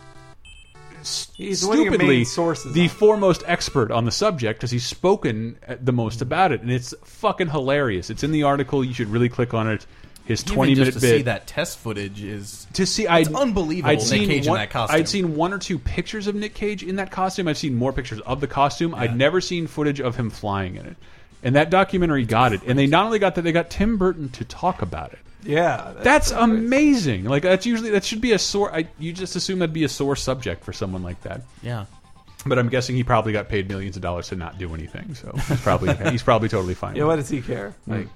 Speaker 1: He's one of your
Speaker 2: stupidly
Speaker 1: main sources
Speaker 2: the
Speaker 1: on it.
Speaker 2: foremost expert on the subject because he's spoken uh, the
Speaker 3: Mm-hmm.
Speaker 2: most about it, and it's fucking hilarious. It's in the article. You should really click on it. His
Speaker 3: Even
Speaker 2: twenty
Speaker 3: just
Speaker 2: minute
Speaker 3: to
Speaker 2: bit
Speaker 3: see that test footage is
Speaker 2: to see. I'd,
Speaker 3: unbelievable,
Speaker 2: I'd
Speaker 3: Nick
Speaker 2: seen
Speaker 3: Cage in
Speaker 2: one,
Speaker 3: that costume.
Speaker 2: I'd seen one or two pictures of Nick Cage in that costume. I've seen more pictures of the costume. I'd never seen footage of him flying in it. And that documentary got it. And they not only got that, they got Tim Burton to talk about it.
Speaker 1: Yeah,
Speaker 2: That's amazing. Like that's usually that should be a sore. I, you just assume that'd be a sore subject for someone like that.
Speaker 3: yeah.
Speaker 2: But I'm guessing he probably got paid millions of dollars to not do anything. So he's probably he's probably totally fine.
Speaker 1: Yeah,
Speaker 2: with
Speaker 1: what
Speaker 2: it.
Speaker 1: does he care?
Speaker 2: Mm.
Speaker 1: Like,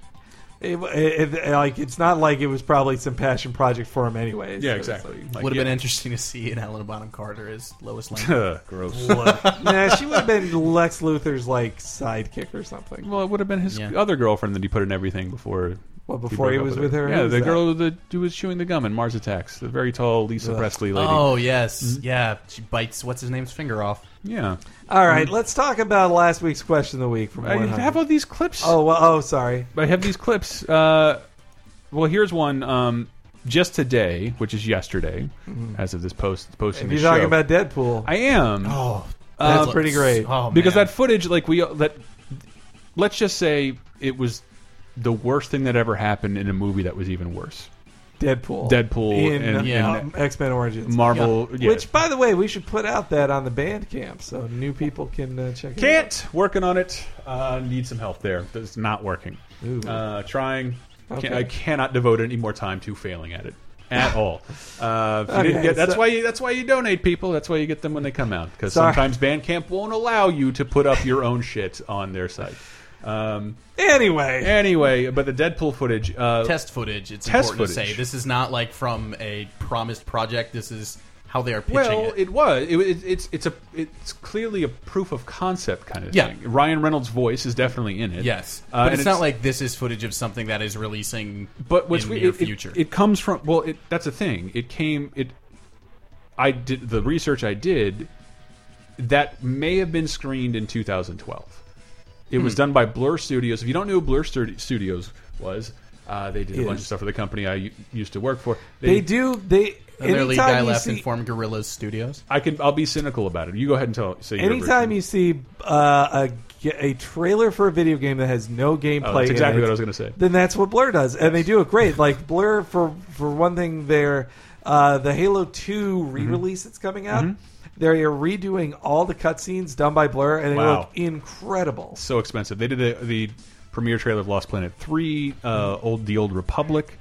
Speaker 1: it, it, it- like it's not like it was probably some passion project for him, anyways.
Speaker 2: yeah
Speaker 1: So it's
Speaker 2: exactly. Like,
Speaker 3: Would have
Speaker 2: yeah.
Speaker 3: been interesting to see an Helena Bonham Carter as Lois Lane.
Speaker 2: Ugh, gross.
Speaker 1: like- nah, she would have been Lex Luthor's like sidekick or something.
Speaker 2: Well, it would have been his
Speaker 3: Yeah.
Speaker 2: other girlfriend that he put in everything before.
Speaker 1: Well, before
Speaker 2: broke
Speaker 1: he
Speaker 2: up
Speaker 1: was
Speaker 2: with
Speaker 1: with her?
Speaker 2: Yeah,
Speaker 1: Who
Speaker 2: the
Speaker 1: was
Speaker 2: girl with the, who was chewing the gum in Mars Attacks, the very tall Lisa Presley lady.
Speaker 3: Oh yes, yeah. She bites what's his name's finger off.
Speaker 2: Yeah,
Speaker 1: All right, let's talk about last week's question of the week from
Speaker 2: I
Speaker 1: 100.
Speaker 2: have all these clips.
Speaker 1: Oh, well, oh, sorry.
Speaker 2: I have these clips. Uh, well, here's one. Um, just today, which is yesterday, as of this post posting.
Speaker 1: Mm-hmm. If you're
Speaker 2: this
Speaker 1: talking
Speaker 2: show.
Speaker 1: about Deadpool,
Speaker 2: I Uh, am.
Speaker 1: oh, that's
Speaker 3: That
Speaker 1: pretty
Speaker 3: looks-
Speaker 1: great.
Speaker 3: Oh,
Speaker 2: because
Speaker 3: man.
Speaker 2: that footage, like we uh, that, let's just say it was the worst thing that ever happened in a movie that was even worse.
Speaker 1: Deadpool,
Speaker 2: Deadpool
Speaker 1: in,
Speaker 2: and-
Speaker 3: Yeah.
Speaker 1: X Men Origins.
Speaker 2: Marvel, yeah.
Speaker 1: Which, by the way, we should put out that on the Bandcamp so new people can uh, check it out.
Speaker 2: Can't working on it. Uh, need some help there. It's not working.
Speaker 1: Ooh.
Speaker 2: Uh, trying. Can-
Speaker 1: Okay.
Speaker 2: I cannot devote any more time to failing at it at all. Uh, if you didn't
Speaker 1: Okay,
Speaker 2: get, that's
Speaker 1: so-
Speaker 2: why you, that's why you donate people. That's why you get them when they come out because
Speaker 1: Sorry.
Speaker 2: sometimes Bandcamp won't allow you to put up your own shit on their site. Um,
Speaker 1: Anyway,
Speaker 2: anyway, but the Deadpool footage. Uh,
Speaker 3: test footage. It's
Speaker 2: Test
Speaker 3: important to
Speaker 2: footage.
Speaker 3: say this is not like from a promised project. This is how they are pitching
Speaker 2: well,
Speaker 3: it.
Speaker 2: it was. It, it, it's it's a it's clearly a proof of concept kind of
Speaker 3: Yeah.
Speaker 2: thing. Ryan Reynolds' voice is definitely in it.
Speaker 3: Yes,
Speaker 2: Uh,
Speaker 3: but
Speaker 2: and
Speaker 3: it's, not like this is footage of something that is releasing.
Speaker 2: But what's
Speaker 3: in
Speaker 2: weird,
Speaker 3: near
Speaker 2: it, it-
Speaker 3: future.
Speaker 2: It, comes from well, it, that's a thing. It came it. I did the research I did. That may have been screened in 2012. It
Speaker 3: Hmm.
Speaker 2: was done by Blur Studios. If you don't know who Blur Stud- Studios was, uh, they did a bunch of stuff for the company I u- used to work for.
Speaker 1: they do. They
Speaker 3: and their lead
Speaker 1: anytime
Speaker 3: guy
Speaker 1: you
Speaker 3: left
Speaker 1: see,
Speaker 3: and formed Gorillas Studios.
Speaker 2: I can. I'll be cynical about it. You go ahead and tell. Say your
Speaker 1: anytime
Speaker 2: version.
Speaker 1: you see uh, a ge- a trailer for a video game that has no gameplay,
Speaker 2: Oh, that's
Speaker 1: in
Speaker 2: exactly
Speaker 1: it,
Speaker 2: what I was gonna say.
Speaker 1: Then that's what Blur does, and they do it great. Like Blur, for for one thing, they're uh, the Halo Two
Speaker 2: Mm-hmm.
Speaker 1: re-release that's coming out. They're redoing all the cutscenes done by Blur, and they
Speaker 2: Wow.
Speaker 1: look incredible.
Speaker 2: so expensive. They did the, the premiere trailer of Lost Planet Three, uh, old the Old Republic.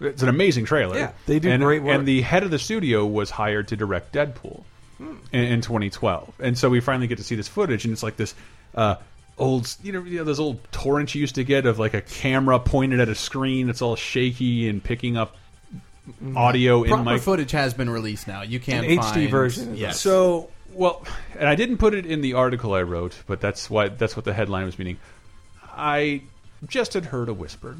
Speaker 2: It's an amazing trailer.
Speaker 1: Yeah, they do
Speaker 2: and,
Speaker 1: great work.
Speaker 2: And the head of the studio was hired to direct Deadpool
Speaker 1: Hmm.
Speaker 2: in, in 2012, and so we finally get to see this footage, and it's like this. Uh, Old, you know, you know, those old torrents you used to get of like a camera pointed at a screen that's all shaky and picking up
Speaker 1: Mm-hmm.
Speaker 2: audio in
Speaker 3: Proper
Speaker 2: my
Speaker 3: footage has been released now. You can
Speaker 1: An
Speaker 3: find
Speaker 1: HD version.
Speaker 3: Yes.
Speaker 2: so well, and I didn't put it in the article I wrote, but that's why that's what the headline was meaning. I just had heard a whisper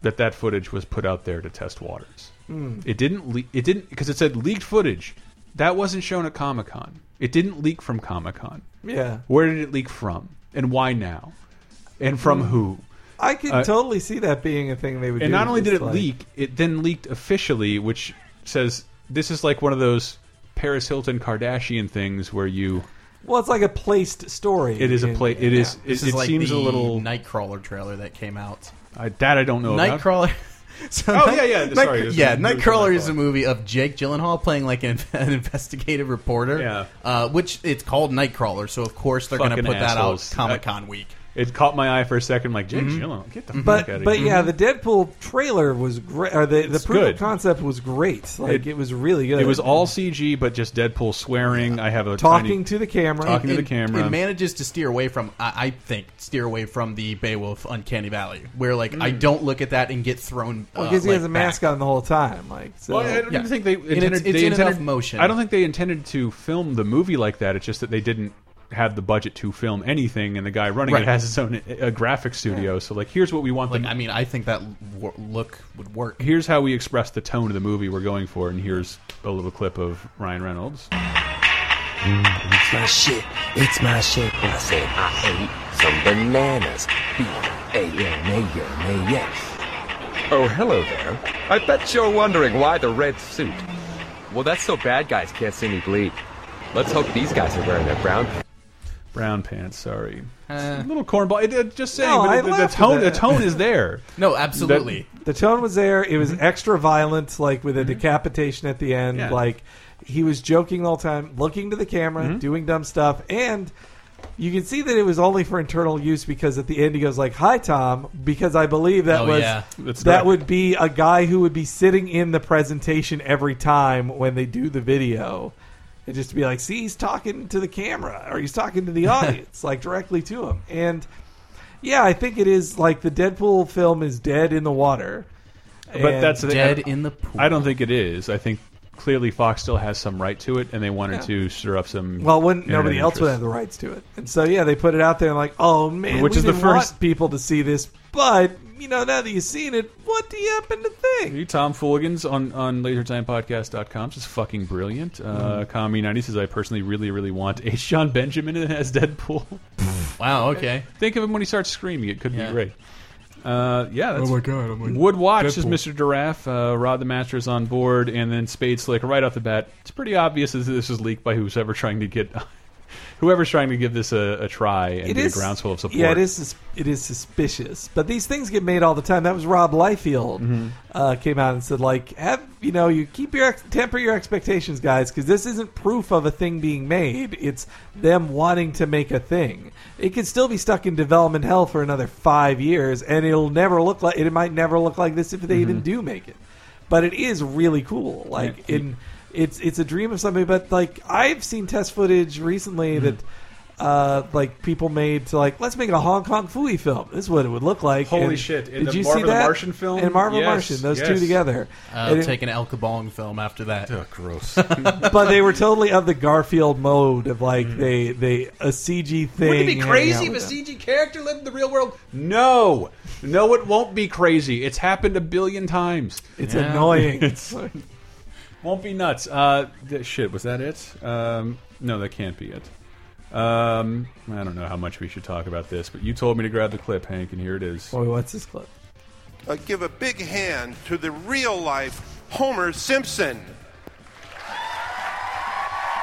Speaker 2: that that footage was put out there to test waters.
Speaker 1: Hmm.
Speaker 2: It didn't. Le it didn't because it said leaked footage. That wasn't shown at Comic Con. It didn't leak from Comic Con.
Speaker 1: Yeah.
Speaker 2: Where did it leak from, and why now, and from
Speaker 1: Hmm.
Speaker 2: who?
Speaker 1: I could
Speaker 2: Uh,
Speaker 1: totally see that being a thing they would do.
Speaker 2: And not only did
Speaker 1: just
Speaker 2: it
Speaker 1: like-
Speaker 2: leak, it then leaked officially, which says this is like one of those Paris Hilton Kardashian things where you.
Speaker 1: Well, it's like a placed story.
Speaker 2: It is a
Speaker 1: in-
Speaker 2: play. It is.
Speaker 3: This
Speaker 2: It,
Speaker 3: is
Speaker 2: it
Speaker 3: like
Speaker 2: seems
Speaker 3: the
Speaker 2: a little.
Speaker 3: Nightcrawler trailer that came out.
Speaker 2: I, that I don't know about.
Speaker 3: Nightcrawler. So
Speaker 2: Oh, yeah, yeah, sorry, there's
Speaker 3: yeah.
Speaker 2: a- there's a
Speaker 3: Nightcrawler is
Speaker 2: Nightcrawler.
Speaker 3: a movie of Jake Gyllenhaal playing like an, an investigative reporter.
Speaker 2: Yeah.
Speaker 3: uh, which it's called Nightcrawler, so of course they're going to
Speaker 2: Fucking
Speaker 3: put
Speaker 2: assholes.
Speaker 3: that out Comic Con week.
Speaker 2: It caught my eye for a second. Like Jake
Speaker 3: Mm-hmm.
Speaker 2: Gyllenhaal, get the fuck out
Speaker 1: But
Speaker 2: of
Speaker 1: but
Speaker 2: here.
Speaker 1: yeah, the Deadpool trailer was great. Or the the proof
Speaker 2: Mm-hmm. good.
Speaker 1: of concept was great. Like
Speaker 2: It-
Speaker 1: it, was really good.
Speaker 2: It was all CG, but just Deadpool swearing. I have a
Speaker 1: talking
Speaker 2: tiny-
Speaker 1: to the camera.
Speaker 2: Talking to the
Speaker 3: It-
Speaker 2: camera.
Speaker 3: It manages to steer away from, I, I think, steer away from the Beowulf Uncanny Valley, where like
Speaker 2: Hmm.
Speaker 3: I don't look at that and get thrown. uh,
Speaker 1: because he
Speaker 3: like,
Speaker 1: has a mask
Speaker 3: back.
Speaker 1: on the whole time. Like so.
Speaker 2: Well, I don't
Speaker 3: Yeah.
Speaker 2: even think they
Speaker 3: And
Speaker 2: intended.
Speaker 3: it's- it's
Speaker 2: they
Speaker 3: in
Speaker 2: intended-
Speaker 3: enough motion.
Speaker 2: I don't think they intended to film the movie like that. It's just that they didn't have the budget to film anything, and the guy running
Speaker 3: Right.
Speaker 2: it has his own uh graphic studio. So like, here's what we want.
Speaker 3: Like
Speaker 2: the,
Speaker 3: I mean, I think that w- look would work.
Speaker 2: here's how we express the tone of the movie we're going for, and here's a little clip of Ryan Reynolds.
Speaker 10: It's my shit. It's my shit. I said I ate some bananas. B A N A N A S.
Speaker 11: Oh, hello there. I bet you're wondering why the red suit. Well, that's so bad guys can't see me bleed. Let's hope these guys are wearing their brown pants.
Speaker 2: Brown pants, sorry. It's a little cornball. It, it, just saying,
Speaker 1: No,
Speaker 2: but
Speaker 1: I
Speaker 2: the, the
Speaker 1: laughed at
Speaker 2: tone, the
Speaker 1: that.
Speaker 2: tone is there.
Speaker 3: No, absolutely.
Speaker 1: the tone was there. It
Speaker 3: Mm-hmm.
Speaker 1: was extra violent, like with a decapitation at the end.
Speaker 2: Yeah.
Speaker 1: Like he was joking the whole time, looking to the camera,
Speaker 3: Mm-hmm.
Speaker 1: doing dumb stuff, and you can see that it was only for internal use because at the end he goes like, "Hi, Tom," because I believe that
Speaker 3: Oh,
Speaker 1: was
Speaker 3: yeah.
Speaker 2: That's
Speaker 1: that
Speaker 2: right.
Speaker 1: would be a guy who would be sitting in the presentation every time when they do the video. And just to be like, see, he's talking to the camera or he's talking to the audience, like directly to him. And yeah, I think it is like the Deadpool film is dead in the water.
Speaker 2: But that's the thing.
Speaker 3: Dead
Speaker 2: I,
Speaker 3: in the pool.
Speaker 2: I don't think it is. I think clearly Fox still has some right to it, and they wanted
Speaker 1: Yeah.
Speaker 2: to stir up some.
Speaker 1: well, wouldn't
Speaker 2: internet
Speaker 1: nobody else would have
Speaker 2: interest.
Speaker 1: the rights to it. And so yeah, they put it out there and like, oh man,
Speaker 2: Which
Speaker 1: we
Speaker 2: is the
Speaker 1: didn't want
Speaker 2: first-
Speaker 1: people to see this, but you know, now that you've seen it, what do you happen to think?
Speaker 2: Hey, Tom Fulligans on, on LaserTimePodcast.com says fucking brilliant.
Speaker 1: Mm.
Speaker 2: Uh, Kami 90 says, I personally really, really want H. John Benjamin as Deadpool.
Speaker 3: Wow. Okay.
Speaker 2: Think of him when he starts screaming. It could
Speaker 3: Yeah.
Speaker 2: be great. Uh, yeah, that's
Speaker 3: Oh god. I'm
Speaker 2: Wood Watch is
Speaker 3: Deadpool.
Speaker 2: Mr. Giraffe. Uh, Rod the Master is on board, and then Spade Slick right off the bat. It's pretty obvious that this is leaked by whoever's trying to get, whoever's trying to give this a, a try and
Speaker 1: It
Speaker 2: get
Speaker 1: is
Speaker 2: a groundswell of support.
Speaker 1: Yeah, it is. sus- It is suspicious. But these things get made all the time. That was Rob Liefeld
Speaker 2: Mm-hmm.
Speaker 1: uh, came out and said, like, have you know, you keep your ex- temper your expectations, guys, because this isn't proof of a thing being made. It's them wanting to make a thing. It could still be stuck in development hell for another five years, and it'll never look like it. might never look like this if they even
Speaker 2: Mm-hmm.
Speaker 1: do make it. But it is really cool. Like in. It's it's a dream of somebody, but like I've seen test footage recently
Speaker 2: Mm-hmm.
Speaker 1: that uh, like people made to like let's make a Hong Kong Fooey film. This is what it would look like.
Speaker 2: Holy
Speaker 1: And
Speaker 2: shit. And
Speaker 1: did
Speaker 2: the
Speaker 1: you
Speaker 2: Marvin
Speaker 1: see
Speaker 2: the
Speaker 1: that?
Speaker 2: Martian film?
Speaker 1: and Marvel
Speaker 2: Yes,
Speaker 1: Martian, those two
Speaker 2: yes.
Speaker 1: together.
Speaker 3: I'll
Speaker 1: And it-
Speaker 3: take an El Kabong film after that.
Speaker 11: gross.
Speaker 1: but they were totally of the Garfield mode of like
Speaker 3: Mm.
Speaker 1: they they a CG thing.
Speaker 2: Wouldn't it be
Speaker 1: hanging out
Speaker 2: crazy if a
Speaker 1: with them.
Speaker 2: CG character lived in the real world? No, no, it won't be crazy. It's happened a billion times.
Speaker 1: It's
Speaker 3: Yeah.
Speaker 1: annoying. It's like-
Speaker 2: Won't be nuts. Uh, th- shit, was that it? Um, no, that can't be it. Um, I don't know how much we should talk about this, but you told me to grab the clip, Hank, and here it is.
Speaker 1: boy, what's this clip?
Speaker 9: Uh, give a big hand to the real life Homer Simpson.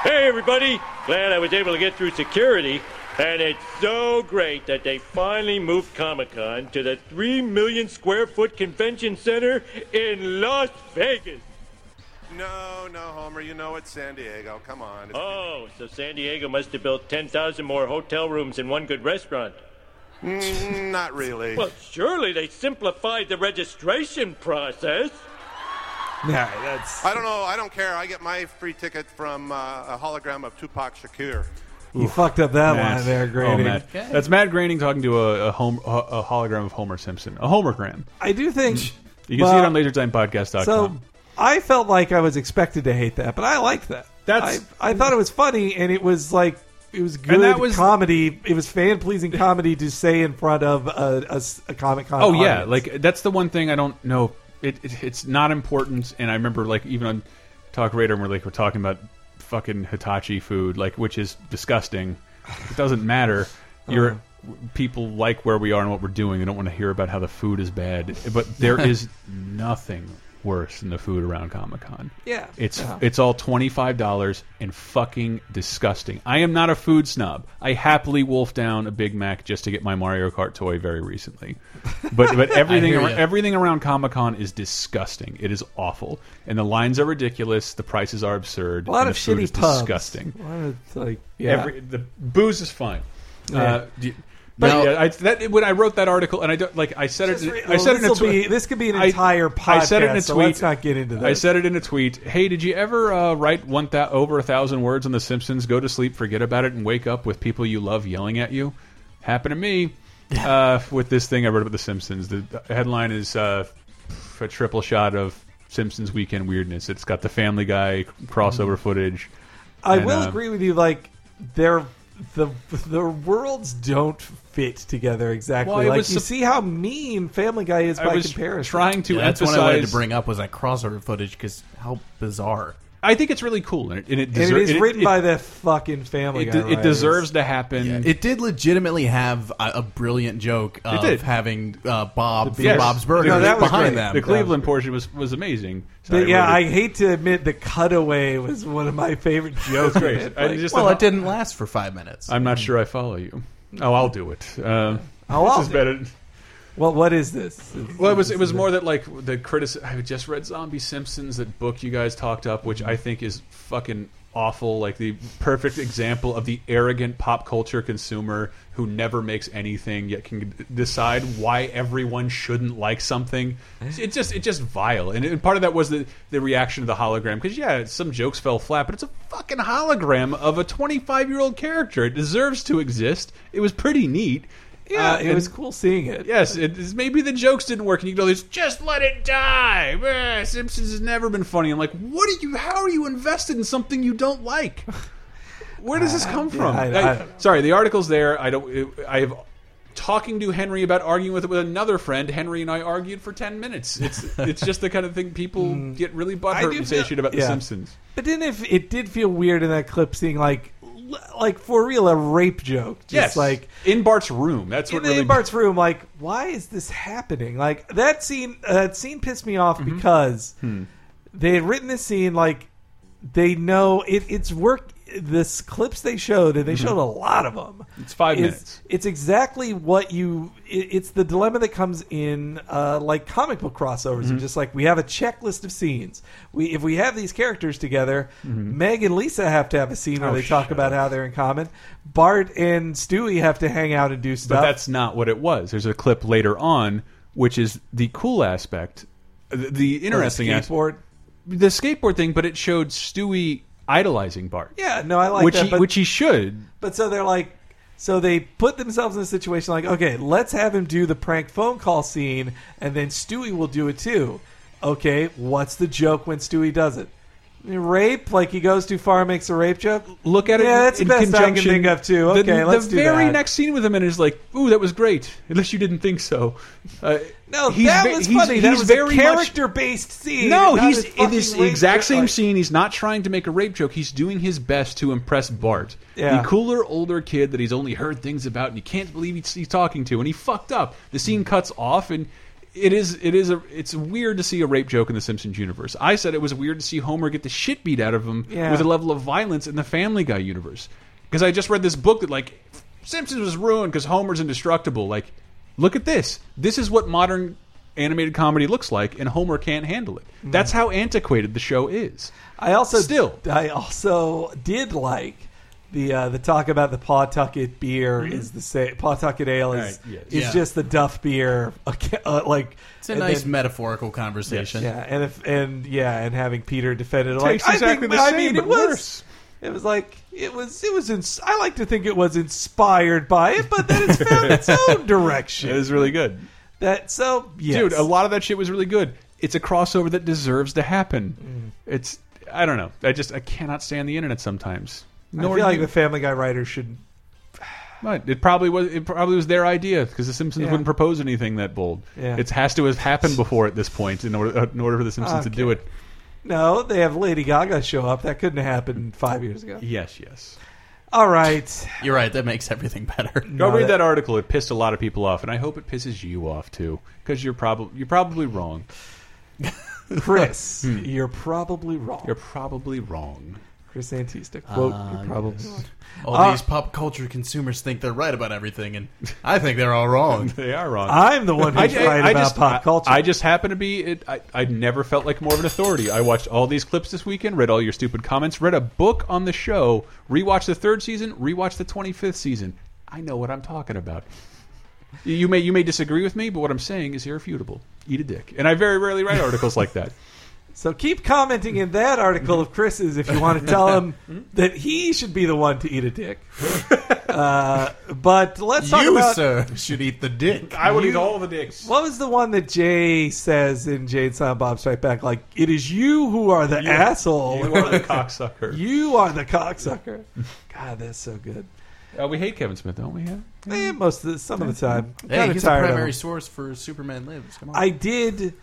Speaker 5: Hey, everybody. Glad I was able to get through security. And it's so great that they finally moved Comic Con to the 3 million square foot convention center in Las Vegas.
Speaker 9: No, no, Homer, you know it's San Diego. Come on. It's-
Speaker 5: Oh, so San Diego must have built 10,000 more hotel rooms and one good restaurant.
Speaker 12: Mm, not really.
Speaker 5: Well, surely they simplified the registration process.
Speaker 1: Nah, that's.
Speaker 12: I don't know. I don't care. I get my free ticket from uh, a hologram of Tupac Shakur.
Speaker 1: You fucked up that
Speaker 2: Matt.
Speaker 1: line there,
Speaker 2: Oh,
Speaker 1: Grady.
Speaker 2: Matt. That's Matt Groening talking to a, a, home, a, a hologram of Homer Simpson. A homergram.
Speaker 1: I do think.
Speaker 2: You can see it on lasertimepodcast.com.
Speaker 1: So I felt like I was expected to hate that, but I liked that.
Speaker 2: That's-
Speaker 1: I, I thought it was funny, and it was like it was good
Speaker 2: that was-
Speaker 1: comedy. It was fan pleasing comedy to say in front of a, comic con.
Speaker 2: oh yeah like that's the one thing i don't know it, it it's not important and i remember like even on talk radar we're like we're talking about fucking hitachi food like which is disgusting it doesn't matter you're people like where we are and what we're doing they don't want to hear about how the food is bad but there is nothing worse than the food around comic-con
Speaker 1: Yeah.
Speaker 2: it's
Speaker 1: Yeah.
Speaker 2: it's all $25 and fucking disgusting i am not a food snob i happily wolfed down a big mac just to get my mario kart toy very recently but but everything
Speaker 3: I hear
Speaker 2: around,
Speaker 3: ya.
Speaker 2: everything around Comic Con is disgusting. It is awful, and the lines are ridiculous. The prices are absurd.
Speaker 1: a lot
Speaker 2: and
Speaker 1: of
Speaker 2: the food
Speaker 1: shitty
Speaker 2: is
Speaker 1: pubs.
Speaker 2: Disgusting.
Speaker 1: A lot of, like yeah.
Speaker 2: Every, the booze is fine.
Speaker 1: Yeah.
Speaker 2: Uh, do you-
Speaker 1: But-
Speaker 2: but yeah, I, that, when I wrote that article, and I don't like I said it. in- I
Speaker 1: well,
Speaker 2: said it in a
Speaker 1: this'll
Speaker 2: tweet.
Speaker 1: be- this could be an
Speaker 2: I-
Speaker 1: entire
Speaker 2: I said it in
Speaker 1: podcast,
Speaker 2: a tweet.
Speaker 1: so let's not get into
Speaker 2: I
Speaker 1: this.
Speaker 2: said it in a tweet. Hey, did you ever uh, write one thou over a thousand words on The Simpsons? Go to sleep, forget about it, and wake up with people you love yelling at you. Happened to me uh, with this thing I wrote about The Simpsons. The the headline is uh, a triple shot of Simpsons weekend weirdness. It's got the Family Guy crossover
Speaker 1: Mm-hmm.
Speaker 2: footage.
Speaker 1: I
Speaker 2: and,
Speaker 1: will
Speaker 2: uh,
Speaker 1: agree with you. Like they're the the worlds don't fit together exactly.
Speaker 2: Well, it
Speaker 1: like
Speaker 2: was
Speaker 1: you
Speaker 2: sup-
Speaker 1: see how mean Family Guy is
Speaker 2: I
Speaker 1: by
Speaker 2: was
Speaker 1: comparison.
Speaker 2: trying to
Speaker 3: Yeah, that's
Speaker 2: emphasize
Speaker 3: what I wanted to bring up was that crossover footage because how bizarre.
Speaker 2: I think it's really cool, and it, and it,
Speaker 1: and
Speaker 2: deser-
Speaker 1: it is
Speaker 2: and it-
Speaker 1: written
Speaker 2: it-
Speaker 1: by the fucking Family Guy.
Speaker 2: it, de- it
Speaker 1: writers.
Speaker 2: deserves to happen.
Speaker 3: It did legitimately have a, a brilliant joke of
Speaker 2: did.
Speaker 3: having uh, Bob from
Speaker 2: Yes.
Speaker 3: Bob's Burgers
Speaker 1: No, that was great.
Speaker 3: behind them.
Speaker 2: The Cleveland portion was was amazing. So
Speaker 1: But yeah, I
Speaker 2: really-
Speaker 1: hate to admit the cutaway was one of my favorite jokes.
Speaker 2: great.
Speaker 1: in it.
Speaker 2: I
Speaker 1: Like,
Speaker 2: just-
Speaker 3: well, it didn't last for five minutes.
Speaker 2: I'm not sure I follow you. Oh, I'll do it. Uh,
Speaker 1: Oh,
Speaker 2: this
Speaker 1: I'll
Speaker 2: is
Speaker 1: do
Speaker 2: better.
Speaker 1: well, what is this?
Speaker 2: Well, it was it was more that like the criticism. I just read Zombie Simpsons, that book you guys talked up, which I think is fucking awful. Like the perfect example of the arrogant pop culture consumer who never makes anything yet can decide why everyone shouldn't like something. It just it just vile, and, and part of that was the the reaction to the hologram. Because yeah, some jokes fell flat, but it's a fucking hologram of a twenty five year old character. It deserves to exist. It was pretty neat.
Speaker 1: Yeah,
Speaker 2: Uh,
Speaker 1: it
Speaker 2: and-
Speaker 1: was cool seeing it.
Speaker 2: Yes, it is, maybe the jokes didn't work, and you go, "There's just let it die." Meh, Simpsons has never been funny. I'm like, what are you? How are you invested in something you don't like? Where does this come from?
Speaker 1: Uh, I- I-
Speaker 2: I- sorry, the article's there. I don't. it- I have talking to Henry about arguing with with another friend. Henry and I argued for ten minutes. It's it's just the kind of thing people get really butthurt
Speaker 1: do
Speaker 2: and say
Speaker 1: feel-
Speaker 2: shit about
Speaker 1: Mm. yeah.
Speaker 2: the Simpsons.
Speaker 1: But then if it did feel weird in that clip seeing like l- like for real a rape joke. Just
Speaker 2: yes,
Speaker 1: like
Speaker 2: in Bart's room. That's what
Speaker 1: in,
Speaker 2: really
Speaker 1: in Bart's room, like, why is this happening? Like that scene, uh, that scene pissed me off
Speaker 2: Mm-hmm.
Speaker 1: because
Speaker 2: Hmm.
Speaker 1: they had written this scene like they know it, it's work. This clips they showed, and they showed a lot of them.
Speaker 2: Mm-hmm. It's five
Speaker 1: is-
Speaker 2: minutes.
Speaker 1: It's exactly what you. It, it's the dilemma that comes in, uh, like comic book crossovers,
Speaker 2: Mm-hmm.
Speaker 1: and just like we have a checklist of scenes. We if we have these characters together, Meg and Lisa have to have a scene where
Speaker 2: Mm-hmm. Oh,
Speaker 1: they talk
Speaker 2: shut
Speaker 1: about how they're in common. Bart and Stewie have to hang out and do stuff.
Speaker 2: But that's not what it was. There's a clip later on, which is the cool aspect, the, the interesting
Speaker 1: Oh, skateboard?
Speaker 2: aspect, the skateboard thing. But it showed Stewie idolizing Bart.
Speaker 1: Yeah, no, I like
Speaker 2: which
Speaker 1: that.
Speaker 2: he,
Speaker 1: but,
Speaker 2: which he should.
Speaker 1: but so they're like, so they put themselves in a situation like, okay, let's have him do the prank phone call scene, and then Stewie will do it too. Okay, what's the joke when Stewie does it? Rape? Like he goes too far and makes a rape joke?
Speaker 2: Look at it.
Speaker 1: Yeah,
Speaker 2: in-
Speaker 1: that's the
Speaker 2: in
Speaker 1: best I can
Speaker 2: conjunction.
Speaker 1: think of too.
Speaker 2: The-
Speaker 1: Okay,
Speaker 2: the,
Speaker 1: let's do
Speaker 2: very
Speaker 1: that.
Speaker 2: next scene with him and is like, "Ooh, that was great." Unless you didn't think so. Uh,
Speaker 1: no,
Speaker 2: he's
Speaker 1: that
Speaker 2: ve-
Speaker 1: was
Speaker 2: he's-
Speaker 1: funny. that
Speaker 2: he's
Speaker 1: was
Speaker 2: very
Speaker 1: a
Speaker 2: much-
Speaker 1: character-based scene.
Speaker 2: No,
Speaker 1: not
Speaker 2: he's
Speaker 1: a
Speaker 2: in this
Speaker 1: fucking rape
Speaker 2: exact
Speaker 1: joke.
Speaker 2: same
Speaker 1: Like,
Speaker 2: scene. He's not trying to make a rape joke. He's doing his best to impress Bart,
Speaker 1: Yeah.
Speaker 2: the cooler older kid that he's only heard things about, and he can't believe he's, he's talking to. And he fucked up. The scene cuts off, and it is it is a it's weird to see a rape joke in the Simpsons universe. I said it was weird to see Homer get the shit beat out of him
Speaker 1: Yeah.
Speaker 2: with a level of violence in the Family Guy universe. Because I just read this book that like Simpsons was ruined because Homer's indestructible. Like, look at this. This is what modern animated comedy looks like, and Homer can't handle it.
Speaker 1: Mm.
Speaker 2: That's how antiquated the show is.
Speaker 1: I also
Speaker 2: Still.
Speaker 1: I also did like The uh, the talk about the Pawtucket beer is the same. Pawtucket ale is
Speaker 3: Mm-hmm. Right, yes.
Speaker 1: is
Speaker 3: Yeah.
Speaker 1: just the Duff beer, uh, like
Speaker 3: It's a
Speaker 1: and
Speaker 3: nice
Speaker 1: then-
Speaker 3: metaphorical conversation.
Speaker 1: Yeah, and if and yeah, and having Peter defend it like
Speaker 3: Tastes exactly
Speaker 1: I think,
Speaker 3: the
Speaker 1: I
Speaker 3: same,
Speaker 1: mean, it
Speaker 3: but
Speaker 1: was
Speaker 3: worse.
Speaker 1: it was like it was it was ins- I like to think it was inspired by it, but then it's found its own direction.
Speaker 2: It was really good.
Speaker 1: That so yes.
Speaker 2: Dude, a lot of that shit was really good. It's a crossover that deserves to happen.
Speaker 1: Mm.
Speaker 2: It's I don't know. I just I cannot stand the internet sometimes.
Speaker 1: I feel like the Family Guy writers should.
Speaker 2: Right. It probably was. It probably was their idea because the Simpsons
Speaker 1: Yeah.
Speaker 2: wouldn't propose anything that bold.
Speaker 1: Yeah.
Speaker 2: It has to have happened before at this point in order in order for the Simpsons to do it.
Speaker 1: No, they have Lady Gaga show up. That couldn't have happened five years ago.
Speaker 2: Yes, yes.
Speaker 1: All right.
Speaker 3: You're right. That makes everything better.
Speaker 2: Go read that article. It pissed a lot of people off, and I hope it pisses you off too because you're probably you're probably wrong.
Speaker 1: Chris, you're probably wrong.
Speaker 2: You're probably wrong.
Speaker 1: Chris Antista quote.
Speaker 3: Ah,
Speaker 1: Uh, you're probably
Speaker 3: yes.
Speaker 1: wrong.
Speaker 3: All
Speaker 1: Uh,
Speaker 3: these pop culture consumers think they're right about everything, and I think they're all wrong.
Speaker 2: they are wrong.
Speaker 1: I'm the one who's right about
Speaker 2: just,
Speaker 1: pop culture.
Speaker 2: I, I just happen to be. It, I I never felt like more of an authority. I watched all these clips this weekend, read all your stupid comments, read a book on the show, rewatched the third season, rewatched the twenty fifth season. I know what I'm talking about. You may you may disagree with me, but what I'm saying is irrefutable. Eat a dick. And I very rarely write articles like that.
Speaker 1: So keep commenting in that article of Chris's if you want to tell him
Speaker 2: Hmm?
Speaker 1: that he should be the one to eat a dick. Uh, but let's talk
Speaker 3: You,
Speaker 1: about.
Speaker 3: sir, should eat the dick.
Speaker 2: I would
Speaker 1: You-
Speaker 2: eat all the dicks.
Speaker 1: What was the one that Jay says in Jay and Silent Bob Strike Back? Like, it is you who are the asshole.
Speaker 2: You are the cocksucker.
Speaker 1: You are the cocksucker. God, that's so good.
Speaker 2: Uh, we hate Kevin Smith, don't we? Yeah.
Speaker 1: Eh, most of the, some of the time.
Speaker 3: Hey,
Speaker 1: Kinda
Speaker 3: he's the
Speaker 1: tired of
Speaker 3: primary
Speaker 1: him.
Speaker 3: source for Superman Lives. Come on.
Speaker 1: I did.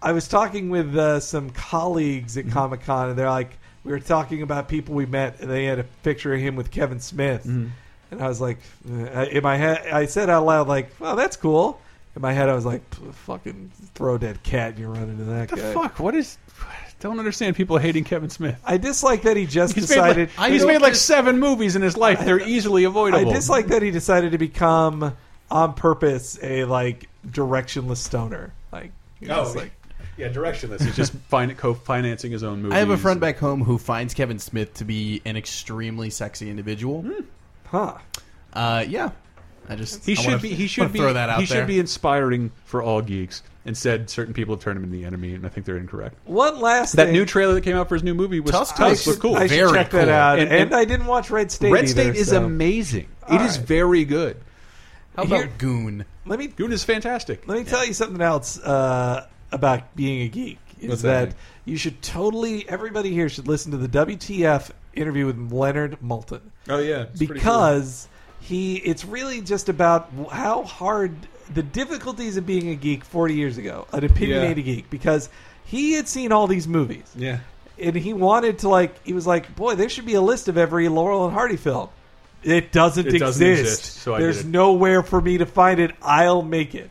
Speaker 1: I was talking with uh, some colleagues
Speaker 2: Mm-hmm.
Speaker 1: at Comic Con, and they're like, we were talking about people we met, and they had a picture of him with Kevin Smith,
Speaker 2: Mm-hmm.
Speaker 1: and I was like, uh, in my head, I said out loud, like, "Well, that's cool." In my head, I was like, "P- "Fucking throw a dead cat, and you run into that
Speaker 2: What the
Speaker 1: guy."
Speaker 2: fuck? What is? Don't understand people hating Kevin Smith.
Speaker 1: I dislike that he just
Speaker 2: He's made like-
Speaker 1: decided.
Speaker 2: he's made like seven movies in his life. They're easily avoidable.
Speaker 1: I dislike that he decided to become on purpose a like directionless stoner. Like, you know,
Speaker 2: Oh,
Speaker 1: it's like-
Speaker 2: yeah, directionless. He's just fin- co-financing his own movies.
Speaker 3: I have a friend back home who finds Kevin Smith to be an extremely sexy individual.
Speaker 1: Hmm. huh?
Speaker 3: Uh, yeah. I just
Speaker 2: He
Speaker 3: I
Speaker 2: should
Speaker 3: wanna-
Speaker 2: be. He
Speaker 3: wanna
Speaker 2: should be.
Speaker 3: throw that out
Speaker 2: he
Speaker 3: there.
Speaker 2: should be inspiring for all geeks. Instead, certain people have turned him into the enemy, and I think they're incorrect.
Speaker 1: One last
Speaker 2: That
Speaker 1: thing.
Speaker 2: new trailer that came out for his new movie was
Speaker 1: Tusk
Speaker 2: Tusk
Speaker 1: Tusk.
Speaker 2: was cool.
Speaker 1: I should Very check that cool. out. And I didn't watch Red State
Speaker 2: Red
Speaker 1: either,
Speaker 2: State is
Speaker 1: so.
Speaker 2: amazing.
Speaker 1: All
Speaker 2: It is
Speaker 1: right.
Speaker 2: very good.
Speaker 3: How
Speaker 1: about Here-
Speaker 3: Goon?
Speaker 1: Let me.
Speaker 2: Goon is fantastic.
Speaker 1: Let me tell you something else uh, about being a geek. Is
Speaker 2: What's
Speaker 1: that,
Speaker 2: that?
Speaker 1: you should totally everybody here should listen to the WTF interview with Leonard Moulton.
Speaker 2: Oh, yeah. It's pretty cool.
Speaker 1: because he it's really just about how hard the difficulties of being a geek 40 years ago, an opinionated geek because he had seen all these movies.
Speaker 2: Yeah.
Speaker 1: and he wanted to like he was like boy there should be a list of every laurel and hardy film it doesn't
Speaker 2: It
Speaker 1: exist,
Speaker 2: doesn't exist, so I did
Speaker 1: there's
Speaker 2: it.
Speaker 1: nowhere for me to find it i'll make it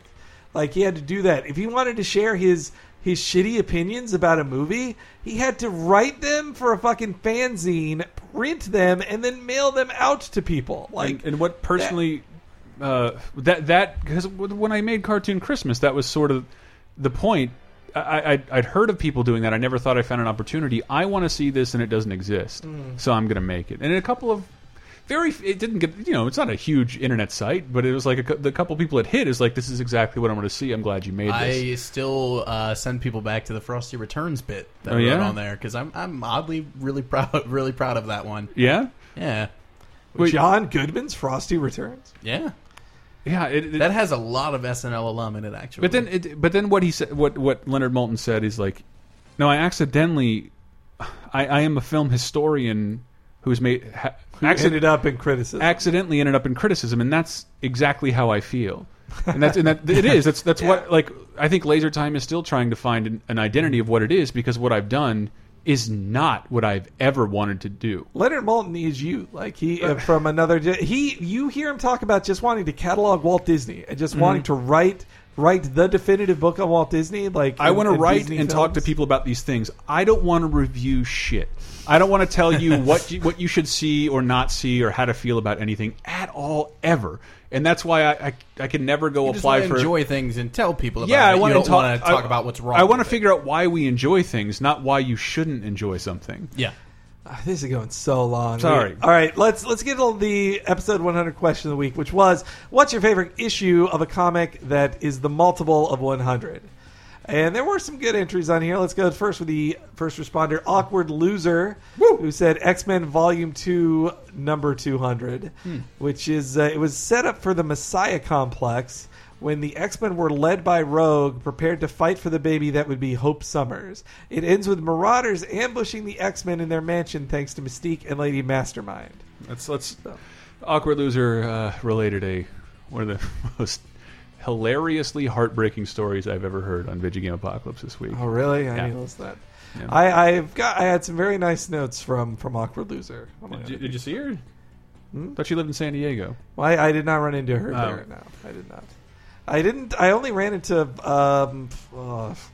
Speaker 1: like he had to do that if he wanted to share his his shitty opinions about a movie he had to write them for a fucking fanzine print them and then mail them out to people like
Speaker 2: and, and what personally uh, that that because when I made Cartoon Christmas, that was sort of the point. I, I I'd- I'd heard of people doing that. I never thought I found an opportunity. I want to see this, and it doesn't exist,
Speaker 13: Mm.
Speaker 2: so I'm going to make it. And in a couple of very, it didn't get you know, it's not a huge internet site, but it was like a, cou- the couple people it hit is like this is exactly what I'm going to see. I'm glad you made this.
Speaker 3: I still uh, send people back to the Frosty Returns bit that
Speaker 2: Oh,
Speaker 3: I wrote
Speaker 2: yeah?
Speaker 3: on there because I'm I'm oddly really proud really proud of that one.
Speaker 2: Yeah,
Speaker 3: Yeah,
Speaker 2: Wait.
Speaker 1: john goodman's frosty returns
Speaker 3: yeah,
Speaker 2: yeah. It, it-
Speaker 3: that has a lot of SNL alum in it actually.
Speaker 2: But then, it, but then, what he said, what what Leonard Moulton said is like, no, I accidentally, I, I am a film historian who's made ha,
Speaker 1: Who ended up in criticism.
Speaker 2: accidentally ended up in criticism, and that's exactly how I feel, and that's and that it is. That's that's what like I think Laser Time is still trying to find an, an identity of what it is because what I've done is not what I've ever wanted to do.
Speaker 1: Leonard Moulton is you, like he uh, from another. gen- He, you hear him talk about just wanting to catalog Walt Disney and just
Speaker 2: Mhm.
Speaker 1: wanting to write write the definitive book on Walt Disney. Like
Speaker 2: I want to write
Speaker 1: Disney
Speaker 2: and
Speaker 1: films.
Speaker 2: talk to people about these things. I don't want to review shit. I don't want to tell you what you, what you should see or not see or how to feel about anything at all ever. And that's why I I, I can never go
Speaker 3: You just
Speaker 2: apply
Speaker 3: wanna
Speaker 2: for
Speaker 3: enjoy things and tell people. About
Speaker 2: yeah,
Speaker 3: it.
Speaker 2: I want to
Speaker 3: You don't
Speaker 2: talk,
Speaker 3: wanna
Speaker 2: I-
Speaker 3: talk about what's wrong.
Speaker 2: I want to
Speaker 3: with it.
Speaker 2: figure out why we enjoy things, not why you shouldn't enjoy something.
Speaker 3: Yeah.
Speaker 1: Ah, This is going so long.
Speaker 2: Sorry.
Speaker 1: We- all right, let's let's get on the episode 100 question of the week, which was, what's your favorite issue of a comic that is the multiple of 100? And there were some good entries on here. Let's go first with the first responder, awkward loser, who said X Men Volume Two, Number 200,
Speaker 13: Hmm.
Speaker 1: which is uh, it was set up for the Messiah Complex. When the X Men were led by Rogue, prepared to fight for the baby that would be Hope Summers. It ends with Marauders ambushing the X Men in their mansion thanks to Mystique and Lady Mastermind.
Speaker 2: Let's let's awkward loser uh, related a one of the most hilariously heartbreaking stories I've ever heard on Video Game Apocalypse this week.
Speaker 1: Oh, really? I
Speaker 2: Yeah.
Speaker 1: need to list that.
Speaker 2: Yeah.
Speaker 1: I, I've got. I had some very nice notes from from Awkward Loser. Oh I'm
Speaker 2: Did
Speaker 1: gonna-
Speaker 2: you, did you see her? Thought she lived in San Diego.
Speaker 1: Well, I, I did not run into her
Speaker 2: Oh.
Speaker 1: there. No, I did not. I didn't. I only ran into. Um, oh, f-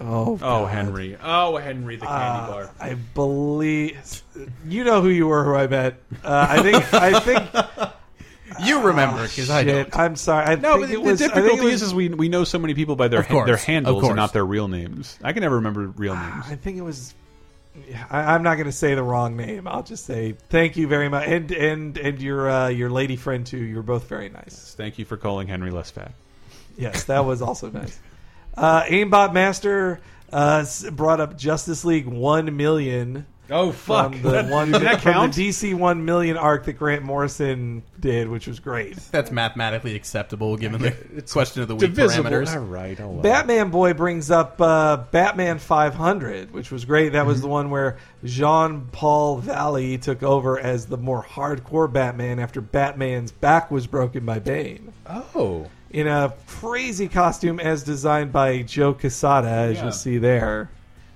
Speaker 1: oh,
Speaker 2: Oh,
Speaker 1: God.
Speaker 2: Henry. Oh, Henry, the candy
Speaker 1: Uh,
Speaker 2: bar.
Speaker 1: I believe you know who you were. Who I met. Uh, I think. I think.
Speaker 3: You remember,
Speaker 1: Oh,
Speaker 3: 'cause I
Speaker 1: shit. I'm sorry. I
Speaker 2: No,
Speaker 1: think
Speaker 2: but the,
Speaker 1: it was,
Speaker 2: the
Speaker 1: I think it
Speaker 2: difficulty
Speaker 1: was-
Speaker 2: is, is we, we know so many people by their
Speaker 3: Of course,
Speaker 2: their
Speaker 3: of
Speaker 2: handles
Speaker 3: course.
Speaker 2: and not their real names. I can never remember real names.
Speaker 1: I think it was. yeah, I, I'm not going to say the wrong name. I'll just say thank you very much, and and and your uh, your lady friend too. You're both very nice.
Speaker 2: Thank you for calling Henry less fat.
Speaker 1: Yes, that was also nice. Uh, Aimbot Master uh, s- brought up Justice League One Million.
Speaker 2: Oh fuck!
Speaker 1: From the,
Speaker 2: That-
Speaker 1: one,
Speaker 2: did that
Speaker 1: from
Speaker 2: count?
Speaker 1: the DC One Million arc that Grant Morrison did, which was great.
Speaker 3: That's mathematically acceptable given the question of the week
Speaker 2: divisible.
Speaker 3: parameters.
Speaker 2: All right, oh, all
Speaker 1: Batman Boy brings up uh, Batman 500, which was great. That was the one where Jean Paul Valley took over as the more hardcore Batman after Batman's back was broken by Bane.
Speaker 2: Oh.
Speaker 1: In a crazy costume as designed by Joe Quesada, as
Speaker 2: Yeah.
Speaker 1: you'll see there.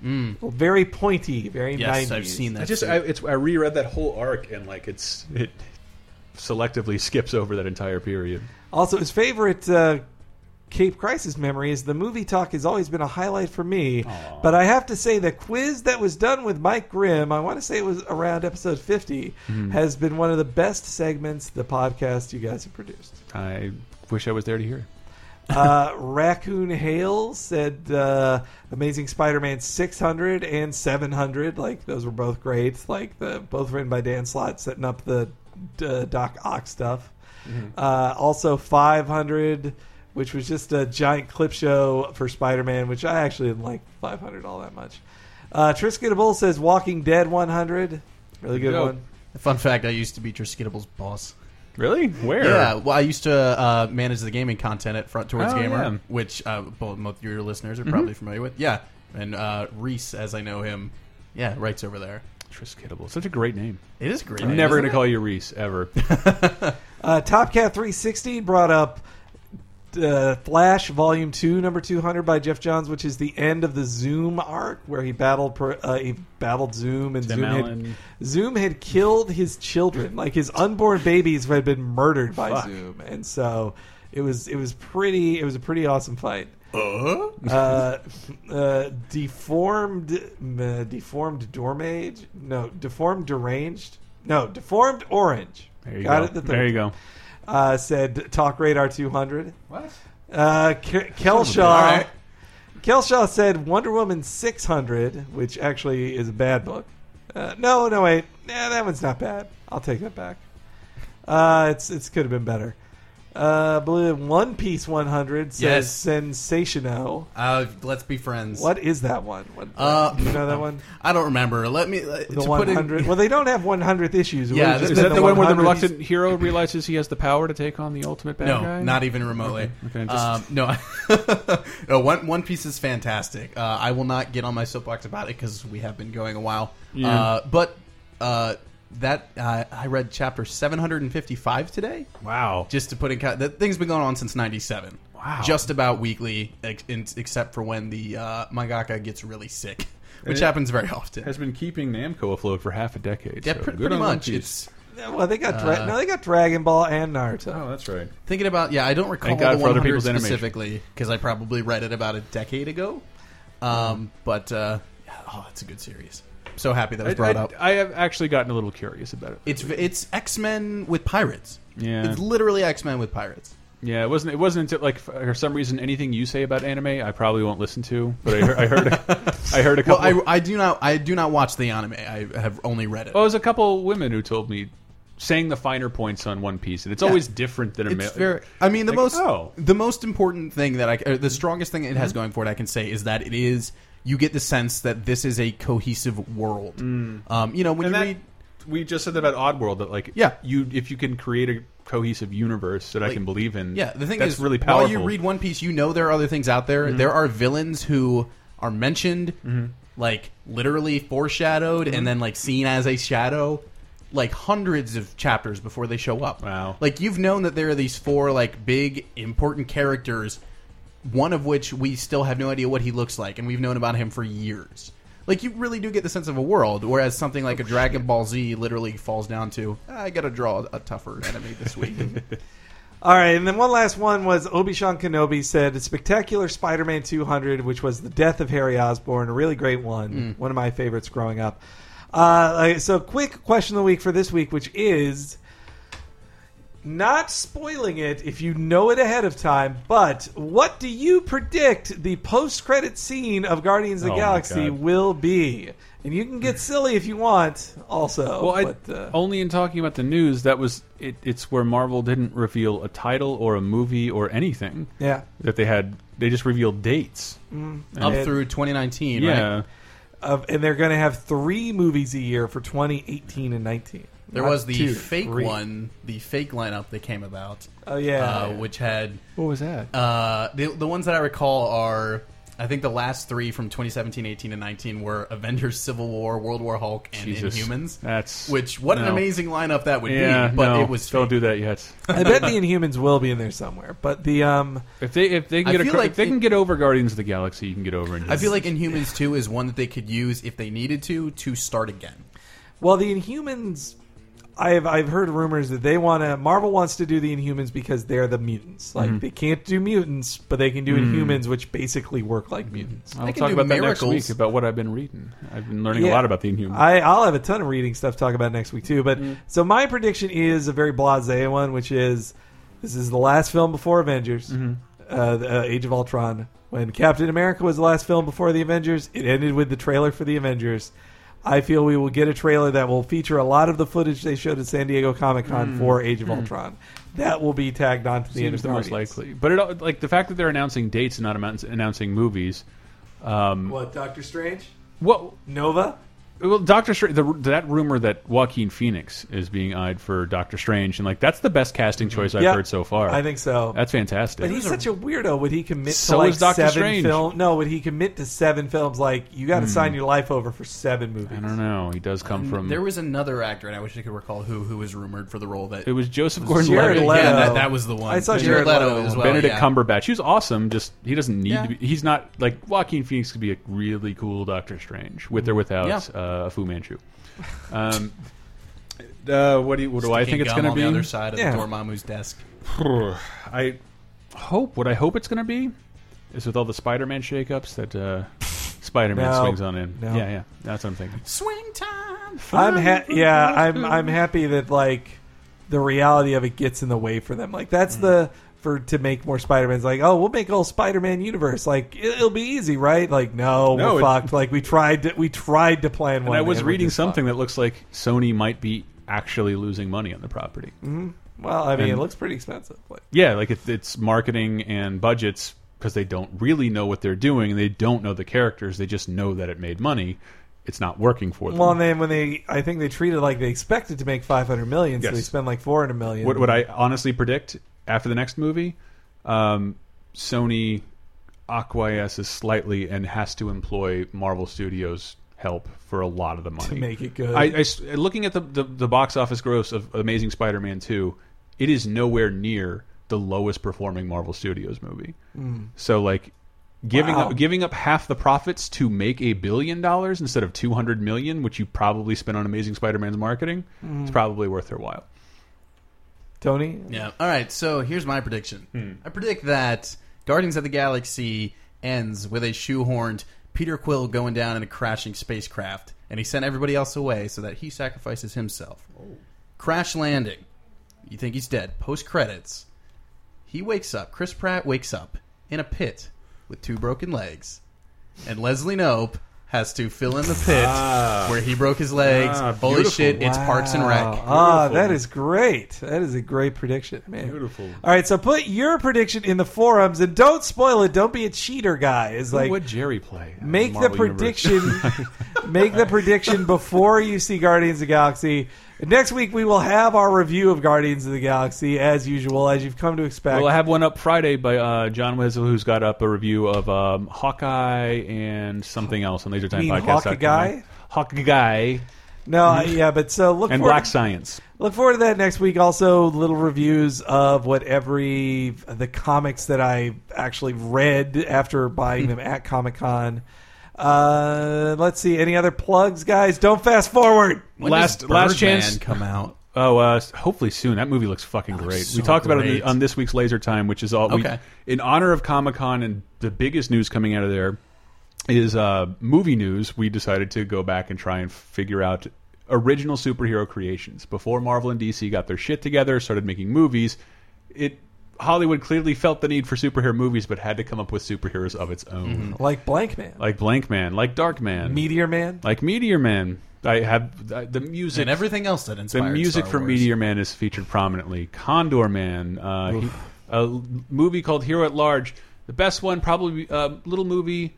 Speaker 1: Well, very pointy, very 90s.
Speaker 2: I just I, it's, I reread that whole arc and like it's it selectively skips over that entire period.
Speaker 1: Also, his favorite uh, Cape Crisis memory is the movie talk has always been a highlight for me. But I have to say, the quiz that was done with Mike Grimm, I want to say it was around episode 50,
Speaker 2: Mhm.
Speaker 1: has been one of the best segments the podcast you guys have produced.
Speaker 2: I wish I was there to hear. it.
Speaker 1: Uh, Raccoon Hale said uh, Amazing Spider Man 600 and 700. Like, those were both great. Like, the both written by Dan Slott, setting up the uh, Doc Ock stuff.
Speaker 13: Mhm.
Speaker 1: Uh, also, 500, which was just a giant clip show for Spider Man, which I actually didn't like 500 all that much. Uh, Triscuitable says Walking Dead 100. Really good one.
Speaker 3: Fun fact: I used to be Triscuitable's boss.
Speaker 2: Really? Where?
Speaker 3: Yeah. Well, I used to uh, manage the gaming content at Front Towards
Speaker 2: Oh,
Speaker 3: Gamer,
Speaker 2: yeah.
Speaker 3: which uh, both most of your listeners are
Speaker 2: Mhm.
Speaker 3: probably familiar with. Yeah, and uh, Reese, as I know him, yeah, writes over there.
Speaker 2: Triscuitable, such a great name.
Speaker 3: It is a great.
Speaker 2: I'm
Speaker 3: name,
Speaker 2: never going to
Speaker 3: isn't it?
Speaker 2: call you Reese ever.
Speaker 1: Uh, Top Cat 360 brought up uh, Flash Volume 2, number 200 by Jeff Johns, which is the end of the Zoom arc where he battled per, uh, he battled Zoom and
Speaker 2: Tim
Speaker 1: Zoom
Speaker 2: Allen.
Speaker 1: had Zoom had killed his children, like his unborn babies had been murdered by
Speaker 2: Fuck.
Speaker 1: Zoom. And so it was it was pretty it was a pretty awesome fight.
Speaker 2: Uh?
Speaker 1: Uh, uh, deformed, uh, deformed dormage? No, deformed deranged? No, deformed orange.
Speaker 2: There you
Speaker 1: Got
Speaker 2: go.
Speaker 1: it. The third
Speaker 2: There you go.
Speaker 1: time. Uh, said Talk Radar 200.
Speaker 2: What?
Speaker 1: Uh, Ke-
Speaker 2: Son of a bitch. All
Speaker 1: Kelshaw.
Speaker 2: right.
Speaker 1: Kelshaw said Wonder Woman 600, which actually is a bad book. Uh, no, no, wait. Nah, that one's not bad. I'll take that back. Uh, it's it's could have been better. Uh, I believe One Piece 100 says
Speaker 3: Yes.
Speaker 1: sensational.
Speaker 3: Uh, let's be friends.
Speaker 1: What is that one? What,
Speaker 3: Uh,
Speaker 1: you know that one?
Speaker 3: I don't remember. Let me uh,
Speaker 1: The
Speaker 3: to
Speaker 1: one
Speaker 3: put in-
Speaker 1: hundred. Well, they don't have one hundredth issues. It
Speaker 3: Yeah,
Speaker 1: would've
Speaker 3: this
Speaker 1: just
Speaker 2: Is
Speaker 1: been
Speaker 2: that the one where the
Speaker 1: 100th.
Speaker 2: reluctant hero realizes he has the power to take on the ultimate bad
Speaker 3: no,
Speaker 2: guy?
Speaker 3: not even remotely.
Speaker 2: Okay, okay, just-
Speaker 3: um, no, no. One One Piece is fantastic. Uh, I will not get on my soapbox about it because we have been going a while.
Speaker 2: Yeah.
Speaker 3: Uh, but uh, that uh, I read chapter seven hundred and fifty five today.
Speaker 2: Wow!
Speaker 3: Just to put in, co- that thing's been going on since ninety seven. Wow! Just about weekly, ex- in- except for when the uh, mangaka gets really sick, which
Speaker 2: It
Speaker 3: happens very often.
Speaker 2: Eh. Has been keeping Namco afloat for half a decade.
Speaker 3: Yeah,
Speaker 2: so
Speaker 3: pre-
Speaker 2: good
Speaker 3: pretty
Speaker 2: on One
Speaker 3: much.
Speaker 2: Piece.
Speaker 3: It's
Speaker 1: Yeah, Well, they got dra-
Speaker 3: Uh,
Speaker 1: no, they got Dragon Ball and Naruto.
Speaker 2: Oh, that's right.
Speaker 3: Thinking about yeah, I don't recall
Speaker 2: Thank God
Speaker 3: the
Speaker 2: for other
Speaker 3: 100
Speaker 2: people's animation.
Speaker 3: specifically because I probably read it about a decade ago.
Speaker 2: Hmm.
Speaker 3: Um, but uh, oh, it's a good series. I'm so happy that was
Speaker 2: I-
Speaker 3: brought
Speaker 2: I,
Speaker 3: up.
Speaker 2: I have actually gotten a little curious about it.
Speaker 3: It's it's X Men with pirates.
Speaker 2: Yeah.
Speaker 3: it's literally X Men with pirates.
Speaker 2: Yeah, it wasn't. It wasn't until like for some reason anything you say about anime, I probably won't listen to. But I, heard, I heard, I heard a couple.
Speaker 3: Well, I, I do not. I do not watch the anime. I have only read it.
Speaker 2: Well, it was a couple women who told me, saying the finer points on One Piece, and it's
Speaker 3: Yeah.
Speaker 2: always different than a
Speaker 3: It's
Speaker 2: male.
Speaker 3: very. I mean, the
Speaker 2: Like,
Speaker 3: most
Speaker 2: oh. Mm-hmm.
Speaker 3: the most important thing that I or the strongest thing it has going for it, I can say, is that it is. You get the sense that this is a cohesive world. Um, you know, when
Speaker 2: Mm. and
Speaker 3: you
Speaker 2: that,
Speaker 3: read
Speaker 2: we just said that about Oddworld that like
Speaker 3: Yeah.
Speaker 2: you if you can create a cohesive universe that I
Speaker 3: Like,
Speaker 2: can believe in.
Speaker 3: Yeah, the thing
Speaker 2: that's
Speaker 3: is,
Speaker 2: really
Speaker 3: while
Speaker 2: powerful.
Speaker 3: you read One Piece, you know there are other things out there.
Speaker 2: Mhm.
Speaker 3: There are villains who are mentioned,
Speaker 2: Mm-hmm.
Speaker 3: like literally foreshadowed,
Speaker 2: Mhm.
Speaker 3: and then like seen as a shadow, like hundreds of chapters before they show up. Wow! Like you've known that there are these four like big important characters, one of which we still have no idea what he looks like, and we've known about him for years. Like you really do get the sense of a world, whereas something like a Dragon Ball Z literally falls down to, I got to draw a tougher enemy this week.
Speaker 1: All right, and then one last one was Obi-Shan Kenobi said, "Spectacular Spider-Man 200, which was the death of Harry Osborn, a really great
Speaker 2: Hmm.
Speaker 1: one, one of my favorites growing up." Uh, like, so, quick question of the week for this week, which is not spoiling it if you know it ahead of time, but what do you predict the post-credit scene of Guardians of
Speaker 2: Oh
Speaker 1: the
Speaker 2: my
Speaker 1: Galaxy
Speaker 2: God.
Speaker 1: will be? And you can get silly if you want, also.
Speaker 2: Well, I,
Speaker 1: but, uh,
Speaker 2: only in talking about the news, that was it, it's where Marvel didn't reveal a title or a movie or anything.
Speaker 1: Yeah.
Speaker 2: that they had they just revealed dates
Speaker 3: Mm-hmm.
Speaker 1: Mm.
Speaker 2: And-
Speaker 3: Up through 2019, right?
Speaker 2: Yeah,
Speaker 1: of, and they're going to have three movies a year for 2018 and 19.
Speaker 3: There
Speaker 1: Not
Speaker 3: was the
Speaker 1: two,
Speaker 3: fake
Speaker 1: three.
Speaker 3: one, the fake lineup that came about.
Speaker 1: Oh, yeah.
Speaker 3: uh, which had
Speaker 2: What was that?
Speaker 3: Uh, the the ones that I recall are, I think the last three from 2017, 18, and 19 were Avengers: Civil War, World War Hulk, and
Speaker 2: Jesus.
Speaker 3: Inhumans.
Speaker 2: That's
Speaker 3: which what an
Speaker 2: no.
Speaker 3: amazing lineup that would
Speaker 2: Yeah,
Speaker 3: be. But
Speaker 2: no,
Speaker 3: it was
Speaker 2: don't
Speaker 3: fake.
Speaker 2: do that yet.
Speaker 1: I bet the Inhumans will be in there somewhere, but the um,
Speaker 2: if they if they
Speaker 1: I
Speaker 2: can get a,
Speaker 1: feel
Speaker 2: cr-
Speaker 1: like
Speaker 2: if they
Speaker 1: it-
Speaker 2: can get over Guardians of the Galaxy, you can get over.
Speaker 3: I feel like Inhumans 2 is one that they could use if they needed to to start again.
Speaker 1: well, the Inhumans, I've I've heard rumors that they want to Marvel wants to do the Inhumans because they're the mutants. Like
Speaker 3: Mm-hmm.
Speaker 2: Mhm.
Speaker 1: they can't do mutants, but they can do
Speaker 2: Mm.
Speaker 1: Inhumans, which basically work like mutants.
Speaker 2: I'll talk about that next week about what I've been reading. I've been learning a lot about the Inhumans.
Speaker 1: I, I'll have a ton of reading stuff to talk about next week too. But
Speaker 2: Mm-hmm.
Speaker 1: so my prediction is a very blasé one, which is this is the last film before Avengers,
Speaker 2: Mm-hmm.
Speaker 1: uh, the, uh, Age of Ultron. When Captain America was the last film before the Avengers, it ended with the trailer for the Avengers. I feel we will get a trailer that will feature a lot of the footage they showed at San Diego Comic Con
Speaker 2: Mm.
Speaker 1: for Age of
Speaker 2: Mm.
Speaker 1: Ultron. That will be tagged onto the end of
Speaker 2: Seems the most
Speaker 1: Guardians.
Speaker 2: likely. But it, al- like the fact that they're announcing dates and not amounts, announcing movies. Um,
Speaker 1: What Doctor Strange?
Speaker 2: What
Speaker 1: Nova?
Speaker 2: Well, Doctor Strange. The, that rumor that Joaquin Phoenix is being eyed for Doctor Strange, and like that's the best casting choice I've
Speaker 1: Yeah,
Speaker 2: heard so far.
Speaker 1: I think so.
Speaker 2: That's fantastic.
Speaker 1: But he's such a weirdo. Would he commit
Speaker 2: So
Speaker 1: to like
Speaker 2: is Doctor
Speaker 1: seven
Speaker 2: Strange.
Speaker 1: film? No, would he commit to seven films? Like you got to
Speaker 2: Hmm.
Speaker 1: sign your life over for seven movies.
Speaker 2: I don't know. He does come from.
Speaker 3: There was another actor, and I wish I could recall who who was rumored for the role that
Speaker 2: it was Joseph
Speaker 3: was
Speaker 2: Gordon-Levitt.
Speaker 3: Jared Leto. Yeah, that, that was the one. as well.
Speaker 2: Benedict
Speaker 3: yeah.
Speaker 2: Cumberbatch. He was awesome. Just he doesn't need
Speaker 3: Yeah.
Speaker 2: to be. He's not like Joaquin Phoenix could be a really cool Doctor Strange with or without
Speaker 3: Yeah.
Speaker 2: uh, Fu Manchu. Um, uh, what do you, what do I
Speaker 3: Sticking
Speaker 2: think it's
Speaker 3: gum
Speaker 2: going to
Speaker 3: on
Speaker 2: be?
Speaker 3: the other side of Dormammu's desk.
Speaker 2: I hope what I hope it's going to be is with all the Spider-Man shakeups that uh, Spider-Man
Speaker 1: No.
Speaker 2: swings on in.
Speaker 1: No.
Speaker 2: Yeah, yeah, that's what I'm thinking.
Speaker 3: Swing time.
Speaker 1: I'm ha- yeah, I'm I'm happy that like the reality of it gets in the way for them. Like
Speaker 2: Hmm.
Speaker 1: that's the for to make more Spider-Man's like, "Oh, we'll make all Spider-Man universe. Like it, will be easy, right?" Like, "No,
Speaker 2: No,
Speaker 1: we're
Speaker 2: it-
Speaker 1: fucked. Like we tried to, we tried to plan
Speaker 2: And
Speaker 1: one."
Speaker 2: I was
Speaker 1: we're
Speaker 2: reading
Speaker 1: just
Speaker 2: something that looks like Sony might be actually losing money on the property.
Speaker 1: Mhm. Well, I mean, it
Speaker 2: And-
Speaker 1: looks pretty expensive. Like
Speaker 2: Yeah, like it, it's marketing and budgets because they don't really know what they're doing and they don't know the characters. They just know that it made money. It's not working for them.
Speaker 1: Well, and then when they, I think they treated like they expected to make five hundred million, so
Speaker 2: Yes.
Speaker 1: they spend like four hundred million.
Speaker 2: What would I honestly predict after the next movie? Um, Sony acquiesces slightly and has to employ Marvel Studios help for a lot of the money
Speaker 1: make it good.
Speaker 2: I, I s- looking at the, the the box office gross of Amazing Spider-Man two, it is nowhere near the lowest performing Marvel Studios movie.
Speaker 1: Mm.
Speaker 2: So like. Giving
Speaker 1: Wow.
Speaker 2: up giving up half the profits to make a billion dollars instead of two hundred million, which you probably spent on Amazing Spider-Man's marketing,
Speaker 3: Mm.
Speaker 1: Hmm.
Speaker 2: it's probably worth their while.
Speaker 1: Tony?
Speaker 3: Yeah. All right. So here's my prediction.
Speaker 2: Hmm.
Speaker 3: I predict that Guardians of the Galaxy ends with a shoehorned Peter Quill going down in a crashing spacecraft, and he sent everybody else away so that he sacrifices
Speaker 2: Oh.
Speaker 3: himself. Crash landing. You think he's dead. Post credits. He wakes up. Chris Pratt wakes up in a pit with two broken legs, and Leslie Nope has to fill in the pit
Speaker 1: Ah.
Speaker 3: where he broke his legs.
Speaker 1: Ah,
Speaker 3: Holy
Speaker 1: beautiful.
Speaker 3: shit! It's Parks and Rec.
Speaker 1: Wow. Ah, that is great. That is a great prediction, man.
Speaker 2: Beautiful.
Speaker 1: All right, so put your prediction in the forums and don't spoil it. Don't be a cheater, guy. Is
Speaker 2: Who
Speaker 1: like
Speaker 2: would Jerry play? in
Speaker 1: Make the
Speaker 2: Marvel Universe?
Speaker 1: prediction. make the prediction before you see Guardians of the Galaxy. Next week we will have our review of Guardians of the Galaxy as usual, as you've come to expect.
Speaker 2: Well, I have one up Friday by uh, John Wesley, who's got up a review of um, Hawkeye and something else on LaserTimePodcast.com.
Speaker 1: You mean Hawkeye?
Speaker 2: Hawkeye.
Speaker 1: No, I- yeah, but so look
Speaker 2: and
Speaker 1: forward-
Speaker 2: Black Science.
Speaker 1: Look forward to that next week. Also, little reviews of what every the comics that I actually read after buying them at Comic Con. Uh, let's see. Any other plugs, guys? Don't fast forward.
Speaker 3: When
Speaker 2: last
Speaker 3: does
Speaker 2: last
Speaker 3: Birdman
Speaker 2: chance
Speaker 3: come out?
Speaker 2: Oh, uh, s- hopefully soon. That movie looks fucking great.
Speaker 3: Oh, so
Speaker 2: we talked about it
Speaker 3: great.
Speaker 2: on- on this week's Laser Time, which is all
Speaker 3: Okay.
Speaker 2: we, in honor of Comic Con and the biggest news coming out of there is uh, movie news. We decided to go back and try and figure out original superhero creations before Marvel and DC got their shit together, started making movies. It Hollywood clearly felt the need for superhero movies, but had to come up with superheroes of its own,
Speaker 3: Mm-hmm.
Speaker 1: Like Blank Man,
Speaker 2: like Blank Man, like Dark Man,
Speaker 1: Meteor Man.
Speaker 2: like Meteor Man. I have uh, the the music
Speaker 3: And everything else that
Speaker 2: the
Speaker 3: inspired
Speaker 2: music
Speaker 3: Star
Speaker 2: for
Speaker 3: Wars.
Speaker 2: Meteor Man is featured prominently. Condor Man, uh, he- a l- movie called Hero at Large. The best one, probably a uh, little movie.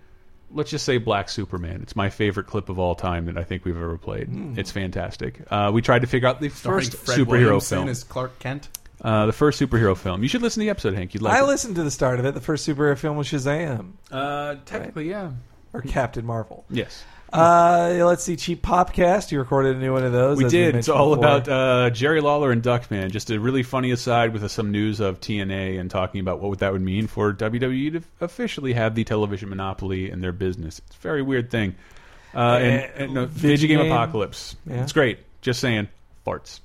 Speaker 2: Let's just say Black Superman. It's my favorite clip of all time that I think we've ever played.
Speaker 3: Mm.
Speaker 2: It's fantastic. Uh, we tried to figure out the
Speaker 3: Starring
Speaker 2: first
Speaker 3: Fred
Speaker 2: superhero
Speaker 3: Williamson
Speaker 2: film.
Speaker 3: as Clark Kent.
Speaker 2: Uh, the first superhero film. You should listen to the episode, Hank. You'd like
Speaker 1: I
Speaker 2: it.
Speaker 1: listened to the start of it. The first superhero film was Shazam
Speaker 2: Uh, technically, yeah.
Speaker 1: or Captain Marvel.
Speaker 2: Yes.
Speaker 1: Uh, let's see. Cheap Popcast. You recorded a new one of those.
Speaker 2: We
Speaker 1: as we
Speaker 2: did. It's
Speaker 1: mentioned
Speaker 2: all
Speaker 1: before.
Speaker 2: about uh, Jerry Lawler and Duckman. Just a really funny aside with uh, some news of TNA and talking about what that would mean for WWE to officially have the television monopoly in their business. It's a very weird thing. Uh, and
Speaker 1: Uh,
Speaker 2: and no,
Speaker 1: video
Speaker 2: video game
Speaker 1: game.
Speaker 2: apocalypse.
Speaker 1: Yeah.
Speaker 2: It's great. Just saying, farts.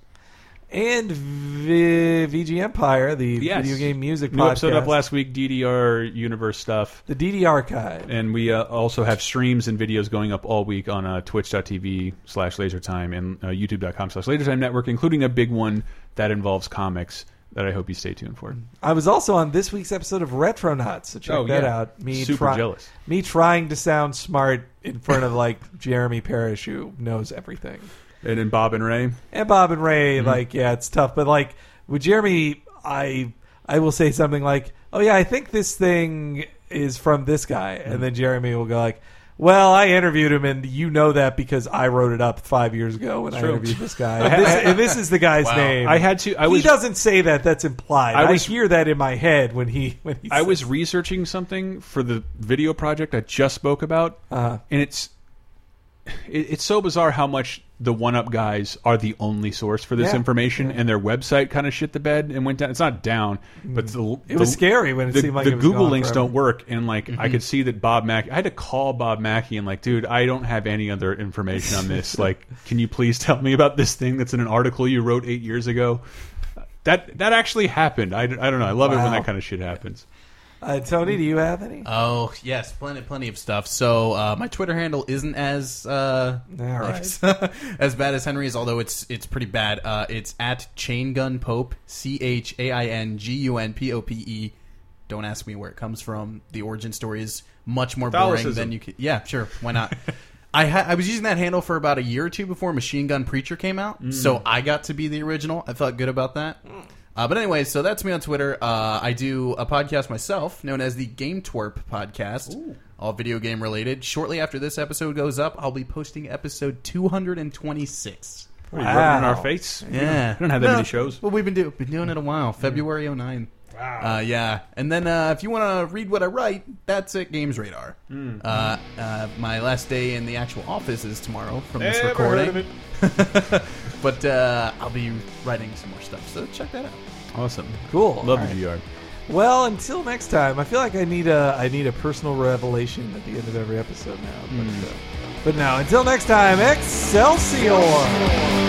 Speaker 1: and v- VG Empire, the
Speaker 2: Yes.
Speaker 1: video game music
Speaker 2: New
Speaker 1: podcast.
Speaker 2: episode up last week. DDR universe stuff.
Speaker 1: the DD Archive.
Speaker 2: And we uh, also have streams and videos going up all week on uh, twitch.tv slash lasertime and uh, youtube.com slash lasertime network, including a big one that involves comics that I hope you stay tuned for.
Speaker 1: I was also on this week's episode of Retronauts, so check
Speaker 2: Oh,
Speaker 1: that
Speaker 2: yeah.
Speaker 1: out. Me
Speaker 2: Super jealous.
Speaker 1: Me trying to sound smart in front of like Jeremy Parrish, who knows everything,
Speaker 2: And then Bob and Ray.
Speaker 1: and Bob and Ray.
Speaker 2: Mhm.
Speaker 1: Like, yeah, it's tough, but like with Jeremy, I I will say something like, "Oh yeah, I think this thing is from this guy,"
Speaker 2: Mm-hmm.
Speaker 1: and then Jeremy will go like. Well, I interviewed him, and you know that because I wrote it up five years ago when I
Speaker 2: True.
Speaker 1: interviewed this guy. And this, and this is the guy's
Speaker 2: Wow.
Speaker 1: name.
Speaker 2: I had to- I was-
Speaker 1: he doesn't say that. That's implied.
Speaker 2: I
Speaker 1: I,
Speaker 2: was-
Speaker 1: hear that in my head when he when he
Speaker 2: I was researching something for the video project I just spoke about,
Speaker 1: Uh-huh.
Speaker 2: and it's it, it's so bizarre how much the one up guys are the only source for this
Speaker 1: Yeah.
Speaker 2: information, and their website kind of shit the bed and went down. It's not down, but the,
Speaker 1: It was
Speaker 2: the-
Speaker 1: scary when it
Speaker 2: the,
Speaker 1: seemed like
Speaker 2: the
Speaker 1: it was
Speaker 2: Google
Speaker 1: gone
Speaker 2: links
Speaker 1: forever.
Speaker 2: don't work, and like I could see that Bob Mackey. I had to call Bob Mackey and like, dude, I don't have any other information on this. like, can you please tell me about this thing that's in an article you wrote eight years ago? That that actually happened. I, I don't know. I love it when
Speaker 1: Wow.
Speaker 2: that kind of shit happens.
Speaker 1: Uh, Tony, do you have any?
Speaker 2: Uh,
Speaker 3: Oh yes, plenty, plenty of stuff. So uh, my Twitter handle isn't as uh,
Speaker 1: right.
Speaker 3: as bad as Henry's, although it's it's pretty bad. Uh, it's at Chain Gun Pope, C H A I N G U N P O P E. Don't ask me where it comes from. The origin story is much more boring
Speaker 2: Catholicism.
Speaker 3: than you could. Yeah, sure, why not? I ha- I was using that handle for about a year or two before Machine Gun Preacher came out,
Speaker 2: Mm.
Speaker 3: so I got to be the original. I felt good about that. Uh, but anyway, so that's me on Twitter. Uh, I do a podcast myself known as the Game Twerp podcast, all video game related. Shortly after this episode goes up, I'll be posting episode 226.
Speaker 2: What, are you rubbing it in our Wow. face? We
Speaker 3: Yeah.
Speaker 2: don't- we don't have that many shows. Mm.
Speaker 3: Well, we've been, do- been doing it a while. February 09. Wow. Uh, yeah. And then uh, if you want to read what I write, that's at Games Radar.
Speaker 2: Mm.
Speaker 3: Uh, uh, my last day in the actual office is tomorrow from this
Speaker 2: Never
Speaker 3: recording.
Speaker 2: heard
Speaker 3: but uh, I'll be writing some more stuff, so check that out.
Speaker 2: Awesome.
Speaker 1: Cool.
Speaker 2: Love
Speaker 1: All
Speaker 2: the VR.
Speaker 1: Well, until next time, I feel like I need a I need a personal revelation at the end of every episode now. But, uh, but now, until next time, Excelsior.